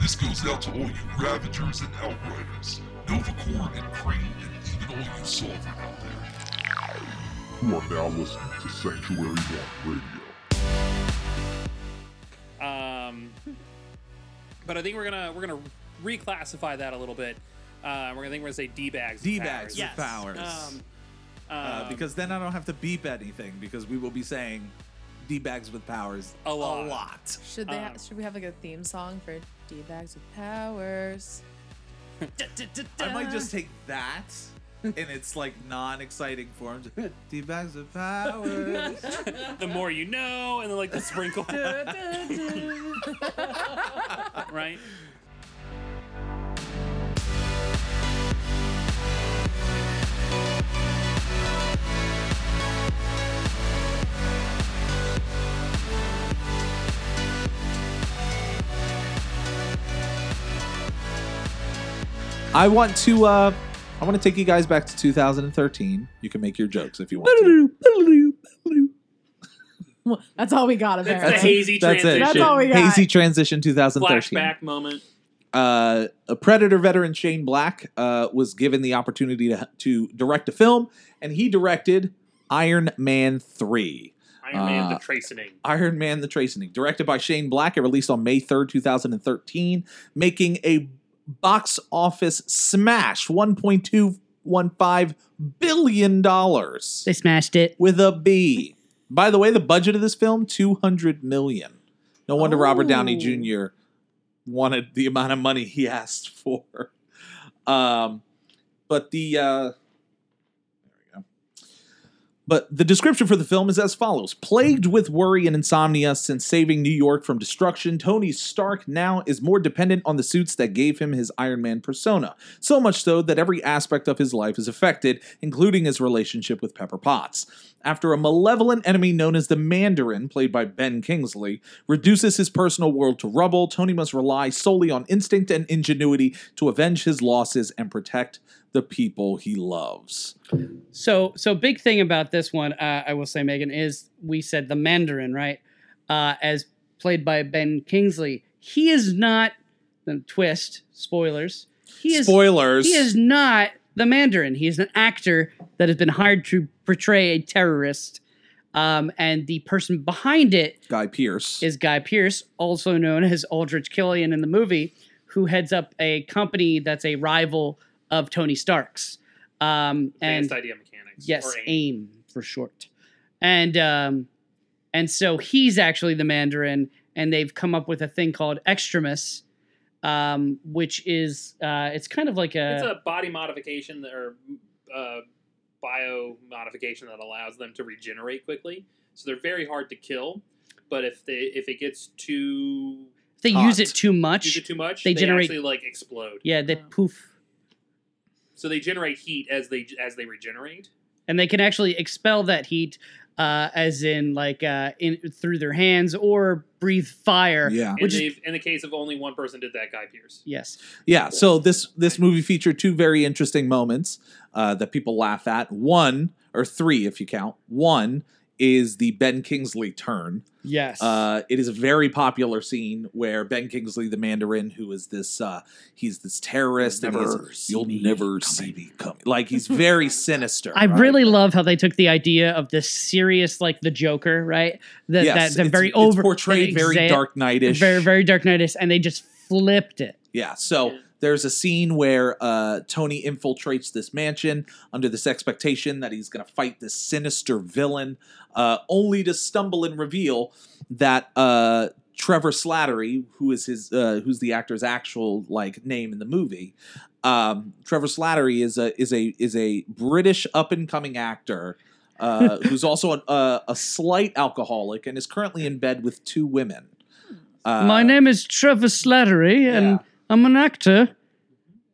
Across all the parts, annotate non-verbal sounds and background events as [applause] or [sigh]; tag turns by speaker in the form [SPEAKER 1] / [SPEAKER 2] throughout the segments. [SPEAKER 1] This goes out to all you Ravagers and Outriders, Novacore and Crane, and even all you Sovereign out there.
[SPEAKER 2] You are now listening to Sanctuary One Radio.
[SPEAKER 3] Um, but I think we're gonna we're gonna reclassify that a little bit. Uh, we're gonna think we're gonna say D bags.
[SPEAKER 4] D bags
[SPEAKER 3] Yeah.
[SPEAKER 4] with powers.
[SPEAKER 3] Um,
[SPEAKER 4] uh, because then I don't have to beep anything because we will be saying D bags with powers
[SPEAKER 3] A lot.
[SPEAKER 5] Should they?
[SPEAKER 3] Um,
[SPEAKER 5] ha- should we have like a theme song for D bags with powers?
[SPEAKER 4] I might just take that in its like non-exciting forms. [laughs] D bags of powers.
[SPEAKER 3] the more you know, and then like the sprinkle, right?
[SPEAKER 4] I want to. uh I want to take you guys back to 2013. You can make your jokes if you want to.
[SPEAKER 5] That's all we got.
[SPEAKER 3] That's a
[SPEAKER 5] Apparently,
[SPEAKER 3] hazy
[SPEAKER 4] That's it.
[SPEAKER 3] transition.
[SPEAKER 5] That's all we got.
[SPEAKER 4] Hazy transition 2013.
[SPEAKER 3] Flashback moment.
[SPEAKER 4] uh, a Predator veteran Shane Black uh, was given the opportunity to, to direct a film, and he directed Iron Man 3.
[SPEAKER 3] Iron Man, the
[SPEAKER 4] Uh,
[SPEAKER 3] tracening.
[SPEAKER 4] Iron Man the Tracening, directed by Shane Black, it released on May 3rd, 2013, making a box office smash $1.215 billion dollars
[SPEAKER 6] They smashed it.
[SPEAKER 4] with a B. By the way, the budget of this film, 200 million. No wonder Robert Downey Jr. wanted the amount of money he asked for. Um, but the uh, but the description for the film is as follows Plagued with worry and insomnia since saving New York from destruction, Tony Stark now is more dependent on the suits that gave him his Iron Man persona. So much so that every aspect of his life is affected, including his relationship with Pepper Potts. After a malevolent enemy known as the Mandarin, played by Ben Kingsley, reduces his personal world to rubble, Tony must rely solely on instinct and ingenuity to avenge his losses and protect the people he loves.
[SPEAKER 6] So, so big thing about this one, uh, I will say, Megan, is we said the Mandarin, right? Uh, as played by Ben Kingsley, he is not. um, Twist spoilers. He is.
[SPEAKER 4] Spoilers.
[SPEAKER 6] He is not the Mandarin. He is an actor that has been hired to portray a terrorist. Um, and the person behind it
[SPEAKER 4] Guy Pierce.
[SPEAKER 6] is Guy Pierce, also known as Aldrich Killian in the movie, who heads up a company that's a rival of Tony Stark's. Um, and
[SPEAKER 3] Advanced idea mechanics.
[SPEAKER 6] yes,
[SPEAKER 3] or AIM.
[SPEAKER 6] AIM for short. And um, and so he's actually the Mandarin, and they've come up with a thing called Extremis, um, which is uh, it's kind of like
[SPEAKER 3] It's a body modification that- or uh, bio modification that allows them to regenerate quickly. So they're very hard to kill. But if they if it gets too
[SPEAKER 6] they use it
[SPEAKER 4] hot.
[SPEAKER 6] too
[SPEAKER 3] use
[SPEAKER 6] much.
[SPEAKER 3] it too much,
[SPEAKER 6] They
[SPEAKER 3] they,
[SPEAKER 6] generate-
[SPEAKER 3] actually like explode.
[SPEAKER 6] yeah, they
[SPEAKER 5] Oh.
[SPEAKER 6] poof.
[SPEAKER 3] So they generate heat as they as they regenerate.
[SPEAKER 6] and they can actually expel that heat uh, as in like uh, in through their hands or breathe fire
[SPEAKER 4] Yeah.
[SPEAKER 3] And
[SPEAKER 6] Uh, Which is-
[SPEAKER 3] they've, in the case of only one person did that, Guy Pierce.
[SPEAKER 6] yes
[SPEAKER 4] Yeah, so this this movie featured two very interesting moments uh, that people laugh at. One or three, if you count. One is the Ben Kingsley turn.
[SPEAKER 6] yes
[SPEAKER 4] Uh, it is a very popular scene where Ben Kingsley, the Mandarin, who is this uh, he's this terrorist, and he's- you'll never see me coming. Like he's [laughs] very sinister.
[SPEAKER 6] I
[SPEAKER 4] right?
[SPEAKER 6] really love how they took the idea of this serious, like the Joker, right? That
[SPEAKER 4] Yes,
[SPEAKER 6] that, that
[SPEAKER 4] it's-
[SPEAKER 6] very
[SPEAKER 4] it's
[SPEAKER 6] over
[SPEAKER 4] portrayed
[SPEAKER 6] that
[SPEAKER 4] very
[SPEAKER 6] exa-
[SPEAKER 4] Dark Knightish,
[SPEAKER 6] very very Dark Knightish, and they just flipped it.
[SPEAKER 4] Yeah. So
[SPEAKER 3] Yeah.
[SPEAKER 4] there's a scene where uh, Tony infiltrates this mansion under this expectation that he's going to fight this sinister villain, uh, only to stumble and reveal that uh, Trevor Slattery, who is his, uh, who's the actor's actual like name in the movie, um, Trevor Slattery is a is a is a British up and coming actor. Uh, who's also an, uh, a slight alcoholic and is currently in bed with two women. Uh,
[SPEAKER 6] My name is Trevor Slattery,
[SPEAKER 4] yeah.
[SPEAKER 6] and I'm an actor.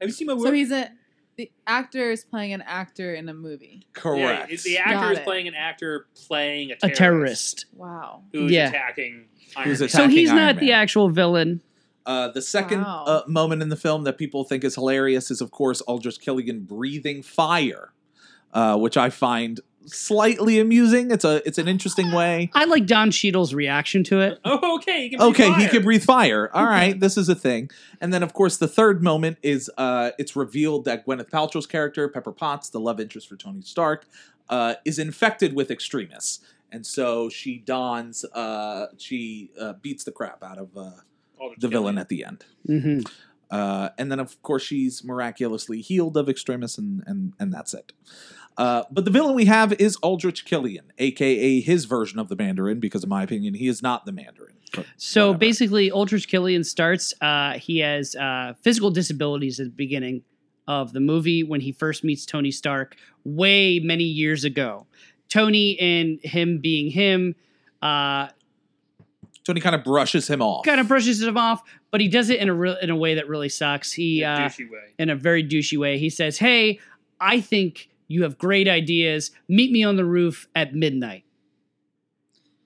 [SPEAKER 3] Have you seen my
[SPEAKER 5] So he's a the actor is playing an actor in a movie.
[SPEAKER 4] Correct.
[SPEAKER 3] the actor
[SPEAKER 5] Got
[SPEAKER 3] is
[SPEAKER 5] it.
[SPEAKER 3] playing an actor playing a
[SPEAKER 6] A
[SPEAKER 3] terrorist,
[SPEAKER 6] terrorist.
[SPEAKER 5] Wow.
[SPEAKER 3] who's
[SPEAKER 6] Yeah.
[SPEAKER 3] attacking. Iron
[SPEAKER 4] Who's
[SPEAKER 3] Man.
[SPEAKER 6] So
[SPEAKER 4] Attacking
[SPEAKER 6] he's
[SPEAKER 4] Iron
[SPEAKER 6] not the
[SPEAKER 4] Man.
[SPEAKER 6] actual villain.
[SPEAKER 4] Uh, the second
[SPEAKER 5] Wow.
[SPEAKER 4] uh, moment in the film that people think is hilarious is, of course, Aldrich Killian breathing fire, uh, which I find slightly amusing. It's a
[SPEAKER 3] [gasps]
[SPEAKER 4] it's an interesting way.
[SPEAKER 6] I like Don Cheadle's reaction to it.
[SPEAKER 3] Oh, okay. He can breathe
[SPEAKER 4] Okay, he
[SPEAKER 3] fire.
[SPEAKER 4] can breathe fire. All right, this is a thing. And then, of course, the third moment is uh, it's revealed that Gwyneth Paltrow's character, Pepper Potts, the love interest for Tony Stark, uh, is infected with extremists, and so she dons, uh, she uh, beats the crap out of uh,
[SPEAKER 3] Aldrich
[SPEAKER 4] the
[SPEAKER 3] Killian.
[SPEAKER 4] villain at the end.
[SPEAKER 6] hmm
[SPEAKER 4] Uh, and then, of course, she's miraculously healed of extremis, and and and that's it. Uh, but the villain we have is Aldrich Killian, aka his version of the Mandarin, because in my opinion, he is not the Mandarin. But
[SPEAKER 6] So
[SPEAKER 4] whatever.
[SPEAKER 6] basically, Aldrich Killian starts. Uh, he has uh, physical disabilities at the beginning of the movie when he first meets Tony Stark, way many years ago. Tony and him being him, uh,
[SPEAKER 4] Tony kind of brushes him off.
[SPEAKER 6] kind of brushes him off, but he does it in a real in a way that really sucks. He
[SPEAKER 3] In a
[SPEAKER 6] uh,
[SPEAKER 3] douchey way.
[SPEAKER 6] in a very douchey way. He says, "Hey, I think you have great ideas. Meet me on the roof at midnight."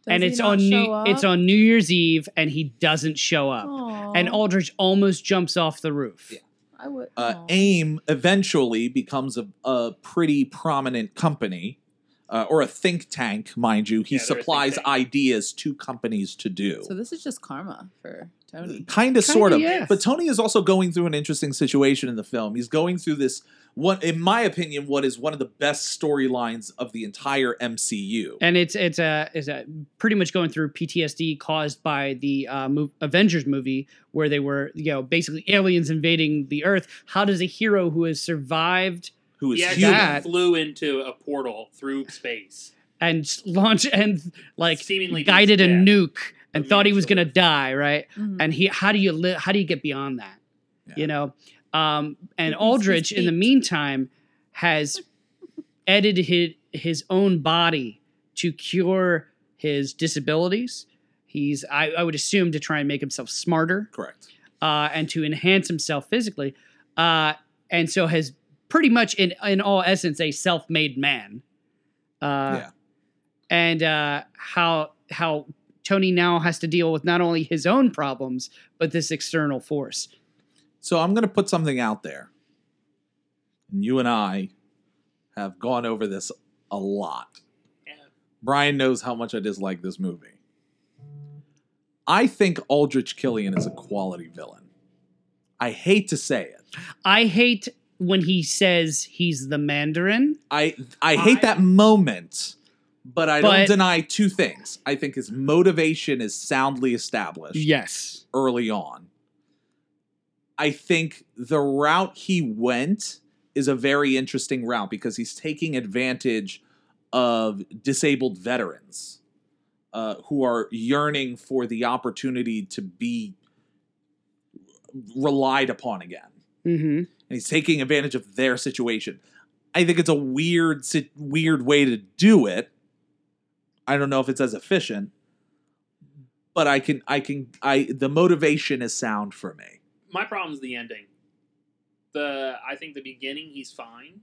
[SPEAKER 5] Does
[SPEAKER 6] and
[SPEAKER 5] he
[SPEAKER 6] it's
[SPEAKER 5] not
[SPEAKER 6] on
[SPEAKER 5] show
[SPEAKER 6] New,
[SPEAKER 5] up?
[SPEAKER 6] it's on New Year's Eve, and he doesn't show up.
[SPEAKER 5] Aw,
[SPEAKER 6] And Aldrich almost jumps off the roof.
[SPEAKER 4] Yeah.
[SPEAKER 5] I would.
[SPEAKER 4] uh,
[SPEAKER 5] aw.
[SPEAKER 4] AIM eventually becomes a, a pretty prominent company uh, or a think tank, mind you. He
[SPEAKER 3] Yeah, they're a think
[SPEAKER 4] supplies
[SPEAKER 3] tank.
[SPEAKER 4] ideas to companies to do.
[SPEAKER 5] So this is just karma for Tony.
[SPEAKER 4] kind of sort of
[SPEAKER 6] yes.
[SPEAKER 4] but tony is also going through an interesting situation in the film he's going through this what in my opinion what is one of the best storylines of the entire mcu
[SPEAKER 6] And it's it's a is a pretty much going through PTSD caused by the uh, mov- Avengers movie where they were you know basically aliens invading the Earth. How does a hero who has survived
[SPEAKER 4] who is
[SPEAKER 3] He actually
[SPEAKER 4] human
[SPEAKER 6] that-
[SPEAKER 3] flew into a portal through space.
[SPEAKER 6] and s- launch and like
[SPEAKER 3] Seemingly
[SPEAKER 6] guided a
[SPEAKER 3] beats
[SPEAKER 6] nuke and
[SPEAKER 3] But
[SPEAKER 6] thought he was
[SPEAKER 3] managed to
[SPEAKER 6] gonna
[SPEAKER 3] live.
[SPEAKER 6] die, right?
[SPEAKER 5] Mhm.
[SPEAKER 6] And he, how do you live? How do you get beyond that?
[SPEAKER 4] Yeah.
[SPEAKER 6] You know, um, and
[SPEAKER 5] He's- he's
[SPEAKER 6] Aldrich in the
[SPEAKER 5] peaked.
[SPEAKER 6] meantime has edited his, his own body to cure his disabilities. He's, I, I would assume, to try and make himself smarter
[SPEAKER 4] correct
[SPEAKER 6] uh, and to enhance himself physically, uh, and so has pretty much in in all essence a self made man. Uh,
[SPEAKER 4] Yeah.
[SPEAKER 6] And uh, how how Tony now has to deal with not only his own problems but this external force.
[SPEAKER 4] so i'm going to put something out there and you and i have gone over this a lot
[SPEAKER 3] Yeah.
[SPEAKER 4] brian knows how much i dislike this movie i think aldrich killian is a quality villain i hate to say it
[SPEAKER 6] I hate when he says he's the Mandarin.
[SPEAKER 4] I I hate
[SPEAKER 3] I-
[SPEAKER 4] that moment, but I don't
[SPEAKER 6] But-
[SPEAKER 4] deny two things. I think his motivation is soundly established
[SPEAKER 6] Yes.
[SPEAKER 4] early on. I think the route he went is a very interesting route because he's taking advantage of disabled veterans uh, who are yearning for the opportunity to be relied upon again
[SPEAKER 6] hmm
[SPEAKER 4] and he's taking advantage of their situation. I think it's a weird si- weird way to do it. I don't know if it's as efficient, but I can I can I the motivation is sound for me.
[SPEAKER 3] My problem is the ending. The I think the beginning he's fine,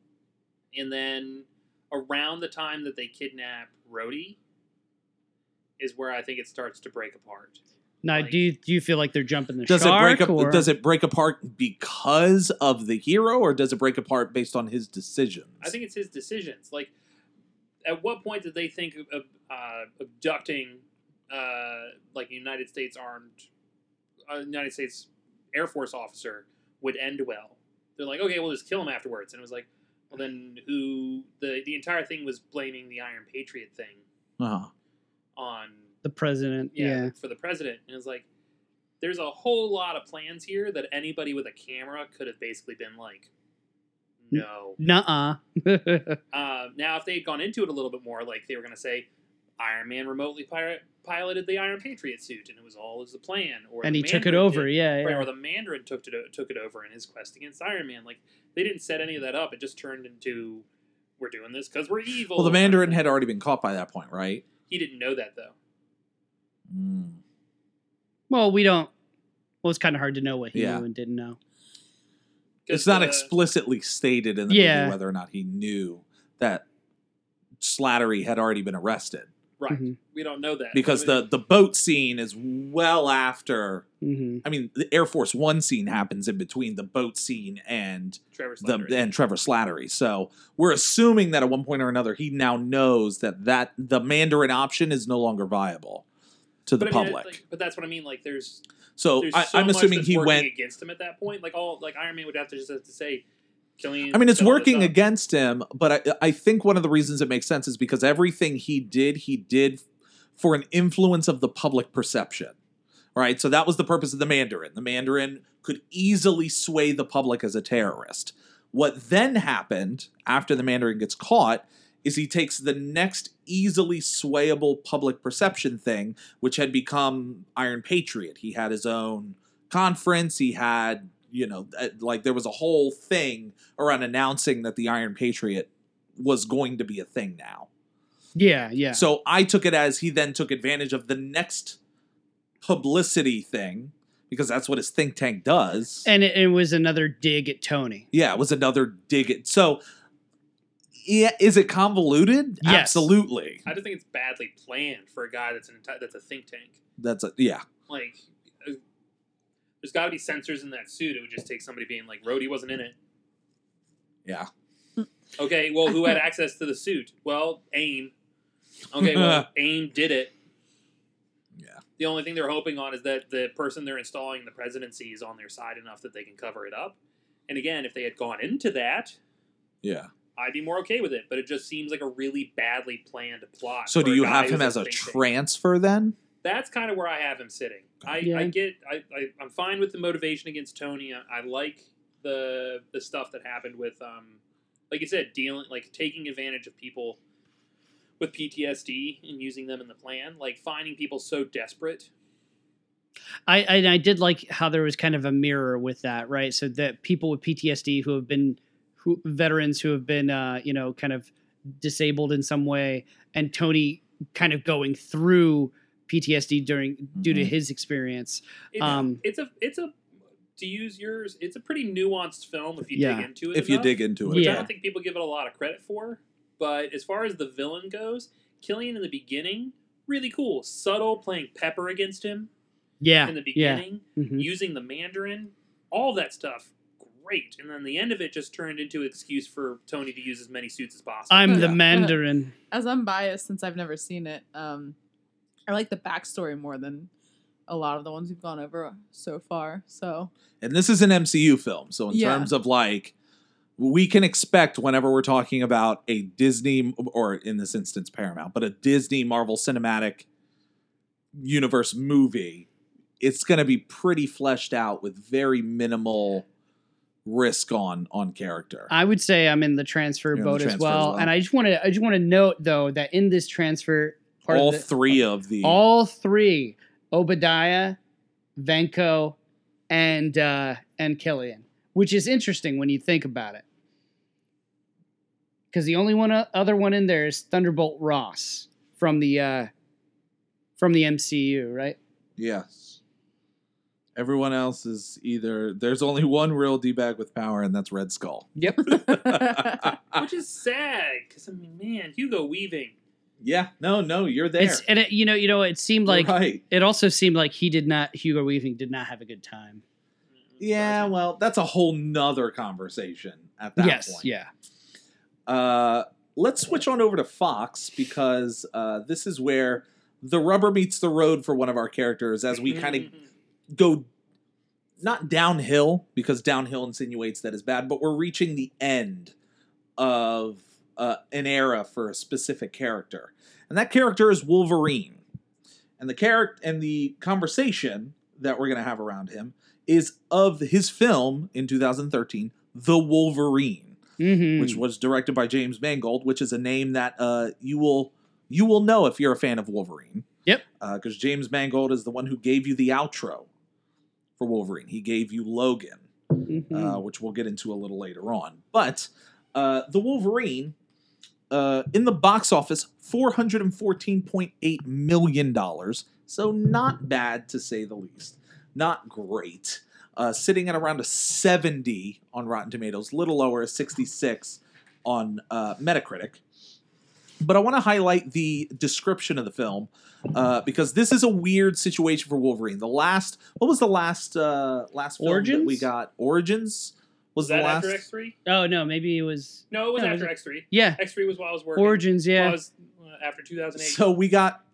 [SPEAKER 3] and then around the time that they kidnap Rhodey is where I think it starts to break apart.
[SPEAKER 6] Now,
[SPEAKER 3] Like-
[SPEAKER 6] do you, do you feel like they're jumping the
[SPEAKER 4] Does
[SPEAKER 6] shark?
[SPEAKER 4] it break
[SPEAKER 6] or?
[SPEAKER 4] up, does it break apart because of the hero or does it break apart based on his decisions?
[SPEAKER 3] I think it's his decisions. Like, at what point did they think of- of uh, abducting, uh, like, United States armed, uh, United States Air Force officer would end well? They're like, okay, we'll just kill him afterwards. And it was like, well, then who? The the entire thing was blaming the Iron Patriot thing
[SPEAKER 4] uh-huh.
[SPEAKER 3] on
[SPEAKER 6] the president?
[SPEAKER 3] yeah,
[SPEAKER 6] Yeah.
[SPEAKER 3] like, for the president. And it's like, there's a whole lot of plans here that anybody with a camera could have basically been like, no.
[SPEAKER 6] Nuh-uh. [laughs]
[SPEAKER 3] Uh, now, if they had gone into it a little bit more, like they were going to say, Iron Man remotely pirate, piloted the Iron Patriot suit, and it was all as a plan, or
[SPEAKER 6] and
[SPEAKER 3] the
[SPEAKER 6] he took it
[SPEAKER 3] Mandarin
[SPEAKER 6] over.
[SPEAKER 3] did-
[SPEAKER 6] Yeah.
[SPEAKER 3] right,
[SPEAKER 6] yeah.
[SPEAKER 3] or the Mandarin took it o- took it over in his quest against Iron Man. Like they didn't set any of that up; it just turned into we're doing this because we're evil.
[SPEAKER 4] Well, the Mandarin had already been caught by that point, right?
[SPEAKER 3] he didn't know that though.
[SPEAKER 4] Mm.
[SPEAKER 6] Well, we don't. Well, it's kind of hard to know what he
[SPEAKER 4] Yeah.
[SPEAKER 6] knew and didn't know.
[SPEAKER 3] 'Cause
[SPEAKER 4] It's not
[SPEAKER 3] the-
[SPEAKER 4] explicitly stated in the
[SPEAKER 6] Yeah.
[SPEAKER 4] movie whether or not he knew that Slattery had already been arrested.
[SPEAKER 3] Right.
[SPEAKER 6] Mhm.
[SPEAKER 3] We don't know that
[SPEAKER 4] because the the boat scene is well after.
[SPEAKER 6] hmm
[SPEAKER 4] I mean, the Air Force One scene happens in between the boat scene and
[SPEAKER 3] Trevor
[SPEAKER 4] the
[SPEAKER 3] Slattery.
[SPEAKER 4] and Trevor Slattery. So we're assuming that at one point or another, he now knows that that the Mandarin option is no longer viable to the
[SPEAKER 3] but I mean,
[SPEAKER 4] public.
[SPEAKER 3] like- but that's what I mean. Like, there's,
[SPEAKER 4] so,
[SPEAKER 3] there's
[SPEAKER 4] I,
[SPEAKER 3] so
[SPEAKER 4] I'm
[SPEAKER 3] much
[SPEAKER 4] assuming
[SPEAKER 3] that's
[SPEAKER 4] he
[SPEAKER 3] working
[SPEAKER 4] went.
[SPEAKER 3] against him at that point. Like all, like Iron Man would have to just have to say, Killian.
[SPEAKER 4] I mean, it's
[SPEAKER 3] set all this
[SPEAKER 4] working
[SPEAKER 3] up."
[SPEAKER 4] against him, but I, I think one of the reasons it makes sense is because everything he did, he did for an influence of the public perception. Right, so that was the purpose of the Mandarin. The Mandarin could easily sway the public as a terrorist. What then happened after the Mandarin gets caught is he takes the next easily swayable public perception thing, which had become Iron Patriot. He had his own conference. He had, you know, uh, like there was a whole thing around announcing that the Iron Patriot was going to be a thing now.
[SPEAKER 6] Yeah, yeah.
[SPEAKER 4] So I took it as he then took advantage of the next publicity thing because that's what his think tank does.
[SPEAKER 6] and it, it was another dig at Tony.
[SPEAKER 4] Yeah, it was another dig at. So, yeah, is it convoluted?
[SPEAKER 6] Yes.
[SPEAKER 4] Absolutely.
[SPEAKER 3] I just think it's badly planned for a guy that's an enti- that's a think tank.
[SPEAKER 4] That's a, yeah.
[SPEAKER 3] Like, uh, there's got to be sensors in that suit. It would just take somebody being like, Rhodey wasn't in it.
[SPEAKER 4] Yeah.
[SPEAKER 3] Okay, well, who had access to the suit? Well, AIM. Okay, well,
[SPEAKER 4] [laughs]
[SPEAKER 3] AIM did it.
[SPEAKER 4] Yeah.
[SPEAKER 3] The only thing they're hoping on is that the person they're installing the presidency is on their side enough that they can cover it up. And again, if they had gone into that,
[SPEAKER 4] Yeah.
[SPEAKER 3] I'd be more okay with it. But it just seems like a really badly planned plot.
[SPEAKER 4] So,
[SPEAKER 3] for
[SPEAKER 4] do
[SPEAKER 3] a
[SPEAKER 4] you
[SPEAKER 3] guy
[SPEAKER 4] have him
[SPEAKER 3] who's
[SPEAKER 4] as a
[SPEAKER 3] think tank.
[SPEAKER 4] transfer then?
[SPEAKER 3] That's kind of where I have him sitting. I,
[SPEAKER 6] Yeah.
[SPEAKER 3] I get. I, I I'm fine with the motivation against Tony. I, I like the the stuff that happened with um, like you said, dealing like taking advantage of people with PTSD and using them in the plan, like finding people so desperate.
[SPEAKER 6] I and I did like how there was kind of a mirror with that, right? So that people with PTSD who have been who veterans who have been uh, you know kind of disabled in some way, and Tony kind of going through PTSD during due to
[SPEAKER 4] Mhm.
[SPEAKER 6] his experience.
[SPEAKER 3] It's,
[SPEAKER 6] Um,
[SPEAKER 3] it's a it's a to use yours. It's a pretty nuanced film if you
[SPEAKER 6] Yeah.
[SPEAKER 3] dig into it.
[SPEAKER 4] If you
[SPEAKER 3] enough.
[SPEAKER 4] dig into it.
[SPEAKER 3] which I
[SPEAKER 6] Yeah.
[SPEAKER 3] don't think people give it a lot of credit for. But as far as the villain goes, Killian in the beginning, really cool. Subtle playing Pepper against him
[SPEAKER 6] Yeah,
[SPEAKER 3] in the
[SPEAKER 6] yeah.
[SPEAKER 3] beginning,
[SPEAKER 6] Mhm.
[SPEAKER 3] using the Mandarin, all that stuff, great. And then the end of it just turned into an excuse for Tony to use as many suits as possible.
[SPEAKER 6] I'm the
[SPEAKER 5] Yeah.
[SPEAKER 6] Mandarin.
[SPEAKER 5] As I'm biased since I've never seen it, um, I like the backstory more than a lot of the ones we've gone over so far. So
[SPEAKER 4] And this is an MCU film. So, in
[SPEAKER 5] Yeah.
[SPEAKER 4] terms of like, we can expect whenever we're talking about a Disney, or in this instance, Paramount, but a Disney Marvel Cinematic Universe movie, it's going to be pretty fleshed out with very minimal risk on on character.
[SPEAKER 6] I would say I'm in the transfer
[SPEAKER 4] You're in the
[SPEAKER 6] boat
[SPEAKER 4] transfer
[SPEAKER 6] as,
[SPEAKER 4] as
[SPEAKER 6] well.
[SPEAKER 4] well.
[SPEAKER 6] And I just want to I just want to note though that in this transfer part
[SPEAKER 4] all
[SPEAKER 6] of the,
[SPEAKER 4] three of the
[SPEAKER 6] all three Obadiah, Venko, and uh, and Killian, which is interesting when you think about it, because the only one uh, other one in there is Thunderbolt Ross from the uh, from the MCU, right?
[SPEAKER 4] yes. Everyone else is either there's only one real D bag with power, and that's Red Skull.
[SPEAKER 6] [laughs] Yep. uh,
[SPEAKER 3] Which is sad because I mean, man, Hugo Weaving.
[SPEAKER 4] yeah, no, no, you're there.
[SPEAKER 6] It's and it, you know you know it seemed like
[SPEAKER 4] You're right.
[SPEAKER 6] it also seemed like he did not Hugo Weaving did not have a good time.
[SPEAKER 4] Yeah, well, that's a whole nother conversation at that
[SPEAKER 6] yes.
[SPEAKER 4] point.
[SPEAKER 6] Yeah.
[SPEAKER 4] Uh, let's switch on over to Fox because uh, this is where the rubber meets the road for one of our characters as we
[SPEAKER 3] Mm-hmm.
[SPEAKER 4] kind of go not downhill because downhill insinuates that is bad, but we're reaching the end of uh, an era for a specific character, and that character is Wolverine. And the character and the conversation that we're going to have around him is of his film in 2013, The Wolverine,
[SPEAKER 6] Mm-hmm.
[SPEAKER 4] which was directed by James Mangold, which is a name that uh, you will you will know if you're a fan of Wolverine.
[SPEAKER 6] Yep.
[SPEAKER 4] Because James Mangold is the one who gave you the outro for Wolverine. He gave you Logan, uh, which we'll get into a little later on. But uh, the Wolverine uh, in the box office, four hundred and fourteen point eight million dollars. So not bad to say the least. Not great. Uh, sitting at around a seventy on Rotten Tomatoes, little lower, a sixty-six on uh, Metacritic. But I want to highlight the description of the film uh, because this is a weird situation for Wolverine. The last, what was the last uh, last film that
[SPEAKER 6] Origins?
[SPEAKER 4] we got? Origins was
[SPEAKER 3] Was that
[SPEAKER 4] the last.
[SPEAKER 3] after X three?
[SPEAKER 6] Oh no, maybe it was.
[SPEAKER 3] No, it was
[SPEAKER 6] No, was
[SPEAKER 3] after
[SPEAKER 6] it-
[SPEAKER 3] X three.
[SPEAKER 6] Yeah,
[SPEAKER 3] X three was while I was working.
[SPEAKER 6] Origins.
[SPEAKER 3] While
[SPEAKER 6] Yeah.
[SPEAKER 3] I was, uh, after two thousand eight.
[SPEAKER 4] So we got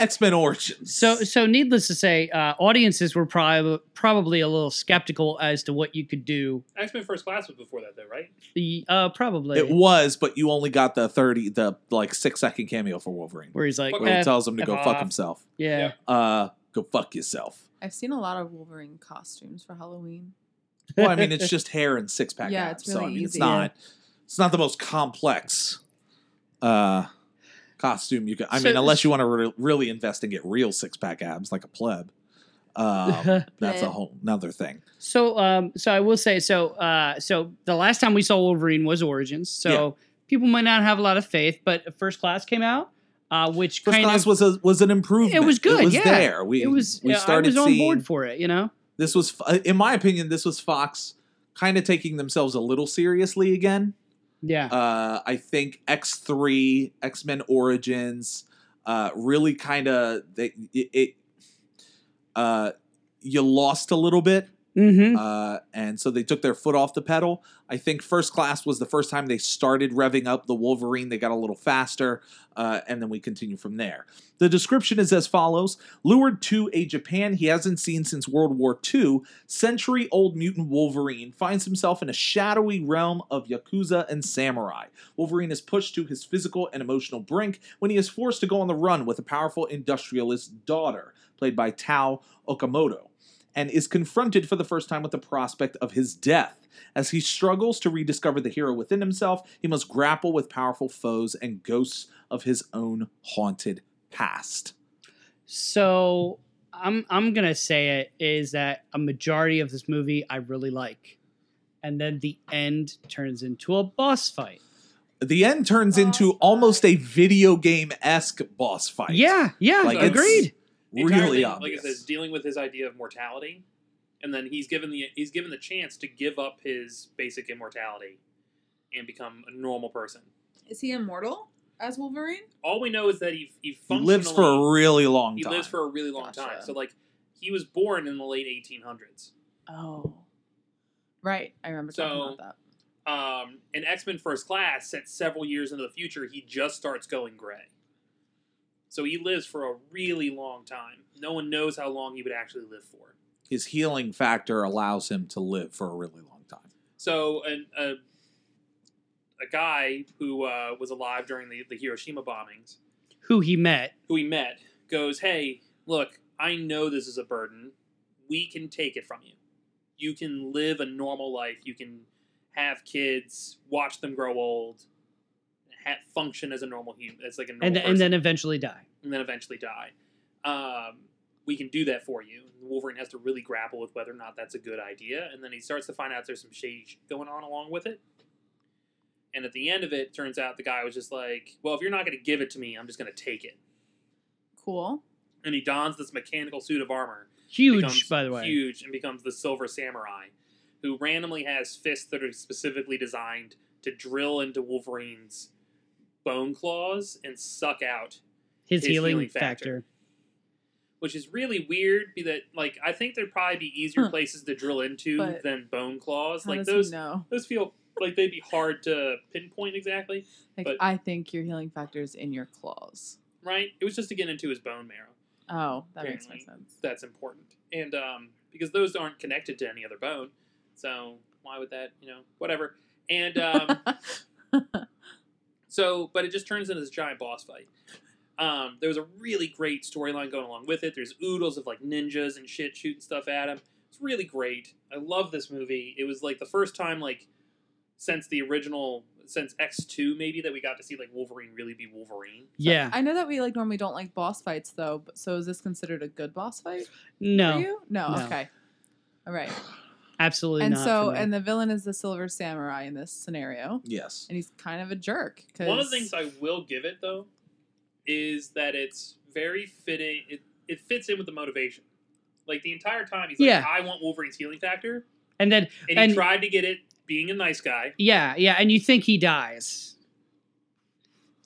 [SPEAKER 4] X Men Origins.
[SPEAKER 6] So, so needless to say, uh, audiences were prob- probably a little skeptical as to what you could do.
[SPEAKER 3] X Men First Class was before that, though, right?
[SPEAKER 6] The uh, probably
[SPEAKER 4] it was, but you only got the thirty, the like six second cameo for Wolverine,
[SPEAKER 6] where he's like,
[SPEAKER 3] Fuck
[SPEAKER 4] where he
[SPEAKER 6] "Eh,
[SPEAKER 4] tells him to
[SPEAKER 6] F
[SPEAKER 4] go fuck
[SPEAKER 6] off.
[SPEAKER 4] himself.
[SPEAKER 6] yeah,
[SPEAKER 4] Uh, go fuck yourself.
[SPEAKER 5] I've seen a lot of Wolverine costumes for Halloween.
[SPEAKER 4] Well, I mean, it's just hair and six pack.
[SPEAKER 5] Yeah,
[SPEAKER 4] abs,
[SPEAKER 5] it's
[SPEAKER 4] so I
[SPEAKER 5] really
[SPEAKER 4] mean, it's
[SPEAKER 5] easy.
[SPEAKER 4] not. It's not the most complex uh, costume you can. I
[SPEAKER 6] So-
[SPEAKER 4] mean, unless you want to re- really invest and get real six pack abs like a pleb.
[SPEAKER 6] [laughs]
[SPEAKER 4] Um, that's a
[SPEAKER 5] Pleb.
[SPEAKER 4] whole another thing.
[SPEAKER 6] So, um, so I will say, so, uh, so the last time we saw Wolverine was Origins. So people might not have a lot of faith, but First Class came out, uh, which
[SPEAKER 4] First
[SPEAKER 6] kind
[SPEAKER 4] class
[SPEAKER 6] of
[SPEAKER 4] was a, was an improvement.
[SPEAKER 6] It was good,
[SPEAKER 4] It was
[SPEAKER 6] yeah.
[SPEAKER 4] there. We
[SPEAKER 6] it was.
[SPEAKER 4] we
[SPEAKER 6] yeah,
[SPEAKER 4] started
[SPEAKER 6] I was on
[SPEAKER 4] seeing Uh,
[SPEAKER 6] board for it, you know.
[SPEAKER 4] this was f- in my opinion this was Fox kind of taking themselves a little seriously again.
[SPEAKER 6] Yeah,
[SPEAKER 4] uh, I think X three X Men Origins uh, really kind of it, it uh, you lost a little bit,
[SPEAKER 6] mm-hmm.
[SPEAKER 4] uh, and so they took their foot off the pedal. I think First Class was the first time they started revving up the Wolverine. They got a little faster, uh, and then we continue from there. The description is as follows Lured to a Japan he hasn't seen since World War II, century old mutant Wolverine finds himself in a shadowy realm of Yakuza and samurai. Wolverine is pushed to his physical and emotional brink when he is forced to go on the run with a powerful industrialist's daughter, played by Tao Okamoto, and is confronted for the first time with the prospect of his death. As he struggles to rediscover the hero within himself, he must grapple with powerful foes and ghosts of his own haunted past.
[SPEAKER 6] So I'm I'm gonna say it is that a majority of this movie I really like, and then the end turns into a boss fight.
[SPEAKER 4] The end turns
[SPEAKER 5] Boss
[SPEAKER 4] into
[SPEAKER 5] fight.
[SPEAKER 4] almost a video game esque boss fight.
[SPEAKER 6] Yeah, yeah,
[SPEAKER 4] Like,
[SPEAKER 3] it's-
[SPEAKER 6] agreed.
[SPEAKER 3] The entire
[SPEAKER 4] really
[SPEAKER 3] thing,
[SPEAKER 4] obvious.
[SPEAKER 3] Like I said, is dealing with his idea of mortality, and then he's given the he's given the chance to give up his basic immortality and become a normal person.
[SPEAKER 5] Is he immortal as Wolverine?
[SPEAKER 3] All we know is that he he,
[SPEAKER 4] he lives for a
[SPEAKER 3] functionally-
[SPEAKER 4] really long
[SPEAKER 3] he
[SPEAKER 4] time.
[SPEAKER 3] lives for a really long
[SPEAKER 5] Gotcha.
[SPEAKER 3] time. So like he was born in the late 1800s.
[SPEAKER 5] Oh, right. I remember
[SPEAKER 3] So-
[SPEAKER 5] talking about that.
[SPEAKER 3] Um, in X Men First Class, set several years into the future, he just starts going gray. So he lives for a really long time. No one knows how long he would actually live for.
[SPEAKER 4] His healing factor allows him to live for a really long time.
[SPEAKER 3] So, an, a, a guy who uh, was alive during the, the Hiroshima bombings,
[SPEAKER 6] Who he met.
[SPEAKER 3] who he met, goes, Hey, look, I know this is a burden. We can take it from you. You can live a normal life. You can have kids, watch them grow old, ha function as a normal human, as like a normal
[SPEAKER 6] and,
[SPEAKER 3] person,
[SPEAKER 6] and then eventually die.
[SPEAKER 3] and then eventually die. Um, we can do that for you. Wolverine has to really grapple with whether or not that's a good idea, and then he starts to find out there's some shady shit going on along with it. And at the end of it, turns out the guy was just like, "Well, if you're not going to give it to me, I'm just going to take it."
[SPEAKER 5] Cool.
[SPEAKER 3] And he dons this mechanical suit of armor,
[SPEAKER 6] Huge,
[SPEAKER 3] becomes
[SPEAKER 6] by the way.
[SPEAKER 3] Huge and becomes the Silver Samurai, who randomly has fists that are specifically designed to drill into Wolverine's bone claws and suck out,
[SPEAKER 6] His,
[SPEAKER 3] His
[SPEAKER 6] healing,
[SPEAKER 3] healing
[SPEAKER 6] factor.
[SPEAKER 3] factor. which is really weird. Be that like I think there'd probably be easier
[SPEAKER 5] Huh.
[SPEAKER 3] places to drill into
[SPEAKER 5] But
[SPEAKER 3] than bone claws.
[SPEAKER 5] How
[SPEAKER 3] Like
[SPEAKER 5] does
[SPEAKER 3] those,
[SPEAKER 5] he know?
[SPEAKER 3] those feel like they'd be hard to pinpoint exactly,
[SPEAKER 5] Like
[SPEAKER 3] but-
[SPEAKER 5] I think your healing factor is in your claws.
[SPEAKER 3] right? It was just to get into his bone marrow.
[SPEAKER 5] Oh, that makes more
[SPEAKER 3] Apparently.
[SPEAKER 5] sense.
[SPEAKER 3] That's important, and um, because those aren't connected to any other bone, so why would that? You know, whatever. And
[SPEAKER 5] [laughs]
[SPEAKER 3] um, So, but it just turns into this giant boss fight. Um, there was a really great storyline going along with it. There's oodles of like ninjas and shit shooting stuff at him. It's really great. I love this movie. It was like the first time like since the original since X two maybe that we got to see like Wolverine really be Wolverine.
[SPEAKER 6] Yeah.
[SPEAKER 5] I know that we like normally don't like boss fights though, but so is this considered a good boss fight for
[SPEAKER 6] no,
[SPEAKER 5] you? No,
[SPEAKER 6] No.
[SPEAKER 5] okay. All right.
[SPEAKER 6] absolutely
[SPEAKER 5] and
[SPEAKER 6] not.
[SPEAKER 5] so
[SPEAKER 6] for me.
[SPEAKER 5] and the villain is the silver samurai in this scenario.
[SPEAKER 4] Yes.
[SPEAKER 5] And he's kind of a jerk. 'cause-
[SPEAKER 3] One of the things I will give it though is that it's very fitting. It, it fits in with the motivation. Like the entire time he's like,
[SPEAKER 6] Yeah.
[SPEAKER 3] I want Wolverine's healing factor,
[SPEAKER 6] and then
[SPEAKER 3] and he
[SPEAKER 6] And-
[SPEAKER 3] tried to get it being a nice guy.
[SPEAKER 6] yeah, yeah, and you think he dies.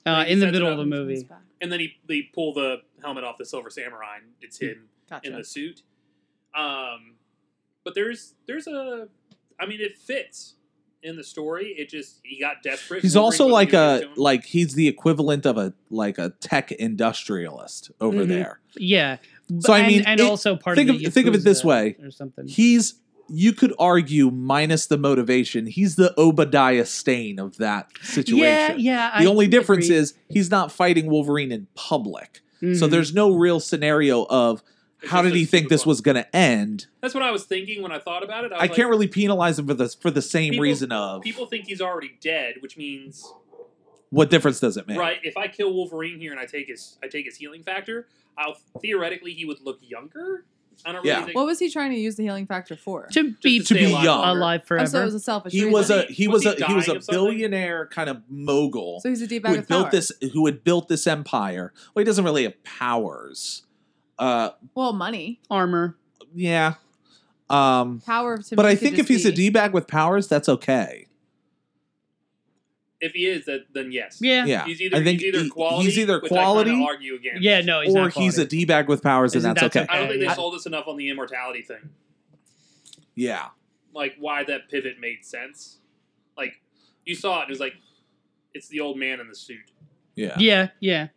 [SPEAKER 6] uh,
[SPEAKER 3] Right,
[SPEAKER 6] in the
[SPEAKER 3] sets it
[SPEAKER 6] middle
[SPEAKER 3] up
[SPEAKER 6] of the movie.
[SPEAKER 3] and then he they pull the helmet off the Silver Samurai. And it's him
[SPEAKER 5] Gotcha.
[SPEAKER 3] in the suit. Um, but there's there's a, I mean, it fits in the story. It just he got desperate.
[SPEAKER 4] He's
[SPEAKER 3] Wolverine
[SPEAKER 4] also
[SPEAKER 3] wasn't
[SPEAKER 4] like
[SPEAKER 3] doing it
[SPEAKER 4] a
[SPEAKER 3] to him.
[SPEAKER 4] like he's the equivalent of a like a tech industrialist over
[SPEAKER 3] Mm-hmm.
[SPEAKER 6] Mhm.
[SPEAKER 4] there.
[SPEAKER 6] Yeah.
[SPEAKER 4] So, I
[SPEAKER 6] And-
[SPEAKER 4] mean,
[SPEAKER 6] and,
[SPEAKER 4] it-
[SPEAKER 6] also part
[SPEAKER 4] think
[SPEAKER 6] of, the
[SPEAKER 4] of- think of it this
[SPEAKER 6] Yakuza
[SPEAKER 4] way.
[SPEAKER 6] or something.
[SPEAKER 4] He's you could argue minus the motivation. He's the Obadiah Stane of that situation.
[SPEAKER 6] Yeah, yeah.
[SPEAKER 4] The only difference is he's not fighting Wolverine in public.
[SPEAKER 6] Mm. Mm-hmm.
[SPEAKER 4] So there's no real scenario of
[SPEAKER 3] It's
[SPEAKER 4] how
[SPEAKER 3] just
[SPEAKER 4] did
[SPEAKER 3] a
[SPEAKER 4] he think this
[SPEAKER 3] superpower.
[SPEAKER 4] was going to end.
[SPEAKER 3] That's what I was thinking when I thought about it. I, was
[SPEAKER 4] I
[SPEAKER 3] like,
[SPEAKER 4] can't really penalize him for the for the same
[SPEAKER 3] People-
[SPEAKER 4] reason of
[SPEAKER 3] People think he's already dead, which means
[SPEAKER 4] what difference does it make.
[SPEAKER 3] right. If I kill Wolverine here and I take his I take his healing factor, I'll theoretically he would look younger. I don't really
[SPEAKER 4] Yeah.
[SPEAKER 3] think.
[SPEAKER 5] What was he trying to use the healing factor for?
[SPEAKER 6] to be
[SPEAKER 4] to be young.
[SPEAKER 6] alive, forever.
[SPEAKER 5] Oh, so it was a selfish.
[SPEAKER 4] He
[SPEAKER 5] reason.
[SPEAKER 4] was a
[SPEAKER 3] Was
[SPEAKER 4] he
[SPEAKER 3] he-
[SPEAKER 4] was
[SPEAKER 3] was he
[SPEAKER 4] a he was
[SPEAKER 3] dying
[SPEAKER 4] a
[SPEAKER 3] of something?
[SPEAKER 4] billionaire kind of mogul.
[SPEAKER 5] So he's a D
[SPEAKER 4] who
[SPEAKER 5] bag
[SPEAKER 4] had
[SPEAKER 5] of power.
[SPEAKER 4] built this who had built this empire. Well, he doesn't really have powers. Uh
[SPEAKER 5] Well, money,
[SPEAKER 6] Armor.
[SPEAKER 4] yeah. Um
[SPEAKER 5] power to.
[SPEAKER 4] but
[SPEAKER 5] me
[SPEAKER 4] I
[SPEAKER 5] could
[SPEAKER 4] think if
[SPEAKER 5] just
[SPEAKER 4] he's a
[SPEAKER 5] be-
[SPEAKER 4] D bag with powers, that's okay.
[SPEAKER 3] If he is, that then yes.
[SPEAKER 6] Yeah.
[SPEAKER 4] Yeah.
[SPEAKER 3] He's either
[SPEAKER 4] I think
[SPEAKER 3] he's either
[SPEAKER 4] he-
[SPEAKER 3] quality.
[SPEAKER 4] he's either
[SPEAKER 3] which I kinda
[SPEAKER 4] quality
[SPEAKER 3] argue against.
[SPEAKER 6] Yeah, no, he's
[SPEAKER 4] or
[SPEAKER 6] not
[SPEAKER 4] he's a
[SPEAKER 6] quality.
[SPEAKER 4] D bag with powers and
[SPEAKER 6] Isn't
[SPEAKER 4] that's, okay.
[SPEAKER 6] that okay?
[SPEAKER 3] I don't think they
[SPEAKER 6] Yeah.
[SPEAKER 3] sold us enough on the immortality thing.
[SPEAKER 4] Yeah.
[SPEAKER 3] Like why that pivot made sense. Like you saw it, it was like it's the old man in the suit.
[SPEAKER 4] Yeah.
[SPEAKER 6] Yeah, yeah.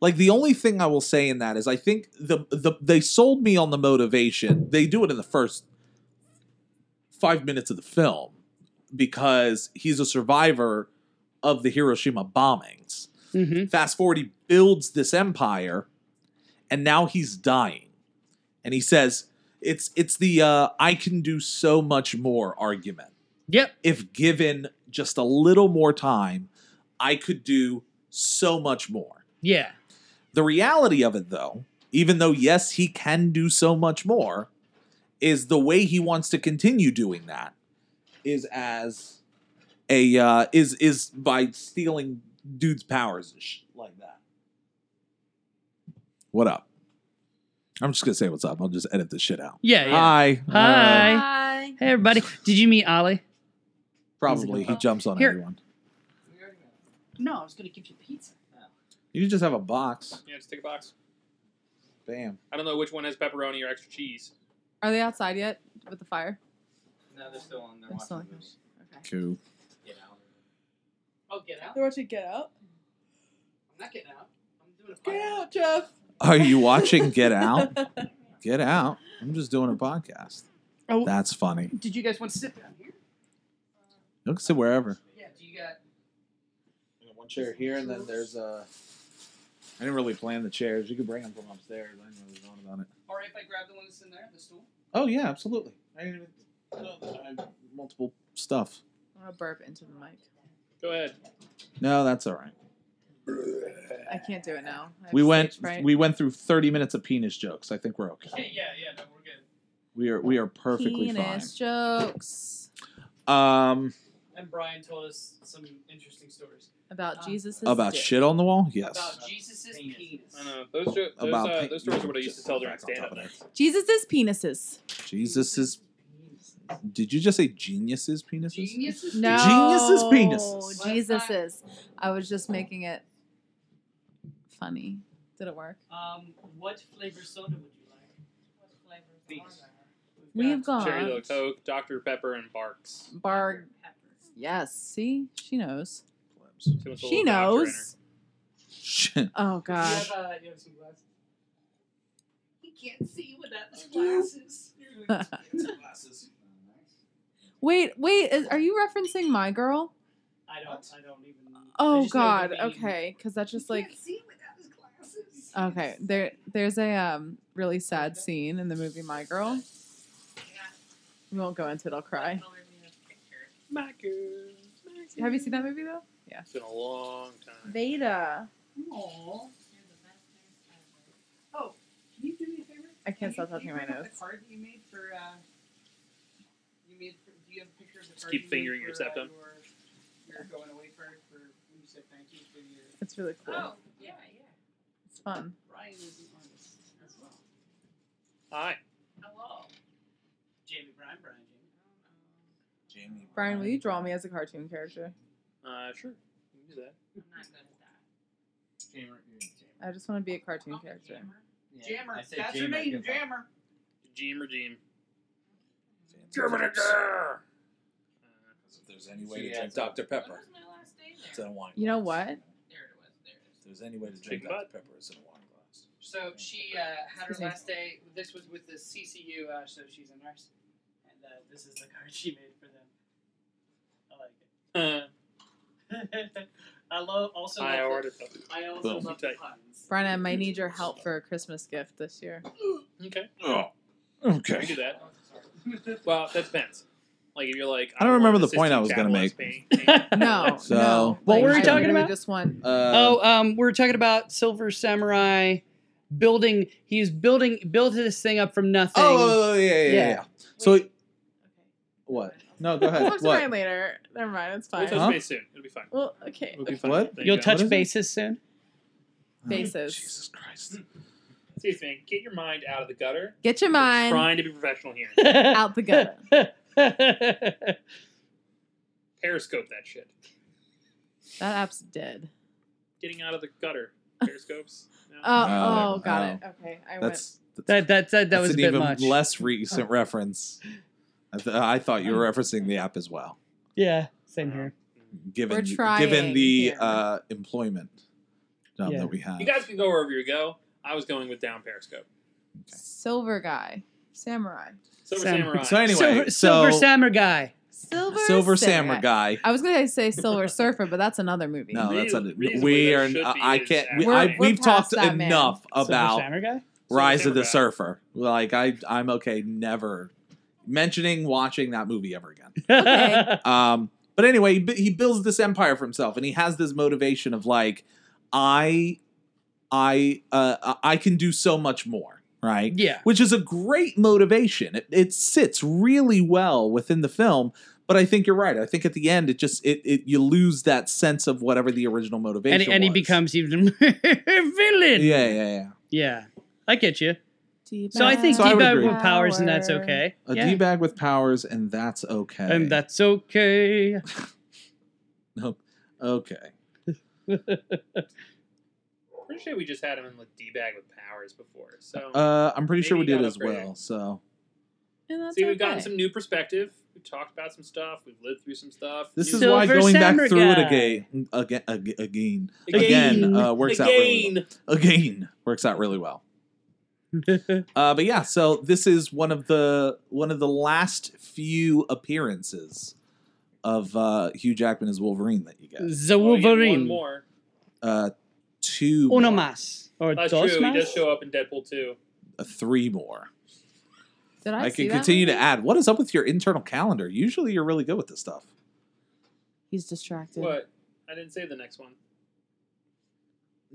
[SPEAKER 4] Like the only thing I will say in that is I think the the they sold me on the motivation. They do it in the first five minutes of the film because he's a survivor of the Hiroshima bombings.
[SPEAKER 6] Mhm.
[SPEAKER 4] Fast forward, he builds this empire, and now he's dying. And he says, "It's it's the uh, I can do so much more argument.
[SPEAKER 6] Yep.
[SPEAKER 4] If given just a little more time, I could do so much more."
[SPEAKER 6] Yeah.
[SPEAKER 4] The reality of it, though, even though, yes, he can do so much more, is the way he wants to continue doing that is as a uh, is is by stealing dude's powers and shit like that. What up? I'm just gonna say what's up. I'll just edit this shit out.
[SPEAKER 6] Yeah, yeah.
[SPEAKER 4] Hi.
[SPEAKER 6] Hi.
[SPEAKER 4] Uh,
[SPEAKER 5] Hi.
[SPEAKER 6] hey everybody. Did you meet Ali?
[SPEAKER 4] probably he jumps on
[SPEAKER 6] Here.
[SPEAKER 4] everyone.
[SPEAKER 6] No, I was gonna give you pizza.
[SPEAKER 4] You can just have a box.
[SPEAKER 3] Yeah, just take a box.
[SPEAKER 4] Bam.
[SPEAKER 3] I don't know which one has pepperoni or extra cheese.
[SPEAKER 5] Are they outside yet with the fire?
[SPEAKER 7] No, they're still on. They're
[SPEAKER 5] They're
[SPEAKER 7] watching
[SPEAKER 5] still
[SPEAKER 7] the
[SPEAKER 5] on.
[SPEAKER 7] movie.
[SPEAKER 5] Okay.
[SPEAKER 4] Cool.
[SPEAKER 7] Get out.
[SPEAKER 6] Oh, get out.
[SPEAKER 5] They're watching Get Out.
[SPEAKER 7] I'm not getting out. I'm doing a
[SPEAKER 5] Get
[SPEAKER 7] fire.
[SPEAKER 5] Out, Jeff.
[SPEAKER 4] Are you watching Get [laughs]
[SPEAKER 5] [laughs]
[SPEAKER 4] Out? Get Out. I'm just doing a podcast.
[SPEAKER 6] Oh.
[SPEAKER 4] That's funny.
[SPEAKER 6] Did you guys want to sit down here?
[SPEAKER 4] You can sit wherever.
[SPEAKER 6] Yeah, do you got
[SPEAKER 4] One chair here, and then there's a. I didn't really plan the chairs. You could bring them from upstairs. I didn't really thought about it.
[SPEAKER 6] or if I grab the one that's in there, the stool?
[SPEAKER 4] Oh yeah, absolutely. I didn't even. No, I have multiple stuff.
[SPEAKER 5] I'm gonna burp into the mic.
[SPEAKER 3] Go ahead.
[SPEAKER 4] No, that's all right.
[SPEAKER 5] I can't do it now. I have
[SPEAKER 4] We went.
[SPEAKER 5] stage fright.
[SPEAKER 4] We went through 30 minutes of penis jokes. I think we're okay.
[SPEAKER 6] Yeah, yeah, no, we're good.
[SPEAKER 4] We are. We are perfectly
[SPEAKER 5] Penis jokes
[SPEAKER 4] fine. Um,
[SPEAKER 7] And Brian told us some interesting stories
[SPEAKER 5] about
[SPEAKER 7] Uh,
[SPEAKER 5] Jesus.
[SPEAKER 4] about
[SPEAKER 5] dick.
[SPEAKER 4] shit on the wall. Yes.
[SPEAKER 7] about Jesus's
[SPEAKER 6] Penis.
[SPEAKER 7] penis.
[SPEAKER 3] I know those jo- those,
[SPEAKER 4] About
[SPEAKER 3] uh,
[SPEAKER 4] paint-
[SPEAKER 3] those stories are what I used to tell during
[SPEAKER 4] Back on top
[SPEAKER 3] stand-up.
[SPEAKER 4] of that.
[SPEAKER 5] Jesus's penises.
[SPEAKER 4] Jesus is. Did you just say geniuses penises?
[SPEAKER 7] Geniuses.
[SPEAKER 5] No.
[SPEAKER 4] Geniuses' penises.
[SPEAKER 5] Jesus's. I was just making it funny. Did it work?
[SPEAKER 7] Um, what flavor soda would you like? What flavors These.
[SPEAKER 5] We've got
[SPEAKER 3] Cherry Low Coke, Dr Pepper, and Barks.
[SPEAKER 5] Barg. Yes. See, she knows.
[SPEAKER 3] She wants a
[SPEAKER 5] She
[SPEAKER 3] little doctor in her.
[SPEAKER 5] knows.
[SPEAKER 4] [laughs] Shit.
[SPEAKER 5] Oh gosh.
[SPEAKER 7] You have, uh, you have some glasses. He can't see without the glasses. [laughs]
[SPEAKER 5] [laughs]
[SPEAKER 7] glasses.
[SPEAKER 5] Wait, wait. Is, are you referencing my girl?
[SPEAKER 7] I don't. I don't even. I
[SPEAKER 5] Oh
[SPEAKER 7] just know the
[SPEAKER 5] God.
[SPEAKER 7] meme.
[SPEAKER 5] Okay, because that's just
[SPEAKER 7] He
[SPEAKER 5] like
[SPEAKER 7] can't see without his glasses.
[SPEAKER 5] okay. There, there's a um really sad scene in the movie My Girl. We won't go into it. I'll cry.
[SPEAKER 3] My girl.
[SPEAKER 5] Have you seen that movie though?
[SPEAKER 3] It's been a long time.
[SPEAKER 5] Veda.
[SPEAKER 7] Aw. Oh, can you do me a favor?
[SPEAKER 5] I can't
[SPEAKER 7] Can
[SPEAKER 5] stop
[SPEAKER 7] you-
[SPEAKER 5] touching
[SPEAKER 7] can you
[SPEAKER 5] my
[SPEAKER 7] bring up
[SPEAKER 5] nose.
[SPEAKER 7] The card that you made for. Uh, you made. For, do you have a picture of the
[SPEAKER 3] Just
[SPEAKER 7] card
[SPEAKER 3] keep
[SPEAKER 7] you made
[SPEAKER 3] fingering your
[SPEAKER 7] for,
[SPEAKER 3] septum.
[SPEAKER 7] Uh, your, your going away card for when you said thank you for your.
[SPEAKER 5] It's really cool.
[SPEAKER 7] Oh yeah, yeah.
[SPEAKER 5] It's fun.
[SPEAKER 7] Brian is an artist as well.
[SPEAKER 3] Hi.
[SPEAKER 7] Hello. Jamie Brian Brian Jamie.
[SPEAKER 5] Brian, will you draw me as a cartoon character?
[SPEAKER 3] Uh, sure. can do that.
[SPEAKER 7] I'm not good at that.
[SPEAKER 8] Jammer. Jammer.
[SPEAKER 5] I just want to be a cartoon
[SPEAKER 7] Call me
[SPEAKER 5] character.
[SPEAKER 7] Jammer.
[SPEAKER 8] Yeah,
[SPEAKER 7] Jammer.
[SPEAKER 8] I
[SPEAKER 7] That's
[SPEAKER 8] said
[SPEAKER 7] her
[SPEAKER 8] Jammer,
[SPEAKER 7] name,
[SPEAKER 8] goodbye.
[SPEAKER 7] Jammer.
[SPEAKER 3] Jeem or Jeem. Uh,
[SPEAKER 9] If there's any way to
[SPEAKER 8] Yeah,
[SPEAKER 9] drink
[SPEAKER 8] so-
[SPEAKER 9] Dr. Pepper,
[SPEAKER 7] What was my last name
[SPEAKER 9] it's in
[SPEAKER 7] there?
[SPEAKER 9] a wine glass.
[SPEAKER 5] You know what?
[SPEAKER 7] There it was. There it is.
[SPEAKER 9] If there's any way to drink
[SPEAKER 3] Chicken
[SPEAKER 9] Dr.
[SPEAKER 3] butt?
[SPEAKER 9] Pepper, it's in a wine glass.
[SPEAKER 8] So she uh, had her
[SPEAKER 5] Excuse me.
[SPEAKER 8] last day. This was with the CCU, uh, so she's a nurse, and uh, this is the card she made for them. I
[SPEAKER 3] uh, [laughs]
[SPEAKER 8] like it. [laughs] I love also.
[SPEAKER 3] I
[SPEAKER 8] love
[SPEAKER 3] ordered
[SPEAKER 8] the,
[SPEAKER 3] them.
[SPEAKER 8] I also
[SPEAKER 3] Boom.
[SPEAKER 8] love the puns.
[SPEAKER 5] Brian, I might need your help for a Christmas gift this year.
[SPEAKER 3] Okay,
[SPEAKER 4] Oh,
[SPEAKER 3] we can
[SPEAKER 4] okay.
[SPEAKER 3] do that.
[SPEAKER 8] Sorry.
[SPEAKER 3] Well, that depends. Like if you're like,
[SPEAKER 4] I don't
[SPEAKER 3] want
[SPEAKER 4] remember
[SPEAKER 3] an
[SPEAKER 4] the point I was
[SPEAKER 3] assistant
[SPEAKER 4] gonna
[SPEAKER 3] capitalist
[SPEAKER 5] [laughs]
[SPEAKER 8] [laughs]
[SPEAKER 3] paying-
[SPEAKER 5] No.
[SPEAKER 4] So-
[SPEAKER 5] no.
[SPEAKER 4] What
[SPEAKER 6] were we
[SPEAKER 5] I
[SPEAKER 6] talking
[SPEAKER 5] really
[SPEAKER 6] about?
[SPEAKER 5] Just one.
[SPEAKER 4] Uh,
[SPEAKER 6] oh, um, we're talking about Silver Samurai building. He's building built this thing up from nothing.
[SPEAKER 4] oh, yeah, yeah, yeah,
[SPEAKER 6] Yeah.
[SPEAKER 4] yeah. So
[SPEAKER 7] Okay.
[SPEAKER 4] what? No, go
[SPEAKER 5] We'll
[SPEAKER 4] ahead.
[SPEAKER 5] talk to Brian
[SPEAKER 4] What?
[SPEAKER 5] later. Never mind. It's
[SPEAKER 3] We'll
[SPEAKER 5] fine.
[SPEAKER 3] touch
[SPEAKER 4] Huh?
[SPEAKER 3] base soon. It'll be fine.
[SPEAKER 5] Well, okay.
[SPEAKER 3] It'll be
[SPEAKER 4] Okay,
[SPEAKER 3] fine.
[SPEAKER 4] what?
[SPEAKER 3] There you
[SPEAKER 6] You'll
[SPEAKER 3] go.
[SPEAKER 4] What is
[SPEAKER 6] touch
[SPEAKER 4] it?
[SPEAKER 6] bases soon.
[SPEAKER 5] Bases.
[SPEAKER 4] Oh, Jesus Christ.
[SPEAKER 3] Excuse me. Get your mind out of the gutter.
[SPEAKER 5] Get your
[SPEAKER 3] We're
[SPEAKER 5] mind
[SPEAKER 3] trying to be professional here.
[SPEAKER 6] [laughs]
[SPEAKER 5] out the [laughs] gutter.
[SPEAKER 3] Periscope that shit.
[SPEAKER 5] That app's dead.
[SPEAKER 3] Getting out of the gutter.
[SPEAKER 5] [laughs]
[SPEAKER 3] Periscopes. No.
[SPEAKER 5] Oh,
[SPEAKER 4] Oh,
[SPEAKER 5] oh, got it.
[SPEAKER 4] oh.
[SPEAKER 5] Okay, I went.
[SPEAKER 4] That's
[SPEAKER 6] that that that, that
[SPEAKER 4] that's
[SPEAKER 6] was a
[SPEAKER 4] an
[SPEAKER 6] bit
[SPEAKER 4] even
[SPEAKER 6] much. [laughs]
[SPEAKER 4] less recent reference. I, th- I thought you were referencing the app as well,
[SPEAKER 6] Yeah, same here.
[SPEAKER 4] given
[SPEAKER 5] We're trying
[SPEAKER 4] given the
[SPEAKER 5] here.
[SPEAKER 4] uh, employment job
[SPEAKER 6] Yeah.
[SPEAKER 4] that we have.
[SPEAKER 3] You guys can go wherever you go. I was going with down Periscope.
[SPEAKER 5] Silver guy, samurai,
[SPEAKER 3] Silver
[SPEAKER 6] Sam-
[SPEAKER 3] Samurai.
[SPEAKER 4] So anyway,
[SPEAKER 6] Silver,
[SPEAKER 4] so
[SPEAKER 6] Silver Samurai guy.
[SPEAKER 5] silver,
[SPEAKER 4] Silver Samurai guy.
[SPEAKER 5] I was gonna say Silver Surfer, but that's another movie.
[SPEAKER 4] No, that's
[SPEAKER 3] Reason-
[SPEAKER 4] not it.
[SPEAKER 3] reason
[SPEAKER 4] We
[SPEAKER 3] why
[SPEAKER 4] are.
[SPEAKER 3] that should be
[SPEAKER 4] I
[SPEAKER 3] is
[SPEAKER 4] can't. We,
[SPEAKER 3] actually-
[SPEAKER 4] I,
[SPEAKER 5] We're- we're
[SPEAKER 4] we've talked
[SPEAKER 5] past that man.
[SPEAKER 4] enough
[SPEAKER 6] Silver
[SPEAKER 4] about
[SPEAKER 6] Samurai guy.
[SPEAKER 4] [laughs] Rise of the
[SPEAKER 3] Silver
[SPEAKER 4] Surfer. Like I, I'm okay. Never mentioning watching that movie ever again.
[SPEAKER 5] Okay.
[SPEAKER 4] Um, but anyway, he bu- he builds this empire for himself, and he has this motivation of like, I, I, uh, I can do so much more, right?
[SPEAKER 6] [laughs] yeah.
[SPEAKER 4] which is a great motivation. It, it sits really well within the film, but I think you're right. I think at the end, it just it, it you lose that sense of whatever the original motivation.
[SPEAKER 6] And, and he
[SPEAKER 4] was.
[SPEAKER 6] becomes even [laughs] villain.
[SPEAKER 4] yeah, yeah, yeah.
[SPEAKER 6] Yeah. I get you.
[SPEAKER 5] Deep
[SPEAKER 6] So I think
[SPEAKER 4] So
[SPEAKER 6] so
[SPEAKER 4] I
[SPEAKER 6] D
[SPEAKER 4] would
[SPEAKER 6] bag
[SPEAKER 4] agree.
[SPEAKER 6] with powers and that's okay.
[SPEAKER 4] A
[SPEAKER 6] yeah.
[SPEAKER 4] bag with powers, and that's okay. [laughs]
[SPEAKER 6] And that's okay.
[SPEAKER 4] okay.
[SPEAKER 3] Pretty sure we just had him in the D bag with powers before. So
[SPEAKER 4] Uh, I'm pretty sure we
[SPEAKER 3] Maybe you
[SPEAKER 4] did
[SPEAKER 3] got
[SPEAKER 4] as
[SPEAKER 3] upgraded.
[SPEAKER 4] well. So
[SPEAKER 5] And that's
[SPEAKER 3] see, we've
[SPEAKER 5] okay.
[SPEAKER 3] gotten some new perspective. We've talked about some stuff. We've lived through some stuff.
[SPEAKER 4] this
[SPEAKER 3] New-
[SPEAKER 4] is why
[SPEAKER 6] Silver
[SPEAKER 4] going
[SPEAKER 6] Samurai
[SPEAKER 4] back through it
[SPEAKER 6] guy.
[SPEAKER 4] again, again, ag- again,
[SPEAKER 6] Again.
[SPEAKER 4] again uh, works out really
[SPEAKER 3] Again.
[SPEAKER 4] well. Again works out really well. Uh, but yeah, so this is one of the one of the last few appearances of uh, Hugh Jackman as Wolverine that you get.
[SPEAKER 6] the
[SPEAKER 3] Oh, you get One
[SPEAKER 6] Wolverine.
[SPEAKER 3] more.
[SPEAKER 4] Uh, two,
[SPEAKER 6] Uno
[SPEAKER 4] more,
[SPEAKER 6] más. Or
[SPEAKER 3] That's
[SPEAKER 6] dos
[SPEAKER 3] true.
[SPEAKER 6] más?
[SPEAKER 3] He does show up in Deadpool too.
[SPEAKER 4] uh, three more.
[SPEAKER 5] Did I,
[SPEAKER 4] I,
[SPEAKER 5] see
[SPEAKER 4] can
[SPEAKER 5] that
[SPEAKER 4] continue to
[SPEAKER 5] movie?
[SPEAKER 4] add. What is up with your internal calendar? Usually, you're really good with this stuff.
[SPEAKER 5] He's distracted.
[SPEAKER 3] What? I didn't say the next one.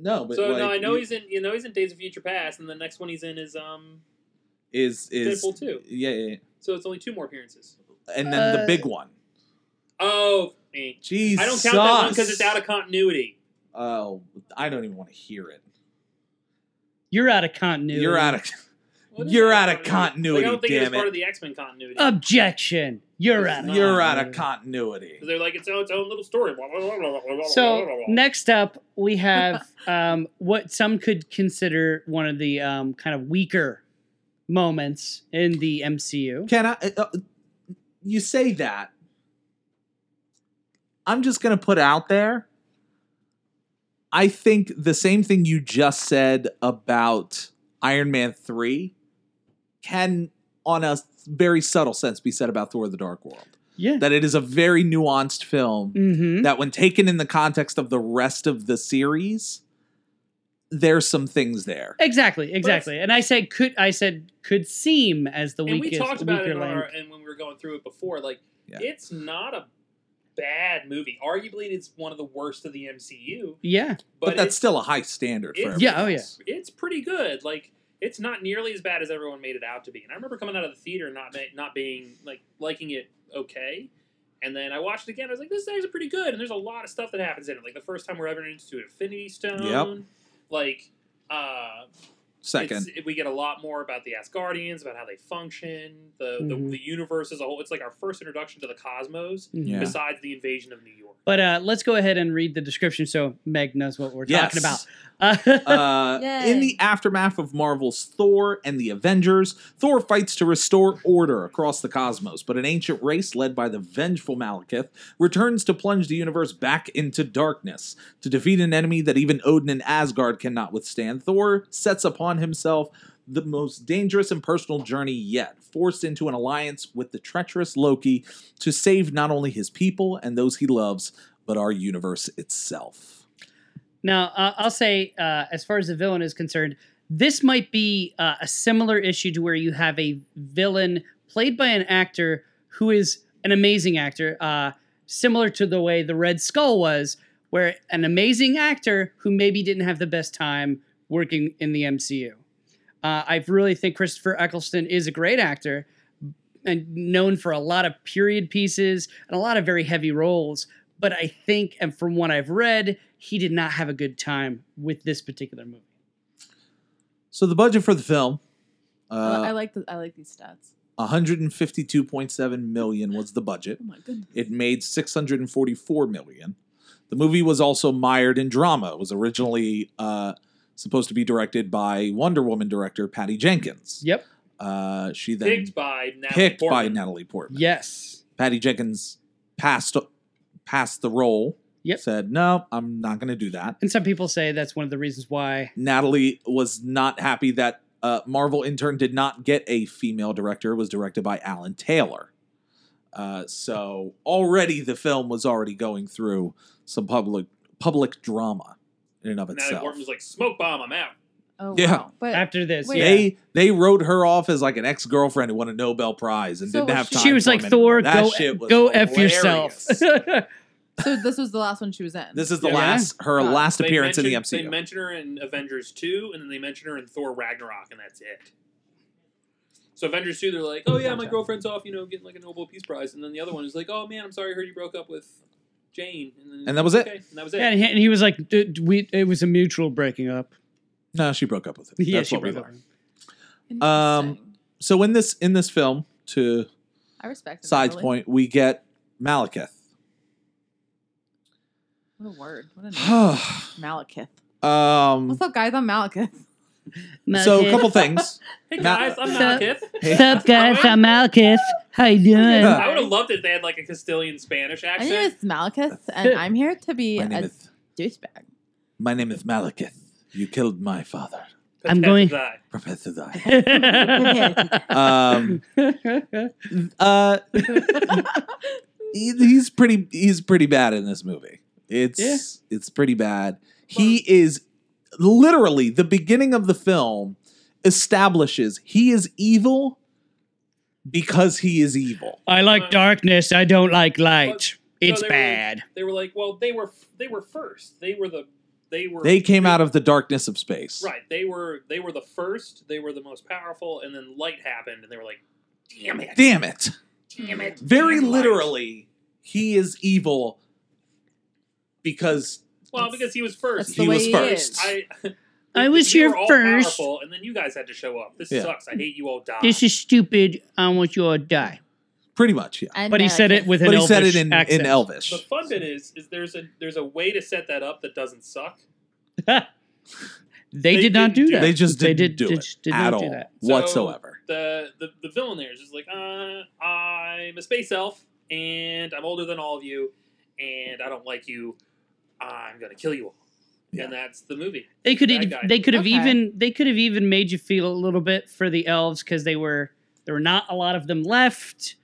[SPEAKER 4] No, but
[SPEAKER 3] so
[SPEAKER 4] like,
[SPEAKER 3] no, I know
[SPEAKER 4] you-
[SPEAKER 3] he's in. You know he's in Days of Future Past, and the next one he's in is um.
[SPEAKER 4] is is
[SPEAKER 3] Deadpool too.
[SPEAKER 4] Yeah, yeah, yeah.
[SPEAKER 3] So it's only two more appearances.
[SPEAKER 4] and then the
[SPEAKER 6] Uh,
[SPEAKER 4] big one.
[SPEAKER 3] Oh, eh.
[SPEAKER 4] Jesus,
[SPEAKER 3] I don't count that one because it's out of continuity.
[SPEAKER 4] Oh, I don't even want to hear it.
[SPEAKER 6] You're out of continuity.
[SPEAKER 4] You're out of.
[SPEAKER 3] What is
[SPEAKER 4] You're
[SPEAKER 3] that
[SPEAKER 4] out of
[SPEAKER 3] Like, I don't
[SPEAKER 4] continuity,
[SPEAKER 3] think it was
[SPEAKER 4] damn it.
[SPEAKER 3] part of the X Men continuity.
[SPEAKER 6] Uh, Objection. You're out of
[SPEAKER 4] You're out of continuity.
[SPEAKER 3] 'Cause they're like it's own, its own little story. Blah, blah, blah, blah, blah, blah, blah,
[SPEAKER 6] So
[SPEAKER 3] blah.
[SPEAKER 6] next up, we have [laughs] um, what some could consider one of the um, kind of weaker moments in the MCU.
[SPEAKER 4] Can I? Uh, uh, you say that. I'm just going to put out there. I think the same thing you just said about Iron Man 3 can, on a very subtle sense, be said about Thor the Dark World.
[SPEAKER 6] Yeah.
[SPEAKER 4] That it is a very nuanced film
[SPEAKER 6] Mm-hmm.
[SPEAKER 4] that, when taken in the context of the rest of the series, there's some things there.
[SPEAKER 6] Exactly. Exactly. And I said could I said could seem as the
[SPEAKER 3] and
[SPEAKER 6] weakest
[SPEAKER 3] we talked about
[SPEAKER 6] weaker
[SPEAKER 3] it on our,
[SPEAKER 6] link.
[SPEAKER 3] and when we were going through it before, like
[SPEAKER 4] Yeah.
[SPEAKER 3] it's not a bad movie. Arguably, it's one of the worst of the MCU,
[SPEAKER 6] Yeah.
[SPEAKER 4] But,
[SPEAKER 3] but,
[SPEAKER 4] that's
[SPEAKER 3] it's,
[SPEAKER 4] still a high standard for
[SPEAKER 3] it's-
[SPEAKER 4] everything
[SPEAKER 6] Yeah, oh, yeah.
[SPEAKER 4] else.
[SPEAKER 3] it's pretty good. Like it's not nearly as bad as everyone made it out to be. And I remember coming out of the theater and not ma- not being like liking it okay. And then I watched it again. I was like, this is actually pretty good. And there's a lot of stuff that happens in it. Like the first time we're ever introduced to an Infinity Stone. Like uh,
[SPEAKER 4] second.
[SPEAKER 3] It's- we get a lot more about the Asgardians, about how they function, the, the
[SPEAKER 6] Mhm.
[SPEAKER 3] the universe as a whole. It's like our first introduction to the cosmos,
[SPEAKER 4] Yeah.
[SPEAKER 3] besides the invasion of New York.
[SPEAKER 6] Mm-hmm. But uh, let's go ahead and read the description so Meg knows what we're
[SPEAKER 4] Yes.
[SPEAKER 6] talking about. Uh,
[SPEAKER 4] [laughs] Uh,
[SPEAKER 5] Yay.
[SPEAKER 4] in the aftermath of Marvel's Thor and the Avengers, Thor fights to restore order across the cosmos, but an ancient race led by the vengeful Malekith returns to plunge the universe back into darkness. To defeat an enemy that even Odin and Asgard cannot withstand, Thor sets upon himself the most dangerous and personal journey yet, forced into an alliance with the treacherous Loki to save not only his people and those he loves, but our universe itself.
[SPEAKER 6] Now, uh, I'll say, uh, as far as the villain is concerned, this might be uh, a similar issue to where you have a villain played by an actor who is an amazing actor, uh, similar to the way the Red Skull was, where an amazing actor who maybe didn't have the best time working in the MCU. Uh, I really think Christopher Eccleston is a great actor and known for a lot of period pieces and a lot of very heavy roles but I think, and from what I've read, he did not have a good time with this particular movie.
[SPEAKER 4] So the budget for the film.
[SPEAKER 5] I
[SPEAKER 4] Uh,
[SPEAKER 5] li- Oh, I like the, I like these stats.
[SPEAKER 4] 152.7 million was the budget.
[SPEAKER 5] Oh my goodness.
[SPEAKER 4] It made 644 million. The movie was also mired in drama. It was originally uh, supposed to be directed by Wonder Woman director Patty Jenkins.
[SPEAKER 6] Yep.
[SPEAKER 4] Uh, she then
[SPEAKER 3] Picked by Natalie
[SPEAKER 4] picked by
[SPEAKER 3] Portman.
[SPEAKER 4] Natalie Portman.
[SPEAKER 6] Yes.
[SPEAKER 4] Patty Jenkins passed passed the role.
[SPEAKER 6] Yep.
[SPEAKER 4] Said no, I'm not going to do that.
[SPEAKER 6] And some people say that's one of the reasons why.
[SPEAKER 4] Natalie was not happy that uh, Marvel intern did not get a female director. It was directed by Alan Taylor. Uh, so already the film was already going through some public public drama in and of
[SPEAKER 3] Natalie
[SPEAKER 4] itself.
[SPEAKER 3] Portman's like smoke bomb. I'm out.
[SPEAKER 5] Oh
[SPEAKER 4] Yeah.
[SPEAKER 5] wow. But
[SPEAKER 6] After this,
[SPEAKER 5] Wait.
[SPEAKER 6] yeah.
[SPEAKER 4] They they wrote her off as like an ex girlfriend who won a Nobel Prize and
[SPEAKER 5] So
[SPEAKER 4] didn't
[SPEAKER 5] was
[SPEAKER 4] have
[SPEAKER 5] she-
[SPEAKER 4] time.
[SPEAKER 6] she was
[SPEAKER 4] for
[SPEAKER 6] like,
[SPEAKER 4] him
[SPEAKER 6] Thor,
[SPEAKER 4] anymore. That
[SPEAKER 6] go,
[SPEAKER 4] shit was
[SPEAKER 6] go F yourself.
[SPEAKER 4] hilarious.
[SPEAKER 5] so this was the last one she was in.
[SPEAKER 4] this is the
[SPEAKER 3] Yeah.
[SPEAKER 4] last her
[SPEAKER 5] God.
[SPEAKER 4] last
[SPEAKER 3] They
[SPEAKER 4] appearance in the
[SPEAKER 3] mentioned- They
[SPEAKER 4] MCU.
[SPEAKER 3] mention her in Avengers 2, and then they mention her in Thor Ragnarok, and that's it. So Avengers 2, they're like, oh yeah, my
[SPEAKER 5] Gotcha.
[SPEAKER 3] girlfriend's off, you know, getting like a Nobel Peace Prize. And then the other one is like, oh man, I'm sorry I heard you broke up with Jane. And, then,
[SPEAKER 4] And that was it.
[SPEAKER 3] Okay, and that was it.
[SPEAKER 6] yeah, [laughs] and he, and he was like, "D- d- we, it was a mutual breaking up.
[SPEAKER 4] no, she broke up with him. That's
[SPEAKER 6] [laughs] yeah, she
[SPEAKER 4] what we
[SPEAKER 6] broke up.
[SPEAKER 4] learned. um,
[SPEAKER 5] Interesting.
[SPEAKER 4] So in this in this film, to
[SPEAKER 5] I respect. him,
[SPEAKER 4] Side's
[SPEAKER 5] really.
[SPEAKER 4] point, we get Malekith.
[SPEAKER 5] What a word.
[SPEAKER 4] [sighs]
[SPEAKER 5] What a name.
[SPEAKER 4] um,
[SPEAKER 5] Malekith. What's up, guys? I'm Malekith.
[SPEAKER 4] so a couple things.
[SPEAKER 3] Hey
[SPEAKER 4] Ma-
[SPEAKER 3] guys, I'm
[SPEAKER 6] So-
[SPEAKER 3] Malekith.
[SPEAKER 4] What's up,
[SPEAKER 3] guys? I'm
[SPEAKER 6] Malkith. How you
[SPEAKER 5] doing?
[SPEAKER 3] I would have loved it if they had like a Castilian Spanish
[SPEAKER 5] My name
[SPEAKER 3] accent.
[SPEAKER 5] is Malekith, and I'm here to be
[SPEAKER 4] My name
[SPEAKER 5] a
[SPEAKER 4] is
[SPEAKER 5] douchebag.
[SPEAKER 4] my name is Malekith. You killed my father,
[SPEAKER 6] I'm going-
[SPEAKER 3] Pathetic.
[SPEAKER 4] Professor Thy.
[SPEAKER 6] um, [laughs]
[SPEAKER 4] Um, [laughs] Uh, he- he's pretty. He's pretty bad in this movie. It's it's pretty bad. He is literally the beginning of the film establishes he is evil because he is evil.
[SPEAKER 6] I like darkness. I don't like light. It's
[SPEAKER 3] they were-
[SPEAKER 6] bad.
[SPEAKER 3] They were like, well, they were they were first. They were the they were
[SPEAKER 4] They came out of the darkness of space.
[SPEAKER 3] [laughs] Right. They were they were the first, they were the most powerful, and then light happened and they were like, damn it.
[SPEAKER 4] Damn it.
[SPEAKER 7] Damn it.
[SPEAKER 4] Very
[SPEAKER 3] Damn light.
[SPEAKER 4] literally, he is evil because
[SPEAKER 3] Well, because he was first.
[SPEAKER 5] That's the
[SPEAKER 4] he
[SPEAKER 5] way
[SPEAKER 4] was
[SPEAKER 5] he
[SPEAKER 4] first.
[SPEAKER 5] is.
[SPEAKER 3] I
[SPEAKER 6] I was
[SPEAKER 3] you
[SPEAKER 6] here
[SPEAKER 3] were all
[SPEAKER 6] first.
[SPEAKER 3] powerful, and then you guys had to show up. This
[SPEAKER 4] Yeah.
[SPEAKER 3] sucks. I hate you all. Die.
[SPEAKER 6] is stupid. I want you all to die.
[SPEAKER 4] pretty much, yeah.
[SPEAKER 5] And
[SPEAKER 6] But he said it
[SPEAKER 5] Malekith.
[SPEAKER 6] with an
[SPEAKER 4] But he said
[SPEAKER 6] Elvish
[SPEAKER 4] it in, in
[SPEAKER 6] accent.
[SPEAKER 4] Elvish.
[SPEAKER 3] the fun bit is is there's a there's a way to set that up that doesn't suck.
[SPEAKER 6] They,
[SPEAKER 3] They
[SPEAKER 6] did not
[SPEAKER 3] didn't
[SPEAKER 6] do
[SPEAKER 3] do
[SPEAKER 6] that.
[SPEAKER 3] it.
[SPEAKER 4] They just
[SPEAKER 6] they
[SPEAKER 4] didn't
[SPEAKER 6] did,
[SPEAKER 4] do
[SPEAKER 6] did,
[SPEAKER 4] it
[SPEAKER 6] did
[SPEAKER 4] At
[SPEAKER 6] not
[SPEAKER 4] all
[SPEAKER 6] do that.
[SPEAKER 3] So-
[SPEAKER 4] whatsoever.
[SPEAKER 3] The the, the villain there is just like, uh, I'm a space elf, and I'm older than all of you, and I don't like you. I'm gonna kill you all.
[SPEAKER 4] Yeah.
[SPEAKER 3] And that's the movie.
[SPEAKER 6] They could
[SPEAKER 3] Bad
[SPEAKER 6] have.
[SPEAKER 3] guy.
[SPEAKER 6] They could have
[SPEAKER 5] Okay.
[SPEAKER 6] even. They could have even made you feel a little bit for the elves because they were there were not a lot of them left.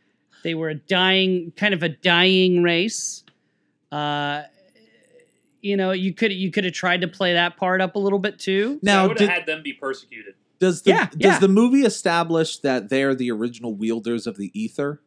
[SPEAKER 6] They were a dying, kind of a dying race. Uh, you know, you could you could have tried to play that part up a little bit too.
[SPEAKER 3] I
[SPEAKER 4] Now,
[SPEAKER 3] would
[SPEAKER 4] do-
[SPEAKER 3] have had them be persecuted.
[SPEAKER 4] does the
[SPEAKER 6] Yeah,
[SPEAKER 4] does
[SPEAKER 6] yeah.
[SPEAKER 4] the movie establish that they are the original wielders of the ether?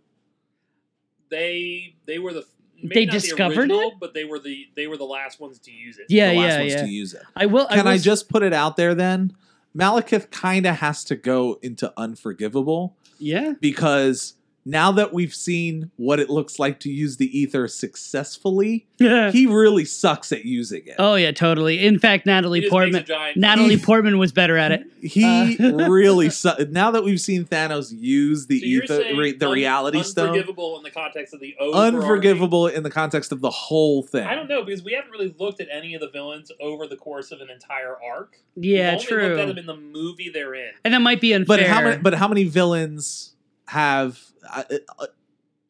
[SPEAKER 3] They they were the maybe
[SPEAKER 6] They
[SPEAKER 3] not
[SPEAKER 6] discovered
[SPEAKER 3] the original, but they were the they were the last ones to use it.
[SPEAKER 6] Yeah,
[SPEAKER 4] the last
[SPEAKER 6] yeah,
[SPEAKER 4] ones
[SPEAKER 6] yeah.
[SPEAKER 4] to use it.
[SPEAKER 6] I will.
[SPEAKER 4] Can
[SPEAKER 6] I,
[SPEAKER 4] I,
[SPEAKER 6] will s-
[SPEAKER 4] just put it out there then? Malekith kind of has to go into unforgivable
[SPEAKER 6] Yeah. [laughs]
[SPEAKER 4] because now that we've seen what it looks like to use the ether successfully,
[SPEAKER 6] Yeah.
[SPEAKER 4] he really sucks at using it.
[SPEAKER 6] oh yeah, totally. In fact,
[SPEAKER 3] He
[SPEAKER 6] Natalie
[SPEAKER 3] just makes a
[SPEAKER 6] Portman.
[SPEAKER 3] giant-
[SPEAKER 4] [laughs]
[SPEAKER 6] Natalie Portman was better at it.
[SPEAKER 4] He
[SPEAKER 6] Uh.
[SPEAKER 4] really su- now that we've seen Thanos use the
[SPEAKER 3] So you're
[SPEAKER 4] ether,
[SPEAKER 3] saying
[SPEAKER 4] re- the
[SPEAKER 3] un-
[SPEAKER 4] reality stone,
[SPEAKER 3] Unforgivable in the context of the O.
[SPEAKER 4] unforgivable in the context of the whole thing.
[SPEAKER 3] I don't know because we haven't really looked at any of the villains over the course of an entire arc.
[SPEAKER 6] Yeah,
[SPEAKER 3] We've only Looked at them
[SPEAKER 6] true.
[SPEAKER 3] in the movie they're in.
[SPEAKER 6] And that might be unfair.
[SPEAKER 4] But how many? But how many villains have uh, uh,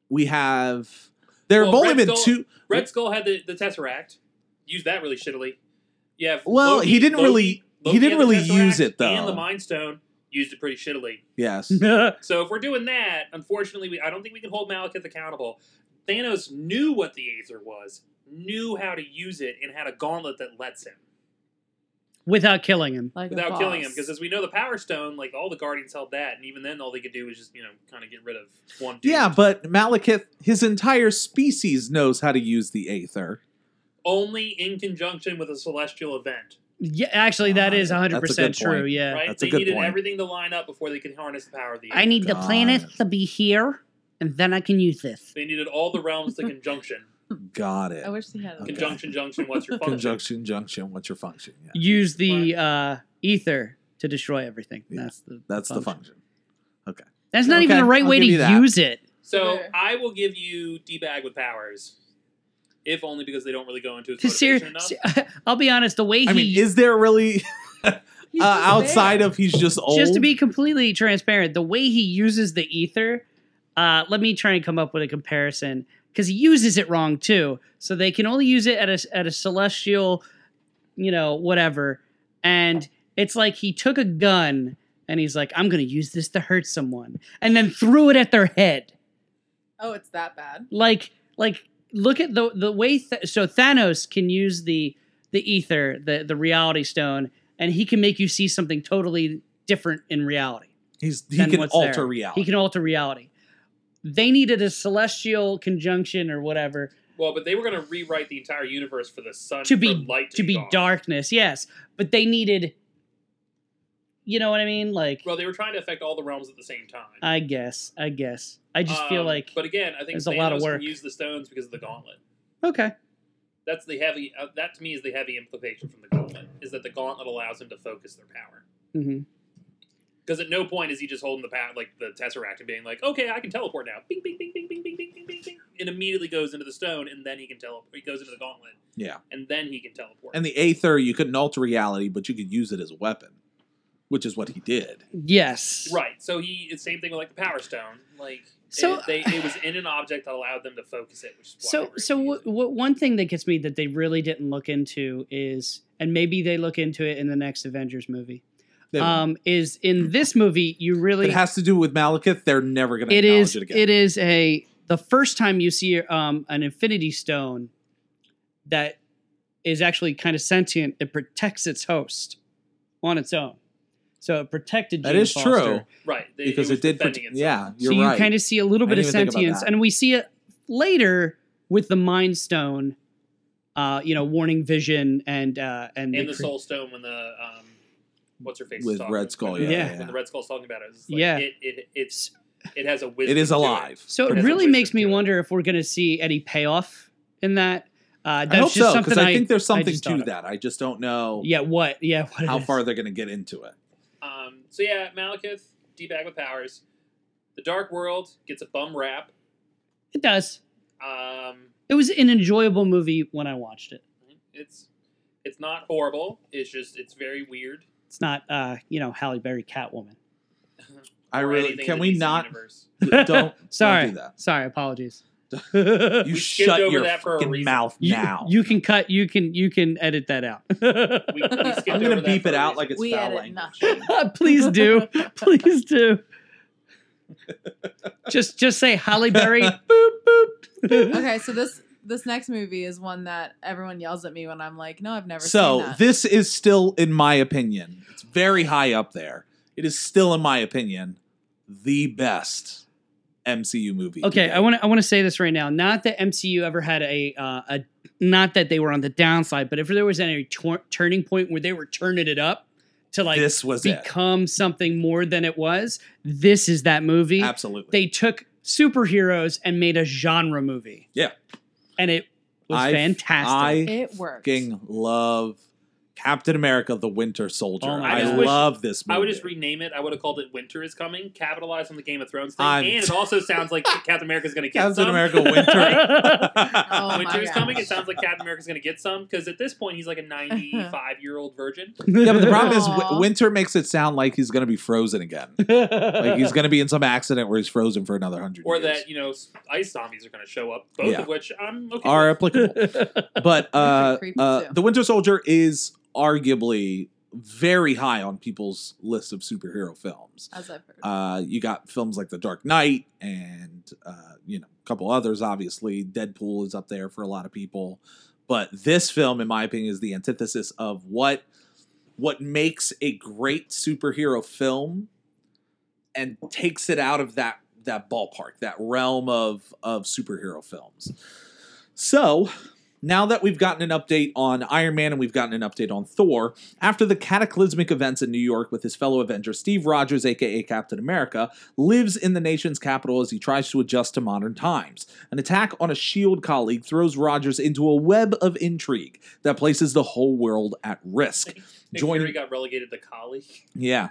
[SPEAKER 4] we have? There have
[SPEAKER 3] Well,
[SPEAKER 4] only
[SPEAKER 3] Red
[SPEAKER 4] been
[SPEAKER 3] Skull-
[SPEAKER 4] two.
[SPEAKER 3] Red Skull had the, the Tesseract. Used that really shittily. Yeah.
[SPEAKER 4] Well,
[SPEAKER 3] Loki-
[SPEAKER 4] he didn't
[SPEAKER 3] Loki-
[SPEAKER 4] really-
[SPEAKER 3] Loki
[SPEAKER 4] he didn't
[SPEAKER 3] had the
[SPEAKER 4] really use
[SPEAKER 3] Tesseract
[SPEAKER 4] it, though.
[SPEAKER 3] And the Mind Stone used it pretty shittily. [laughs]
[SPEAKER 4] Yes.
[SPEAKER 3] So if we're doing that, unfortunately, we, I don't think we can hold Malekith accountable. Thanos knew what the Aether was, knew how to use it, and had a gauntlet that lets him
[SPEAKER 6] [laughs] Without killing him.
[SPEAKER 5] like a
[SPEAKER 3] without killing him.
[SPEAKER 5] boss.
[SPEAKER 3] Because as we know, the Power Stone, like all the Guardians held that, and even then, all they could do was just you know kind of get rid of one. Dude.
[SPEAKER 4] Yeah, but Malekith, his entire species knows how to use the aether.
[SPEAKER 3] only in conjunction with a celestial event.
[SPEAKER 6] Yeah, actually, that is
[SPEAKER 4] Ah, that's a
[SPEAKER 6] 100 percent
[SPEAKER 4] good point.
[SPEAKER 6] true. Yeah.
[SPEAKER 3] right?
[SPEAKER 4] that's a
[SPEAKER 3] they
[SPEAKER 4] good
[SPEAKER 3] needed
[SPEAKER 4] point.
[SPEAKER 3] everything to line up before they could harness the power of the.
[SPEAKER 6] I
[SPEAKER 3] Aether.
[SPEAKER 6] need the
[SPEAKER 4] God.
[SPEAKER 6] planets to be here, and then I can use this.
[SPEAKER 3] They needed all the realms
[SPEAKER 6] [laughs]
[SPEAKER 3] to conjunction,
[SPEAKER 4] Got it.
[SPEAKER 5] I wish they had a
[SPEAKER 4] Okay.
[SPEAKER 3] conjunction, junction. What's
[SPEAKER 4] [laughs]
[SPEAKER 3] your function?
[SPEAKER 4] Conjunction, junction. What's your function? Yeah,
[SPEAKER 6] Use the uh, ether to destroy everything.
[SPEAKER 4] Yeah,
[SPEAKER 6] That's the
[SPEAKER 4] that's the function.
[SPEAKER 6] That's not even
[SPEAKER 4] Okay,
[SPEAKER 6] the right
[SPEAKER 4] I'll
[SPEAKER 6] way to
[SPEAKER 4] give you that.
[SPEAKER 6] use it.
[SPEAKER 3] So
[SPEAKER 5] There.
[SPEAKER 3] I will give you D bag with powers, if only because they don't really go into his
[SPEAKER 6] Ser-
[SPEAKER 3] motivation enough.
[SPEAKER 6] ser- [laughs] I'll be honest. The way
[SPEAKER 4] I
[SPEAKER 6] he
[SPEAKER 4] mean, is there really
[SPEAKER 5] He's
[SPEAKER 4] uh,
[SPEAKER 5] just
[SPEAKER 4] outside
[SPEAKER 5] there.
[SPEAKER 4] of he's just old?
[SPEAKER 6] just to be completely transparent, the way he uses the ether, uh, let me try and come up with a comparison because he uses it wrong too. So they can only use it at a at a celestial, you know, whatever. And it's like he took a gun and he's like, "I'm going to use this to hurt someone," and then threw it at their head.
[SPEAKER 5] Oh, it's that bad.
[SPEAKER 6] Like, like look at the the way. Th- so Thanos can use the the ether, the the reality stone, and he can make you see something totally different in reality.
[SPEAKER 4] he's he
[SPEAKER 6] then
[SPEAKER 4] can
[SPEAKER 6] what's
[SPEAKER 4] alter
[SPEAKER 6] there?
[SPEAKER 4] reality.
[SPEAKER 6] He can alter reality. They needed a celestial conjunction or whatever
[SPEAKER 3] Well, but they were going to rewrite the entire universe for the sun
[SPEAKER 6] To be-
[SPEAKER 3] for light to,
[SPEAKER 6] to be
[SPEAKER 3] gone.
[SPEAKER 6] darkness, yes. But they needed, you know what I mean? Like,
[SPEAKER 3] Well, they were trying to affect all the realms at the same time.
[SPEAKER 6] I guess, I guess. I just feel
[SPEAKER 3] Um,
[SPEAKER 6] like,
[SPEAKER 3] but again, I think
[SPEAKER 6] there's a lot of
[SPEAKER 3] Thanos can
[SPEAKER 6] work.
[SPEAKER 3] Use the stones because of the gauntlet.
[SPEAKER 6] okay,
[SPEAKER 3] That's the heavy. Uh, that to me is the heavy implication from the gauntlet is that the gauntlet allows him to focus their power.
[SPEAKER 6] hmm
[SPEAKER 3] Because at no point is he just holding the pat like the tesseract and being like, "Okay, I can teleport now." Bing, bing, bing, bing, bing, bing, bing, bing, bing, bing. It immediately goes into the stone, and then he can teleport. He goes into the gauntlet,
[SPEAKER 4] yeah,
[SPEAKER 3] and then he can teleport.
[SPEAKER 4] and the aether you couldn't alter reality, but you could use it as a weapon, which is what he did.
[SPEAKER 6] yes,
[SPEAKER 3] right, so he it's same thing with like the power stone. Like,
[SPEAKER 6] So-
[SPEAKER 3] it, they, it was in an object that allowed them to focus it, which is why
[SPEAKER 6] So,
[SPEAKER 3] they were
[SPEAKER 6] so
[SPEAKER 3] able
[SPEAKER 6] what,
[SPEAKER 3] to use
[SPEAKER 6] what one thing that gets me that they really didn't look into is, and maybe they look into it in the next Avengers movie,
[SPEAKER 4] They-
[SPEAKER 6] um, is in this movie you really
[SPEAKER 4] it has to do with Malekith. They're never going to
[SPEAKER 6] it
[SPEAKER 4] acknowledge
[SPEAKER 6] is
[SPEAKER 4] it again.
[SPEAKER 6] it is a the first time you see um, an infinity stone that is actually kind of sentient it protects its host on its own so it protected
[SPEAKER 4] That
[SPEAKER 6] Jane
[SPEAKER 4] is
[SPEAKER 6] Foster.
[SPEAKER 4] true
[SPEAKER 3] it. right they,
[SPEAKER 4] because
[SPEAKER 3] it, was
[SPEAKER 4] it, did.
[SPEAKER 3] defending
[SPEAKER 4] protect-
[SPEAKER 3] itself.
[SPEAKER 4] yeah, you're
[SPEAKER 6] so you
[SPEAKER 4] right.
[SPEAKER 6] kind of see a little
[SPEAKER 4] I
[SPEAKER 6] bit of
[SPEAKER 4] didn't even think about
[SPEAKER 6] sentience
[SPEAKER 4] that.
[SPEAKER 6] and we see it later with the mind stone uh, you know warning vision and uh, and,
[SPEAKER 3] and
[SPEAKER 6] the
[SPEAKER 3] the
[SPEAKER 6] cre-
[SPEAKER 3] soul stone when the um, what's her face is
[SPEAKER 4] With
[SPEAKER 3] talking-
[SPEAKER 4] Red Skull,
[SPEAKER 3] when the-
[SPEAKER 6] yeah,
[SPEAKER 3] when
[SPEAKER 4] yeah.
[SPEAKER 3] the Red Skull's talking about it, it's like,
[SPEAKER 6] Yeah.
[SPEAKER 3] it, it it's it has a wisdom.
[SPEAKER 4] it is
[SPEAKER 3] to
[SPEAKER 4] alive.
[SPEAKER 6] so
[SPEAKER 3] It
[SPEAKER 6] it
[SPEAKER 3] has a
[SPEAKER 6] really
[SPEAKER 3] wisdom
[SPEAKER 6] makes me
[SPEAKER 3] to it.
[SPEAKER 6] wonder if we're going to see any payoff in that uh, that's
[SPEAKER 4] I hope
[SPEAKER 6] just
[SPEAKER 4] so
[SPEAKER 6] something
[SPEAKER 4] because I, think there's something
[SPEAKER 6] just thought
[SPEAKER 4] to
[SPEAKER 6] of.
[SPEAKER 4] that. I just don't know
[SPEAKER 6] yeah what yeah what it
[SPEAKER 4] how
[SPEAKER 6] is.
[SPEAKER 4] far they're going to get into it.
[SPEAKER 3] Um, so yeah, Malekith, D bag with powers. The Dark World gets a bum rap.
[SPEAKER 6] It does.
[SPEAKER 3] Um,
[SPEAKER 6] It was an enjoyable movie when I watched it.
[SPEAKER 3] it's it's not horrible. It's just it's very weird.
[SPEAKER 6] It's not, uh, you know, Halle Berry Catwoman.
[SPEAKER 4] I
[SPEAKER 3] or
[SPEAKER 4] really
[SPEAKER 3] anything
[SPEAKER 4] can
[SPEAKER 3] in
[SPEAKER 4] we
[SPEAKER 3] the DC
[SPEAKER 4] not
[SPEAKER 3] universe.
[SPEAKER 4] [laughs] don't don't
[SPEAKER 6] Sorry,
[SPEAKER 4] do that. [laughs]
[SPEAKER 6] sorry, apologies.
[SPEAKER 4] You
[SPEAKER 6] you,
[SPEAKER 3] We skipped
[SPEAKER 4] shut
[SPEAKER 3] over
[SPEAKER 4] your
[SPEAKER 3] that for a
[SPEAKER 4] fucking
[SPEAKER 3] reason.
[SPEAKER 4] mouth now.
[SPEAKER 6] you can cut. You can you can edit that out.
[SPEAKER 3] We,
[SPEAKER 4] [laughs]
[SPEAKER 3] we skipped
[SPEAKER 4] I'm
[SPEAKER 3] over
[SPEAKER 4] gonna
[SPEAKER 3] that
[SPEAKER 4] beep
[SPEAKER 3] for
[SPEAKER 4] it
[SPEAKER 3] a
[SPEAKER 4] out
[SPEAKER 3] reason.
[SPEAKER 4] like it's
[SPEAKER 5] we
[SPEAKER 4] foul
[SPEAKER 5] edit
[SPEAKER 4] language.
[SPEAKER 5] nothing.
[SPEAKER 6] [laughs] Please
[SPEAKER 4] [laughs]
[SPEAKER 6] do, please do. Just just say
[SPEAKER 4] [laughs]
[SPEAKER 6] Halle Berry. boop boop.
[SPEAKER 5] okay, so this this next movie is one that everyone yells at me when I'm like, no, I've never seen
[SPEAKER 4] So
[SPEAKER 5] that.
[SPEAKER 4] this is still, in my opinion, it's very high up there. It is still, in my opinion, the best MCU movie.
[SPEAKER 6] Okay,
[SPEAKER 4] to
[SPEAKER 6] I want to I want to say this right now. Not that MCU ever had a uh, a not that they were on the downside, but if there was any tor- turning point where they were turning it up to
[SPEAKER 4] date.
[SPEAKER 6] like
[SPEAKER 4] this was it.
[SPEAKER 6] become something more than it was, this is that movie.
[SPEAKER 4] Absolutely.
[SPEAKER 6] They took superheroes and made a genre movie.
[SPEAKER 4] Yeah.
[SPEAKER 6] And it was
[SPEAKER 4] I-
[SPEAKER 6] fantastic.
[SPEAKER 4] I
[SPEAKER 5] It works.
[SPEAKER 4] fucking love Captain America: The Winter Soldier.
[SPEAKER 6] Oh my
[SPEAKER 4] I
[SPEAKER 3] God. I wish-
[SPEAKER 4] love this movie.
[SPEAKER 3] I would just rename it. I would have called it "Winter is Coming." Capitalize on the Game of Thrones thing,
[SPEAKER 4] I'm-
[SPEAKER 3] and it also sounds
[SPEAKER 4] [laughs]
[SPEAKER 3] like Captain America's going to get
[SPEAKER 4] Captain
[SPEAKER 3] some. [laughs]
[SPEAKER 4] America: Winter.
[SPEAKER 5] Oh my
[SPEAKER 3] Winter is
[SPEAKER 5] God.
[SPEAKER 3] coming. It sounds like Captain America's going to get some because at this point he's like a 95 year old virgin.
[SPEAKER 4] [laughs] yeah, but the
[SPEAKER 6] [laughs]
[SPEAKER 4] problem is
[SPEAKER 5] Aw.
[SPEAKER 4] w- Winter makes it sound like he's going to be frozen again. Like he's going to be in some accident where he's frozen for another hundred
[SPEAKER 3] or
[SPEAKER 4] years.
[SPEAKER 3] that you know s- ice zombies are going to show up. Both
[SPEAKER 4] Yeah.
[SPEAKER 3] of which I'm okay.
[SPEAKER 4] are
[SPEAKER 3] [laughs] with.
[SPEAKER 4] applicable.
[SPEAKER 5] [laughs]
[SPEAKER 4] but uh,
[SPEAKER 5] creepy
[SPEAKER 4] uh,
[SPEAKER 5] too.
[SPEAKER 4] the Winter Soldier is arguably very high on people's list of superhero films.
[SPEAKER 5] As I've heard.
[SPEAKER 4] Uh, you got films like The Dark Knight and uh, you know a couple others. Obviously, Deadpool is up there for a lot of people, but this film, in my opinion, is the antithesis of what what makes a great superhero film and takes it out of that that ballpark, that realm of of superhero films. So, now that we've gotten an update on Iron Man and we've gotten an update on Thor, after the cataclysmic events in New York with his fellow Avenger Steve Rogers, aka Captain America, lives in the nation's capital as he tries to adjust to modern times. An attack on a S.H.I.E.L.D. E colleague throws Rogers into a web of intrigue that places the whole world at risk.
[SPEAKER 3] Nick
[SPEAKER 4] join-
[SPEAKER 3] Fury got relegated to
[SPEAKER 4] [laughs]
[SPEAKER 3] collie.
[SPEAKER 4] Yeah.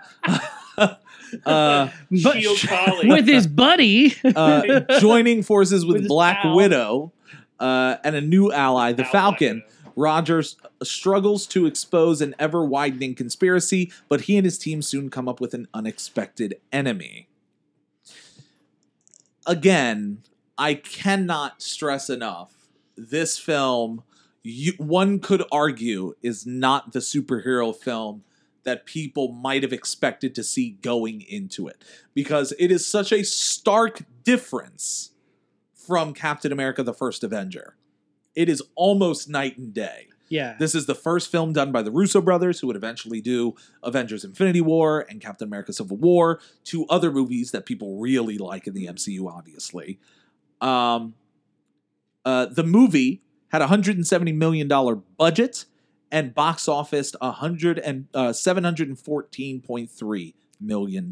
[SPEAKER 4] uh,
[SPEAKER 6] But-
[SPEAKER 3] Shield collie.
[SPEAKER 6] with his buddy.
[SPEAKER 4] uh, joining forces
[SPEAKER 6] With
[SPEAKER 4] with
[SPEAKER 6] his
[SPEAKER 4] Black
[SPEAKER 6] pal.
[SPEAKER 4] Widow uh, and a new ally, the
[SPEAKER 3] Now
[SPEAKER 4] Falcon.
[SPEAKER 3] Black Widow.
[SPEAKER 4] Rogers struggles to expose an ever widening conspiracy, but he and his team soon come up with an unexpected enemy. Again, I cannot stress enough this film, you, one could argue, is not the superhero film that people might have expected to see going into it because it is such a stark difference from Captain America the First Avenger. It is almost night and day.
[SPEAKER 6] yeah.
[SPEAKER 4] This is the first film done by the Russo brothers, who would eventually do Avengers Infinity War and Captain America Civil War, two other movies that people really like in the MCU, obviously. Um, uh, the movie had a $170 million budget and box office 100 and, uh, $714.3 million.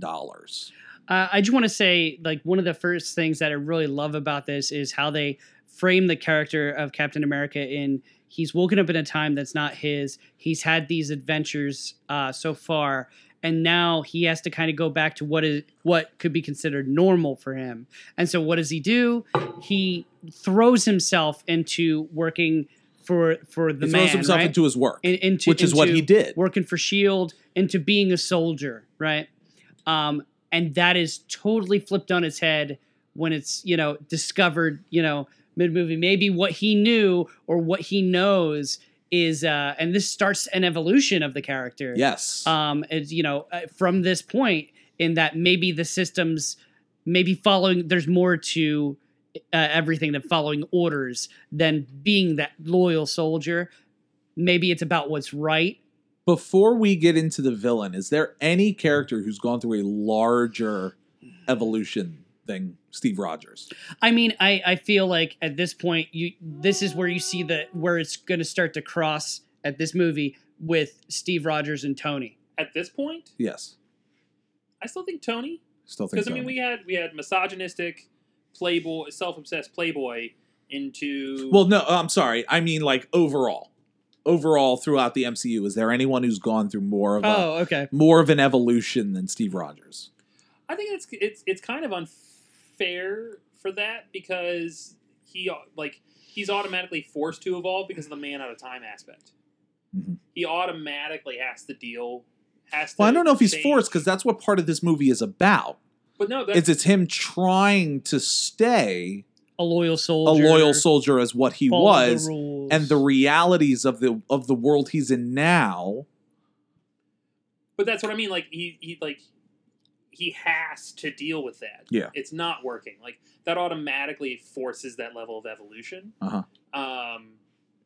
[SPEAKER 6] Uh, I just want to say, like, one of the first things that I really love about this is how they frame the character of Captain America in he's woken up in a time that's not his. He's had these adventures uh, so far, and now he has to kind of go back to what is what could be considered normal for him. And so, what does he do? He throws himself into working for for the
[SPEAKER 4] he
[SPEAKER 6] man,
[SPEAKER 4] throws himself
[SPEAKER 6] right?
[SPEAKER 4] into his work,
[SPEAKER 6] In- into
[SPEAKER 4] which is what
[SPEAKER 6] into-
[SPEAKER 4] he did.
[SPEAKER 6] working for shield E into being a soldier right um and that is totally flipped on its head when it's you know discovered you know mid movie maybe what he knew or what he knows is uh and this starts an evolution of the character
[SPEAKER 4] Yes.
[SPEAKER 6] um as you know uh, from this point in that maybe the systems maybe following there's more to uh, everything than following orders than being that loyal soldier maybe it's about what's right
[SPEAKER 4] Before we get into the villain, is there any character who's gone through a larger evolution than Steve Rogers?
[SPEAKER 6] I mean, I I feel like at this point, you this is where you see the where it's going to start to cross at this movie with Steve Rogers and Tony.
[SPEAKER 3] At this point,
[SPEAKER 4] Yes.
[SPEAKER 3] I still think Tony.
[SPEAKER 4] Still think
[SPEAKER 3] Because
[SPEAKER 4] so.
[SPEAKER 3] I mean, we had we had misogynistic, playboy, self-obsessed playboy into
[SPEAKER 4] well, no, I'm sorry. I mean, like overall, overall throughout the MCU, is there anyone who's gone through more of a
[SPEAKER 6] Oh, okay.
[SPEAKER 4] more of an evolution than Steve Rogers?
[SPEAKER 3] I think it's it's it's kind of unfair for that because he like he's automatically forced to evolve because of the man out of time aspect.
[SPEAKER 4] Mhm.
[SPEAKER 3] He automatically has to deal. Has to
[SPEAKER 4] Well, I don't know if he's
[SPEAKER 3] change.
[SPEAKER 4] forced because that's what part of this movie is about.
[SPEAKER 3] But no, that's
[SPEAKER 4] It's it's him trying to stay
[SPEAKER 6] A loyal
[SPEAKER 4] a
[SPEAKER 6] soldier.
[SPEAKER 4] loyal soldier as what he
[SPEAKER 6] follow
[SPEAKER 4] was,
[SPEAKER 6] the rules.
[SPEAKER 4] and the realities of the of the world he's in now.
[SPEAKER 3] but that's what I mean. Like he he like he has to deal with that.
[SPEAKER 4] Yeah.
[SPEAKER 3] it's not working. Like that automatically forces that level of evolution,
[SPEAKER 4] Uh-huh.
[SPEAKER 3] um,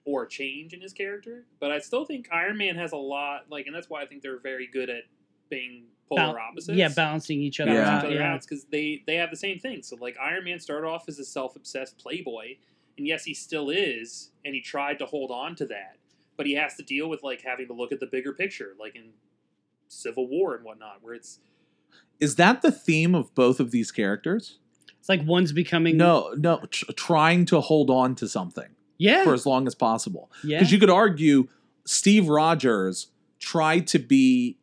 [SPEAKER 3] or change in his character. But I still think Iron Man has a lot. Like, and that's why I think they're very good at being polar
[SPEAKER 6] Bal-
[SPEAKER 3] opposites.
[SPEAKER 6] yeah, balancing each other
[SPEAKER 3] balancing each
[SPEAKER 4] Yeah.
[SPEAKER 6] out.
[SPEAKER 3] other
[SPEAKER 6] yeah.
[SPEAKER 3] out because they they have the same thing. So like Iron Man started off as a self obsessed playboy, and yes, he still is, and he tried to hold on to that, but he has to deal with like having to look at the bigger picture, like in Civil War and whatnot, where it's
[SPEAKER 4] Is that the theme of both of these characters?
[SPEAKER 6] It's like one's becoming
[SPEAKER 4] No, no, tr- trying to hold on to something
[SPEAKER 6] Yeah,
[SPEAKER 4] for as long as possible.
[SPEAKER 6] yeah.
[SPEAKER 4] Because you could argue Steve Rogers tried to be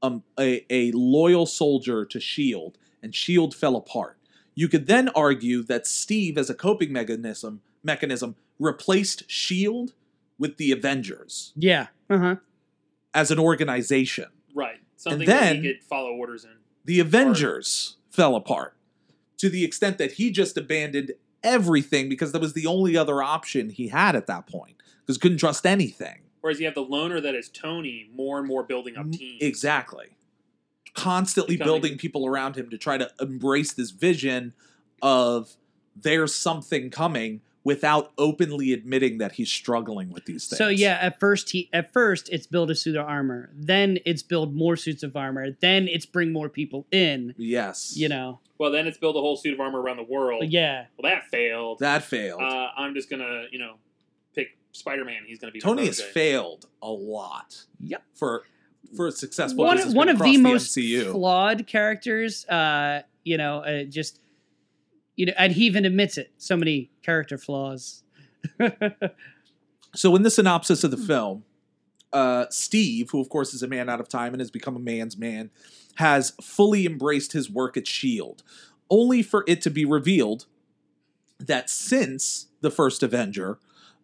[SPEAKER 4] um, a, a loyal soldier to S.H.I.E.L.D., E and S.H.I.E.L.D. fell apart. You could then argue that Steve, as a coping mechanism, mechanism replaced S.H.I.E.L.D. E with the Avengers
[SPEAKER 6] yeah. Uh huh.
[SPEAKER 4] as an organization.
[SPEAKER 3] Right. Something
[SPEAKER 4] then-
[SPEAKER 3] that he could follow orders in.
[SPEAKER 4] the Avengers fell apart to the extent that he just abandoned everything because that was the only other option he had at that point because couldn't trust anything.
[SPEAKER 3] Whereas you have the loner that is Tony more and more building up
[SPEAKER 6] Mm-hmm.
[SPEAKER 3] teams.
[SPEAKER 4] Exactly. Constantly
[SPEAKER 3] Becoming-
[SPEAKER 4] building people around him to try to embrace this vision of there's something coming without openly admitting that he's struggling with these things.
[SPEAKER 6] So yeah, at first he at first it's build a suit of armor, then it's build more suits of armor, then it's bring more people in.
[SPEAKER 4] Yes.
[SPEAKER 6] You know,
[SPEAKER 3] Well, then it's build a whole suit of armor around the world.
[SPEAKER 6] But yeah,
[SPEAKER 3] Well, that failed.
[SPEAKER 4] That failed.
[SPEAKER 3] uh, I'm just gonna, you know, pick Spider-Man. He's gonna be my
[SPEAKER 4] Tony has
[SPEAKER 3] protege.
[SPEAKER 4] failed a lot.
[SPEAKER 6] Yep.
[SPEAKER 4] For for a successful
[SPEAKER 6] one,
[SPEAKER 4] business
[SPEAKER 6] one of
[SPEAKER 4] across
[SPEAKER 6] the, most
[SPEAKER 4] MCU.
[SPEAKER 6] flawed characters. Uh, you know, uh, just you know, and he even admits it. So many character flaws. [laughs]
[SPEAKER 4] So, in the synopsis of the film, uh, Steve, who of course is a man out of time and has become a man's man, has fully embraced his work at S.H.I.E.L.D., E only for it to be revealed that since the first Avenger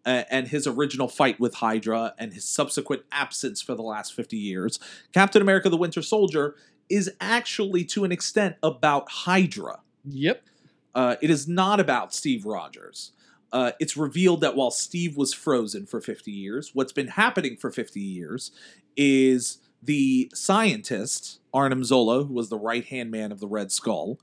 [SPEAKER 4] uh, and his original fight with Hydra and his subsequent absence for the last 50 years, Captain America the Winter Soldier is actually, to an extent, about Hydra.
[SPEAKER 6] yep.
[SPEAKER 4] Uh, it is not about Steve Rogers. Uh, it's revealed that while Steve was frozen for 50 years, what's been happening for 50 years is the scientist, Arnim Zola, who was the right hand man of the Red Skull,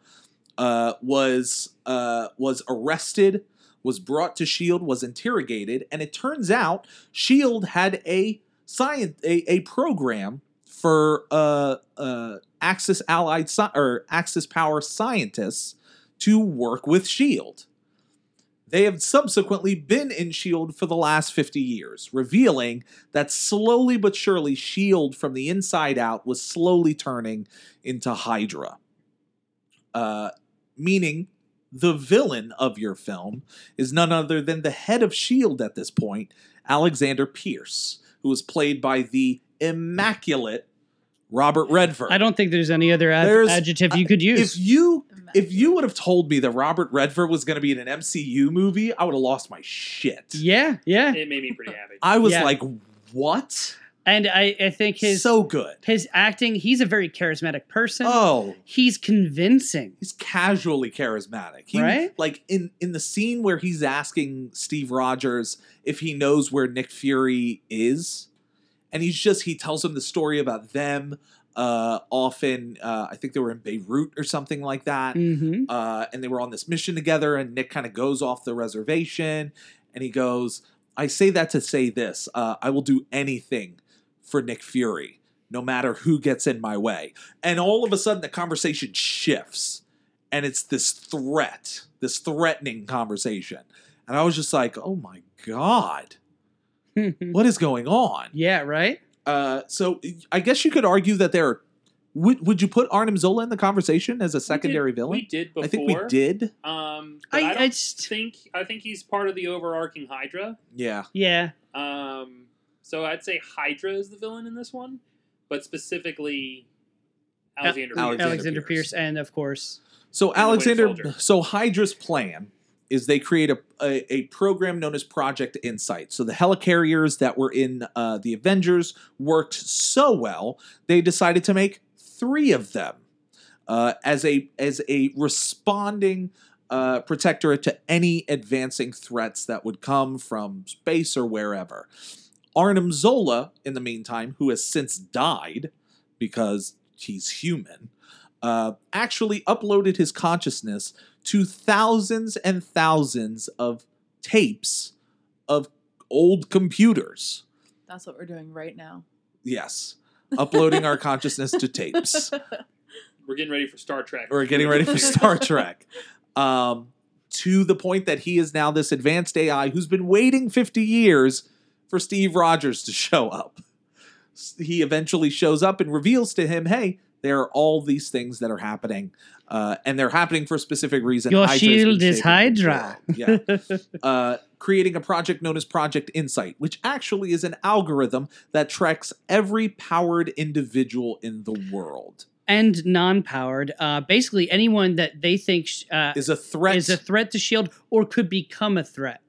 [SPEAKER 4] uh, was, uh, was arrested, was brought to S.H.I.E.L.D., E was interrogated, and it turns out S.H.I.E.L.D. E had a, science, a, a program for uh, uh, Axis allied sci- or Axis power scientists to work with S.H.I.E.L.D. E They have subsequently been in S.H.I.E.L.D. E for the last 50 years, revealing that slowly but surely S.H.I.E.L.D. E from the inside out was slowly turning into Hydra. Uh, meaning, the villain of your film is none other than the head of S.H.I.E.L.D. E at this point, Alexander Pierce, who was played by the immaculate Robert Redford.
[SPEAKER 6] I don't think there's any other ad-
[SPEAKER 4] There's-
[SPEAKER 6] adjective you could use.
[SPEAKER 4] If you if you would have told me that Robert Redford was going to be in an MCU movie, I would have lost my shit.
[SPEAKER 6] yeah, yeah.
[SPEAKER 3] It made me pretty happy.
[SPEAKER 4] I was
[SPEAKER 6] Yeah.
[SPEAKER 4] like, what?
[SPEAKER 6] And I, I think his
[SPEAKER 4] so good.
[SPEAKER 6] his acting. He's a very charismatic person.
[SPEAKER 4] Oh,
[SPEAKER 6] he's convincing.
[SPEAKER 4] he's casually charismatic. He,
[SPEAKER 6] Right?
[SPEAKER 4] Like in in the scene where he's asking Steve Rogers if he knows where Nick Fury is, and he's just he tells him the story about them. Uh, often, uh, I think they were in Beirut or something like that.
[SPEAKER 6] Mm-hmm. [laughs]
[SPEAKER 4] uh, and they were on this mission together. And Nick kind of goes off the reservation, and he goes, "I say that to say this: uh, I will do anything for Nick Fury, no matter who gets in my way." And all of a sudden, the conversation shifts, and it's this threat, this threatening conversation. And I was just like, "Oh my god, what is going on?"
[SPEAKER 6] yeah, right.
[SPEAKER 4] Uh, so I guess you could argue that there. Are, would would you put Arnim Zola in the conversation as a
[SPEAKER 3] we
[SPEAKER 4] secondary
[SPEAKER 3] did,
[SPEAKER 4] villain?
[SPEAKER 3] We did before.
[SPEAKER 4] I think we did.
[SPEAKER 3] Um, but
[SPEAKER 6] I,
[SPEAKER 3] I,
[SPEAKER 6] I,
[SPEAKER 3] don't
[SPEAKER 6] just
[SPEAKER 3] think I think he's part of the overarching Hydra.
[SPEAKER 4] Yeah.
[SPEAKER 6] yeah.
[SPEAKER 3] Um, so I'd say Hydra is the villain in this one, but specifically
[SPEAKER 6] Al-
[SPEAKER 3] Alexander. Pierce.
[SPEAKER 4] Alexander
[SPEAKER 6] Alexander,
[SPEAKER 4] Pierce.
[SPEAKER 6] Pierce. and of course
[SPEAKER 4] [laughs] So
[SPEAKER 3] Winter
[SPEAKER 4] Alexander,
[SPEAKER 3] Soldier.
[SPEAKER 4] so Hydra's plan is they create a, a, a program known as Project Insight. So the helicarriers that were in uh, the Avengers worked so well, they decided to make three of them uh, as a as a responding uh, protectorate to any advancing threats that would come from space or wherever. Arnim Zola, in the meantime, who has since died because he's human, uh, actually uploaded his consciousness to thousands and thousands of tapes of old computers.
[SPEAKER 5] That's what we're doing right now.
[SPEAKER 4] Yes, uploading our consciousness to tapes.
[SPEAKER 3] We're getting ready for Star Trek.
[SPEAKER 4] We're getting ready for
[SPEAKER 6] [laughs]
[SPEAKER 4] Star Trek. Um, to the point that he is now this advanced AI who's been waiting 50 years for Steve Rogers to show up. S- He eventually shows up and reveals to him, hey, They are all these things that are happening, uh, and they're happening for a specific reason.
[SPEAKER 6] Your
[SPEAKER 4] Hydra's been
[SPEAKER 6] shield is
[SPEAKER 4] saving the
[SPEAKER 6] Hydra.
[SPEAKER 4] world.
[SPEAKER 6] [laughs]
[SPEAKER 4] Yeah uh, creating a project known as Project Insight, which actually is an algorithm that tracks every powered individual in the world.
[SPEAKER 6] and non-powered. Uh, basically, anyone that they think sh- uh,
[SPEAKER 4] Is a threat.
[SPEAKER 6] is a threat to Shield E or could become a threat.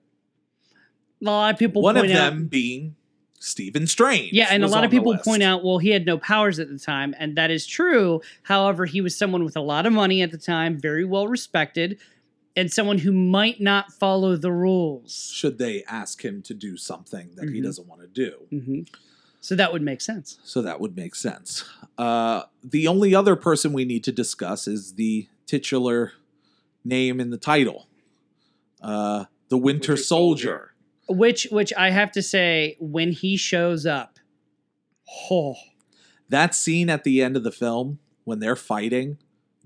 [SPEAKER 6] A lot of people.
[SPEAKER 4] one of
[SPEAKER 6] point out-
[SPEAKER 4] them being Stephen Strange.
[SPEAKER 6] Yeah, and a
[SPEAKER 4] was
[SPEAKER 6] lot
[SPEAKER 4] on
[SPEAKER 6] of
[SPEAKER 4] the
[SPEAKER 6] people
[SPEAKER 4] list.
[SPEAKER 6] point out, well, he had no powers at the time, and that is true. However, he was someone with a lot of money at the time, very well respected, and someone who might not follow the rules.
[SPEAKER 4] should they ask him to do something that he
[SPEAKER 6] Mhm.
[SPEAKER 4] doesn't want to do.
[SPEAKER 6] hmm So that would make sense.
[SPEAKER 4] So that would make sense. Uh, the only other person we need to discuss is the titular name in the title, uh, the Winter,
[SPEAKER 3] Winter
[SPEAKER 4] Soldier.
[SPEAKER 3] Soldier.
[SPEAKER 6] Which, which I have to say, when he shows up, oh,
[SPEAKER 4] that scene at the end of the film when they're fighting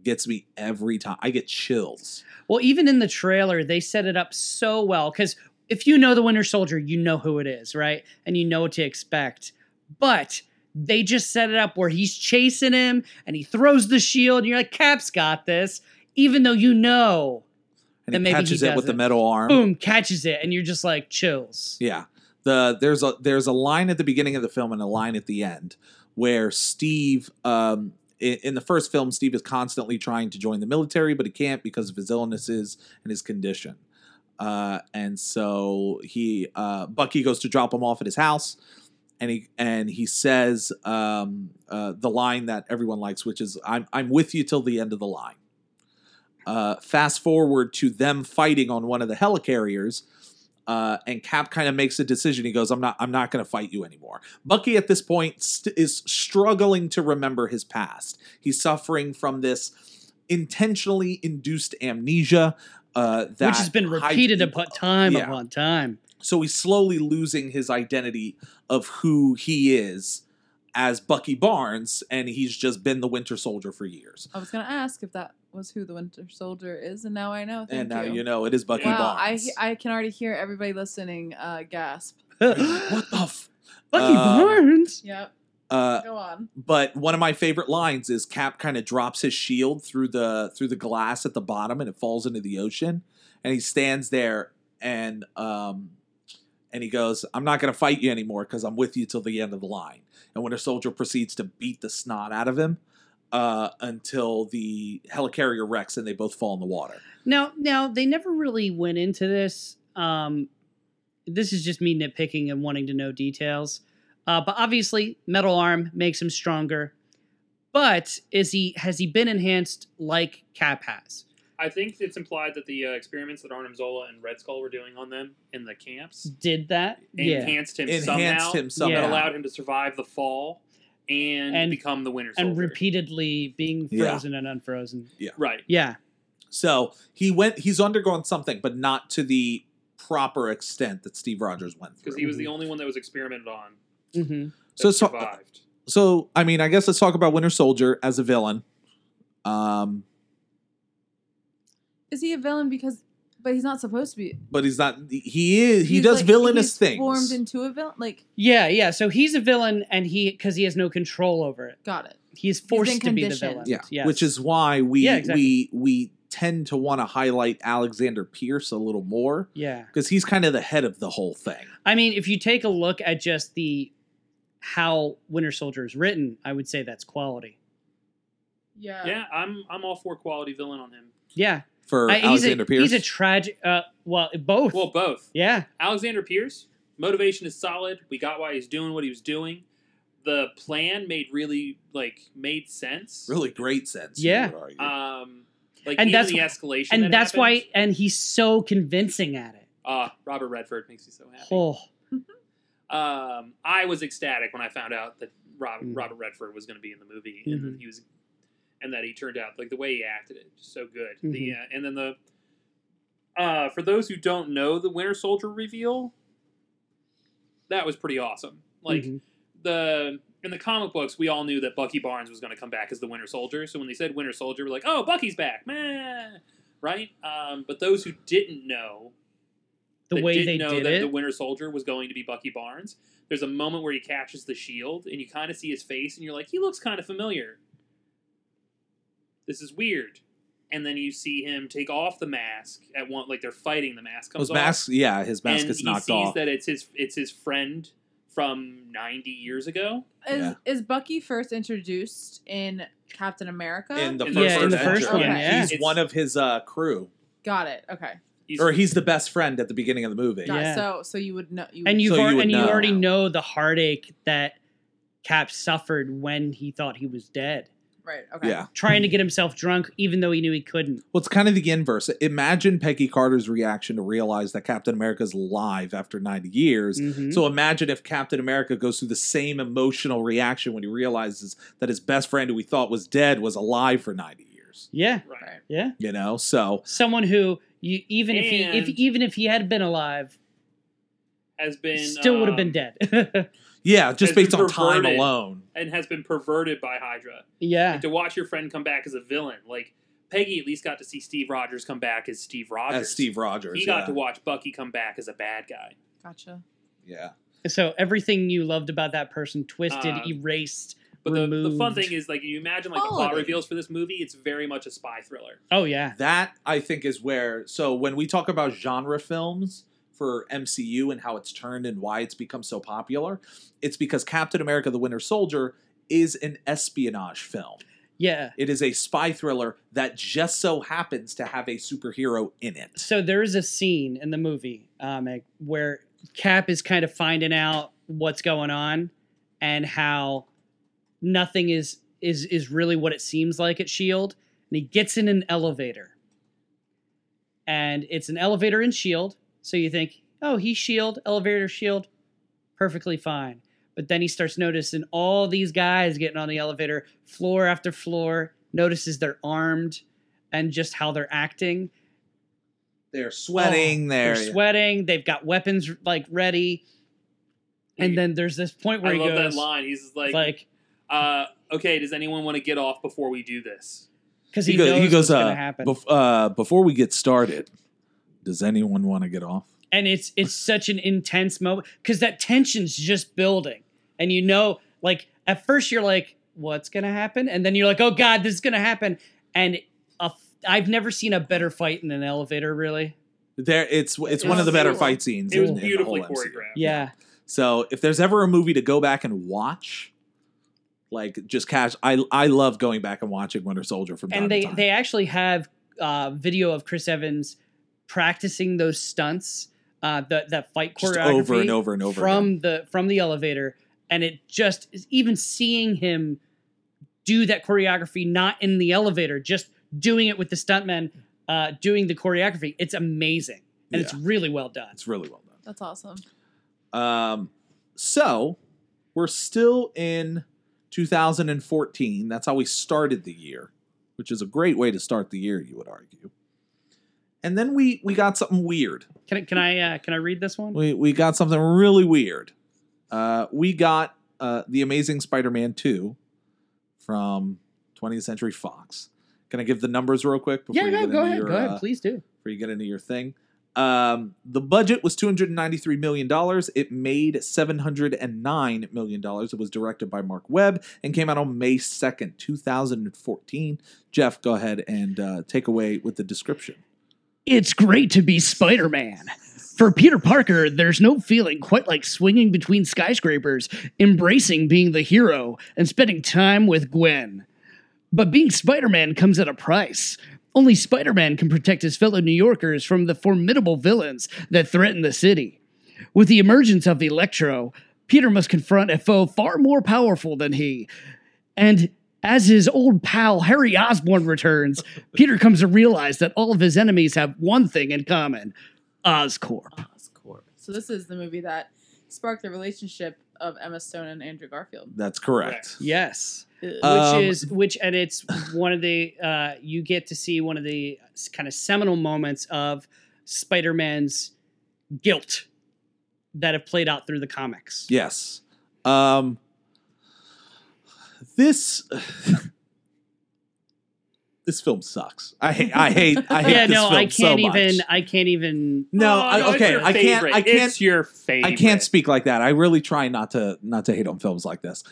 [SPEAKER 4] gets me every time. I get chills.
[SPEAKER 6] Well, even in the trailer, they set it up so well because if you know the Winter Soldier, you know who it is, right? And you know what to expect. But they just set it up where he's chasing him and he throws the shield, and you're like, Cap's got this, even though you know,
[SPEAKER 4] And
[SPEAKER 6] Then
[SPEAKER 4] he
[SPEAKER 6] maybe he
[SPEAKER 4] catches it with the
[SPEAKER 6] doesn't.
[SPEAKER 4] metal arm.
[SPEAKER 6] boom, catches it, and you're just like, chills.
[SPEAKER 4] Yeah. The there's a there's a line at the beginning of the film and a line at the end where Steve um in, in the first film Steve is constantly trying to join the military but he can't because of his illnesses and his condition. Uh and so he uh Bucky goes to drop him off at his house and he and he says um uh the line that everyone likes which is I'm I'm with you till the end of the line. Uh fast forward to them fighting on one of the helicarriers uh, and Cap kind of makes a decision. He goes, "I'm not. I'm not going to fight you anymore." Bucky at this point st- is struggling to remember his past. He's suffering from this intentionally induced amnesia. Uh, that
[SPEAKER 6] Which has been
[SPEAKER 4] hides
[SPEAKER 6] repeated
[SPEAKER 4] people-
[SPEAKER 6] upon time
[SPEAKER 4] yeah.
[SPEAKER 6] upon time.
[SPEAKER 4] So he's slowly losing his identity of who he is as Bucky Barnes, and he's just been the Winter Soldier for years.
[SPEAKER 5] I was gonna ask if that was who the Winter Soldier is, and now I know. Thank
[SPEAKER 4] and now
[SPEAKER 5] you.
[SPEAKER 4] you. know it is Bucky
[SPEAKER 5] Wow, I,
[SPEAKER 4] Barnes.
[SPEAKER 5] I can already hear everybody listening uh, gasp.
[SPEAKER 6] [gasps] Bucky
[SPEAKER 4] what the? F- Um,
[SPEAKER 6] Barnes.
[SPEAKER 5] Yep.
[SPEAKER 4] uh,
[SPEAKER 5] Go on.
[SPEAKER 4] but one of my favorite lines is cap kind of drops his shield through the through the glass at the bottom and it falls into the ocean and he stands there and um and he goes i'm not going to fight you anymore because i'm with you till the end of the line and when a soldier proceeds to beat the snot out of him uh, until the helicarrier wrecks and they both fall in the water
[SPEAKER 6] Now, now they never really went into this. Um, this is just me nitpicking and wanting to know details. Uh, but obviously, metal arm makes him stronger. But is he has he been enhanced like Cap has?
[SPEAKER 3] I think it's implied that the uh, experiments that Arnim Zola and Red Skull were doing on them in the camps
[SPEAKER 6] Did that? Yeah.
[SPEAKER 3] enhanced him somehow.
[SPEAKER 4] enhanced him somehow
[SPEAKER 6] Yeah.
[SPEAKER 3] That allowed him to survive the fall and,
[SPEAKER 6] And-
[SPEAKER 3] become the Winter Soldier.
[SPEAKER 6] And repeatedly being
[SPEAKER 4] Yeah.
[SPEAKER 6] frozen and unfrozen.
[SPEAKER 3] Right.
[SPEAKER 6] Yeah.
[SPEAKER 4] so he went he's undergone something but not to the proper extent that steve rogers went through
[SPEAKER 3] Because he was the only one that was experimented on.
[SPEAKER 6] hmm
[SPEAKER 3] That
[SPEAKER 4] So- so-
[SPEAKER 3] survived.
[SPEAKER 4] so I mean, I guess let's talk about Winter Soldier as a villain. Um,
[SPEAKER 5] Is he a villain because? But he's not supposed to be.
[SPEAKER 4] but he's not. He is. He
[SPEAKER 5] He's,
[SPEAKER 4] does
[SPEAKER 5] like,
[SPEAKER 4] villainous
[SPEAKER 5] he's
[SPEAKER 4] things.
[SPEAKER 5] Formed into a villain. Like,
[SPEAKER 6] Yeah. Yeah. So he's a villain, and he because he has no control over it.
[SPEAKER 5] got it.
[SPEAKER 6] He's forced to be the
[SPEAKER 5] conditioned.
[SPEAKER 6] villain.
[SPEAKER 4] yeah,
[SPEAKER 6] Yes.
[SPEAKER 4] which is why we
[SPEAKER 6] Yeah, exactly.
[SPEAKER 4] we we tend to want to highlight Alexander Pierce a little more
[SPEAKER 6] yeah.
[SPEAKER 4] because he's kind of the head of the whole thing.
[SPEAKER 6] I mean, if you take a look at just the how Winter Soldier is written, I would say that's quality.
[SPEAKER 5] Yeah.
[SPEAKER 3] Yeah, I'm I'm all for quality villain on
[SPEAKER 6] [laughs]
[SPEAKER 3] him.
[SPEAKER 6] Yeah,
[SPEAKER 4] For
[SPEAKER 6] I- he's
[SPEAKER 4] Alexander
[SPEAKER 6] a
[SPEAKER 4] Pierce,
[SPEAKER 6] he's a tragic. Uh, well, both.
[SPEAKER 3] Well, both.
[SPEAKER 6] yeah,
[SPEAKER 3] Alexander Pierce, motivation is solid. We got why he's doing what he was doing. The plan made really like made sense.
[SPEAKER 4] really great sense. you
[SPEAKER 6] Yeah.
[SPEAKER 4] would argue.
[SPEAKER 3] Um, like
[SPEAKER 6] And
[SPEAKER 3] even
[SPEAKER 6] that's-
[SPEAKER 3] the escalation,
[SPEAKER 6] and
[SPEAKER 3] that
[SPEAKER 6] that's why,
[SPEAKER 3] happened,
[SPEAKER 6] and he's so convincing at it.
[SPEAKER 3] uh, Robert Redford makes you so happy.
[SPEAKER 6] Oh,
[SPEAKER 3] Um, I was ecstatic when I found out that Rob,
[SPEAKER 6] Mhm.
[SPEAKER 3] Robert Redford was going to be in the movie, and that
[SPEAKER 6] Mhm.
[SPEAKER 3] he was, and that he turned out like the way he acted it just so good. The uh, and then the, uh, for those who don't know, the Winter Soldier reveal, that was pretty awesome. Like
[SPEAKER 6] Mhm.
[SPEAKER 3] the in the comic books, we all knew that Bucky Barnes was going to come back as the Winter Soldier. So when they said Winter Soldier, we're like, "Oh, Bucky's back!" Meh. Right? Um, but those who didn't know,
[SPEAKER 6] the
[SPEAKER 3] that
[SPEAKER 6] way
[SPEAKER 3] didn't
[SPEAKER 6] they
[SPEAKER 3] know
[SPEAKER 6] did
[SPEAKER 3] that the
[SPEAKER 6] it.
[SPEAKER 3] Winter Soldier was going to be Bucky Barnes. There's a moment where he catches the shield, and you kind of see his face, and you're like, "He looks kind of familiar." this is weird. And then you see him take off the mask at one, like they're fighting. The mask comes
[SPEAKER 4] His
[SPEAKER 3] off.
[SPEAKER 4] mask, yeah, his mask
[SPEAKER 3] and
[SPEAKER 4] gets
[SPEAKER 3] he
[SPEAKER 4] knocked
[SPEAKER 3] sees
[SPEAKER 4] off.
[SPEAKER 3] that it's his it's his friend from 90 years ago.
[SPEAKER 5] Is
[SPEAKER 4] Yeah.
[SPEAKER 5] is Bucky first introduced in Captain America?
[SPEAKER 4] in the
[SPEAKER 3] in
[SPEAKER 4] first,
[SPEAKER 3] the
[SPEAKER 6] yeah, in the
[SPEAKER 4] Avenger.
[SPEAKER 6] first one,
[SPEAKER 5] Okay.
[SPEAKER 6] yeah.
[SPEAKER 4] he's
[SPEAKER 3] It's-
[SPEAKER 4] one of his uh, crew,
[SPEAKER 5] Got it. Okay.
[SPEAKER 3] He's,
[SPEAKER 4] or he's the best friend at the beginning of the movie.
[SPEAKER 5] Got
[SPEAKER 6] Yeah.
[SPEAKER 5] it. So so you would know. You
[SPEAKER 6] and
[SPEAKER 5] would-
[SPEAKER 6] you've
[SPEAKER 4] So you
[SPEAKER 6] al-
[SPEAKER 4] would
[SPEAKER 6] and you
[SPEAKER 4] know.
[SPEAKER 6] already know the heartache that Cap suffered when he thought he was dead,
[SPEAKER 5] right. Okay.
[SPEAKER 4] Yeah.
[SPEAKER 6] trying to get himself drunk even though he knew he couldn't.
[SPEAKER 4] Well, it's kind of the inverse. Imagine Peggy Carter's reaction to realize that Captain America's alive after 90 years.
[SPEAKER 3] Mm-hmm.
[SPEAKER 6] Mhm.
[SPEAKER 4] So imagine if Captain America goes through the same emotional reaction when he realizes that his best friend who we thought was dead was alive for 90 years.
[SPEAKER 6] yeah,
[SPEAKER 3] right.
[SPEAKER 6] yeah.
[SPEAKER 4] You know? So
[SPEAKER 6] Someone who you even if he if
[SPEAKER 3] And-
[SPEAKER 6] even if he had been alive,
[SPEAKER 3] Has been
[SPEAKER 6] still would have been
[SPEAKER 3] um,
[SPEAKER 6] dead. [laughs]
[SPEAKER 4] yeah, just
[SPEAKER 3] Has been
[SPEAKER 4] based on time
[SPEAKER 3] perverted.
[SPEAKER 4] alone.
[SPEAKER 3] and has been perverted by Hydra.
[SPEAKER 6] yeah.
[SPEAKER 3] Like, to watch your friend come back as a villain, like Peggy at least got to see Steve Rogers come back as Steve Rogers.
[SPEAKER 4] As Steve Rogers.
[SPEAKER 3] he
[SPEAKER 4] yeah.
[SPEAKER 3] got to watch Bucky come back as a bad guy.
[SPEAKER 5] Gotcha.
[SPEAKER 4] yeah.
[SPEAKER 6] So everything you loved about that person twisted,
[SPEAKER 3] Uh,
[SPEAKER 6] erased.
[SPEAKER 3] But the, the fun
[SPEAKER 6] Removed.
[SPEAKER 3] thing is, like, you imagine like the
[SPEAKER 5] All
[SPEAKER 3] plot
[SPEAKER 5] of it.
[SPEAKER 3] reveals for this movie, it's very much a spy thriller.
[SPEAKER 6] Oh yeah.
[SPEAKER 4] That I think is where so when we talk about genre films for MCU and how it's turned and why it's become so popular, it's because Captain America the Winter Soldier is an espionage film.
[SPEAKER 6] Yeah.
[SPEAKER 4] It is a spy thriller that just so happens to have a superhero in it.
[SPEAKER 6] So there is a scene in the movie um, like, where Cap is kind of finding out what's going on and how nothing is is is really what it seems like at Shield, E and he gets in an elevator, and it's an elevator in Shield. E So you think, oh, he's Shield, elevator Shield, E perfectly fine. But then he starts noticing all these guys getting on the elevator, floor after floor. Notices they're armed, and just how they're acting.
[SPEAKER 4] They're sweating, they're,
[SPEAKER 6] They're sweating. They've got weapons like ready. And then there's this point where
[SPEAKER 3] I
[SPEAKER 6] he
[SPEAKER 3] love
[SPEAKER 6] goes
[SPEAKER 3] that line. He's just like,
[SPEAKER 6] like
[SPEAKER 3] uh, "Okay, does anyone want to get off before we do this?"
[SPEAKER 6] because
[SPEAKER 4] he,
[SPEAKER 6] he,
[SPEAKER 4] goes,
[SPEAKER 6] knows
[SPEAKER 4] he goes
[SPEAKER 6] what's
[SPEAKER 4] uh,
[SPEAKER 6] gonna happen.
[SPEAKER 4] bef- uh before we get started, does anyone want to get off?
[SPEAKER 6] and it's it's such an intense moment because that tension's just building, and you know, like at first you're like, what's gonna happen, and then you're like, oh god, this is gonna happen, and a f- I've never seen a better fight in an elevator, really.
[SPEAKER 4] There it's it's
[SPEAKER 3] It
[SPEAKER 4] one of
[SPEAKER 3] was
[SPEAKER 4] the better
[SPEAKER 3] beautiful.
[SPEAKER 4] fight scenes.
[SPEAKER 3] It was
[SPEAKER 4] in- in the
[SPEAKER 3] beautifully
[SPEAKER 4] whole MCU.
[SPEAKER 3] choreographed.
[SPEAKER 6] Yeah,
[SPEAKER 4] So if there's ever a movie to go back and watch, like just cash, I I love going back and watching Winter Soldier from time
[SPEAKER 6] and they
[SPEAKER 4] to time.
[SPEAKER 6] they actually have uh, video of Chris Evans practicing those stunts, uh, that that fight
[SPEAKER 4] just
[SPEAKER 6] choreography
[SPEAKER 4] over and over and over
[SPEAKER 6] from
[SPEAKER 4] again.
[SPEAKER 6] the from the elevator and it just even seeing him do that choreography not in the elevator just doing it with the stuntmen uh doing the choreography it's amazing and it's
[SPEAKER 4] Yeah.
[SPEAKER 6] really well done
[SPEAKER 4] It's really well
[SPEAKER 5] That's awesome.
[SPEAKER 4] done. Um, so we're still in 2014. That's how we started the year, which is a great way to start the year, you would argue. And then we we got something weird.
[SPEAKER 6] can i can i uh, can i read this one
[SPEAKER 4] We we got something really weird. Uh, we got uh, the Amazing Spider-Man two from 20th Century Fox. Can I give the numbers real quick before
[SPEAKER 6] yeah
[SPEAKER 4] you
[SPEAKER 6] no
[SPEAKER 4] get
[SPEAKER 6] go
[SPEAKER 4] into
[SPEAKER 6] ahead
[SPEAKER 4] your
[SPEAKER 6] go ahead
[SPEAKER 4] uh,
[SPEAKER 6] please do
[SPEAKER 4] before you get into your thing? Um, the budget was 293 million dollars. It made 709 million dollars. It was directed by Mark Webb and came out on May 2nd, 2014. Jeff, go ahead and uh, take away with the description.
[SPEAKER 6] It's great to be Spider Man. For Peter Parker, there's no feeling quite like swinging between skyscrapers, embracing being the hero, and spending time with Gwen. But being Spider Man comes at a price. Only Spider Man can protect his fellow New Yorkers from the formidable villains that threaten the city. With the emergence of Electro, Peter must confront a foe far more powerful than he. And as his old pal Harry Osborn returns, Peter comes to realize that all of his enemies have one thing in common Oscorp.
[SPEAKER 5] Oscorp. So this is the movie that sparked the relationship of Emma Stone and Andrew Garfield.
[SPEAKER 4] That's correct.
[SPEAKER 3] Correct.
[SPEAKER 6] Yes. Uh, Which
[SPEAKER 4] Um,
[SPEAKER 6] is, which, and it's one of the, uh, you get to see one of the kind of seminal moments of Spider Man's guilt that have played out through the comics.
[SPEAKER 4] Yes. Um this [sighs] this film sucks. I hate I hate I hate
[SPEAKER 6] Yeah,
[SPEAKER 4] this
[SPEAKER 6] no,
[SPEAKER 4] film
[SPEAKER 6] I can't
[SPEAKER 4] so much.
[SPEAKER 6] even, Oh, I can't even,
[SPEAKER 4] No,
[SPEAKER 3] Oh,
[SPEAKER 4] I-
[SPEAKER 3] it's
[SPEAKER 4] okay,
[SPEAKER 3] your
[SPEAKER 4] I can't-
[SPEAKER 3] favorite.
[SPEAKER 4] I can't-
[SPEAKER 3] It's your favorite.
[SPEAKER 4] I can't speak like that. I really try not to not to hate on films like this.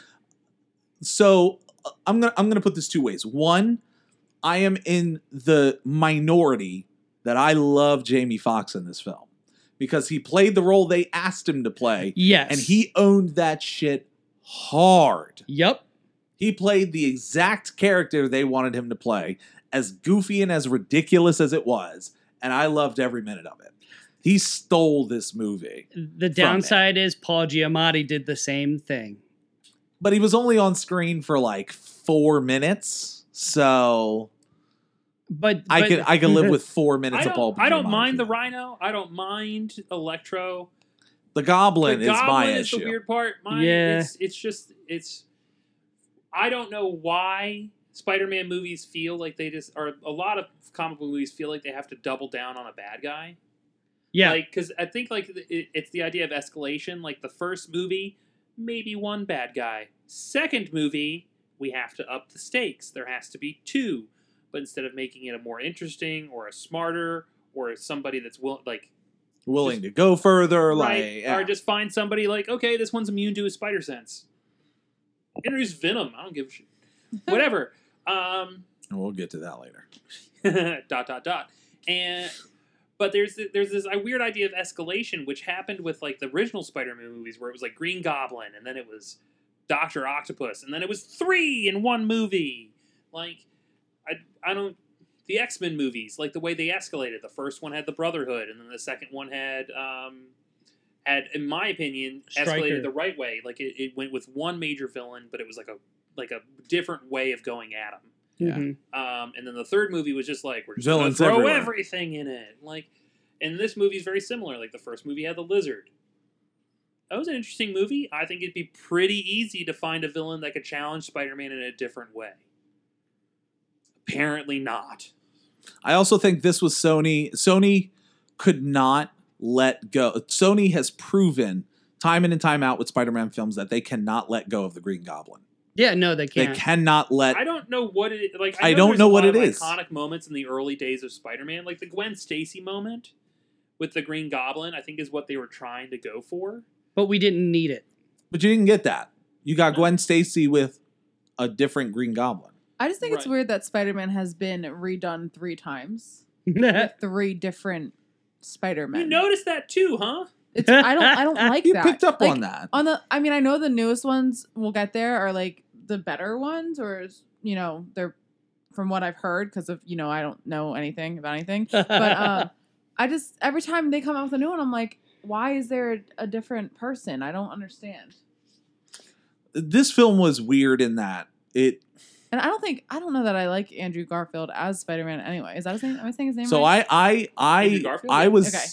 [SPEAKER 4] So uh, I'm gonna I'm gonna put this two ways. One, I am in the minority that I love Jamie Foxx in this film because he played the role they asked him to play
[SPEAKER 6] Yes.
[SPEAKER 4] and he owned that shit hard.
[SPEAKER 6] Yep.
[SPEAKER 4] He played the exact character they wanted him to play, as goofy and as ridiculous as it was, and I loved every minute of it. He stole this movie,
[SPEAKER 6] The downside is Paul Giamatti did the same thing.
[SPEAKER 4] but he was only on screen for like four minutes, so
[SPEAKER 6] But,
[SPEAKER 4] I
[SPEAKER 6] but-
[SPEAKER 4] could I could live with
[SPEAKER 3] [laughs]
[SPEAKER 4] four
[SPEAKER 3] I
[SPEAKER 4] minutes of Paul.
[SPEAKER 3] don't, I don't
[SPEAKER 4] Giamatti.
[SPEAKER 3] mind the Rhino. I don't mind Electro.
[SPEAKER 4] The Goblin
[SPEAKER 3] the
[SPEAKER 4] is
[SPEAKER 3] Goblin
[SPEAKER 4] my
[SPEAKER 3] is
[SPEAKER 4] issue.
[SPEAKER 3] the weird part. Mine,
[SPEAKER 6] Yeah.
[SPEAKER 3] it's, it's just it's. I don't know why Spider-Man movies feel like they just are. A lot of comic book movies feel like they have to double down on a bad guy.
[SPEAKER 6] yeah.
[SPEAKER 3] Like, because I think like it, it's the idea of escalation. Like the first movie, maybe one bad guy. Second movie, we have to up the stakes. There has to be two. But instead of making it a more interesting or a smarter or somebody that's will like
[SPEAKER 4] Willing to go further, like
[SPEAKER 3] right,
[SPEAKER 4] yeah.
[SPEAKER 3] or just find somebody like okay, this one's immune to his spider sense. Introduce Venom. I don't give a shit. Whatever. um,
[SPEAKER 4] we'll get to that later.
[SPEAKER 3] [laughs] dot dot dot and but there's th- there's this uh, weird idea of escalation which happened with like the original spider-man movies where it was like green goblin and then it was doctor octopus and then it was three in one movie like i i don't the x-men movies like the way they escalated the first one had the brotherhood and then the second one had um had in my opinion
[SPEAKER 6] Stryker.
[SPEAKER 3] escalated the right way like it, it went with one major villain but it was like a like a different way of going at him
[SPEAKER 4] Yeah.
[SPEAKER 6] Mhm.
[SPEAKER 3] um, and then the third movie was just like we're just
[SPEAKER 4] Villains
[SPEAKER 3] gonna throw
[SPEAKER 4] everywhere.
[SPEAKER 3] everything in it. Like, and this movie's very similar. Like the first movie had the lizard. That was an interesting movie. I think it'd be pretty easy to find a villain that could challenge Spider-Man in a different way. Apparently not.
[SPEAKER 4] I also think this was Sony. Sony could not let go. Sony has proven time in and time out with Spider-Man films that they cannot let go of the Green Goblin.
[SPEAKER 6] Yeah, no, they can't.
[SPEAKER 4] They cannot let.
[SPEAKER 3] I don't know what it like.
[SPEAKER 4] I
[SPEAKER 3] I,
[SPEAKER 4] don't
[SPEAKER 3] there's
[SPEAKER 4] know
[SPEAKER 3] a
[SPEAKER 4] what
[SPEAKER 3] lot
[SPEAKER 4] it
[SPEAKER 3] of
[SPEAKER 4] is.
[SPEAKER 3] Iconic moments in the early days of Spider-Man, like the Gwen Stacy moment with the Green Goblin, I think is what they were trying to go for.
[SPEAKER 6] But we didn't need it. [laughs]
[SPEAKER 4] But you didn't get that. You got Gwen Stacy with a different Green Goblin.
[SPEAKER 5] I just think it's
[SPEAKER 3] Right.
[SPEAKER 5] weird that Spider Man has been redone three times. with three different Spider Men.
[SPEAKER 3] You noticed that too, huh?
[SPEAKER 5] it's, I
[SPEAKER 4] [laughs]
[SPEAKER 5] don't I don't like
[SPEAKER 4] You
[SPEAKER 5] that.
[SPEAKER 4] picked up
[SPEAKER 5] Like,
[SPEAKER 4] on that.
[SPEAKER 5] On the I mean I know the newest ones we'll get there are like the better ones or you know they're from what I've heard because of you know I don't know anything about anything
[SPEAKER 4] [laughs]
[SPEAKER 6] but
[SPEAKER 5] but
[SPEAKER 3] uh,
[SPEAKER 5] um I just every time they come out with a new one I'm like why is there a different person I don't understand
[SPEAKER 4] This film was weird in that it.
[SPEAKER 5] and I don't think I don't know that I like Andrew Garfield as Spider Man anyway is that his name am I saying his name
[SPEAKER 4] So
[SPEAKER 5] right?
[SPEAKER 4] I I
[SPEAKER 3] Andrew
[SPEAKER 4] I
[SPEAKER 3] Garfield?
[SPEAKER 4] I was.
[SPEAKER 5] Okay.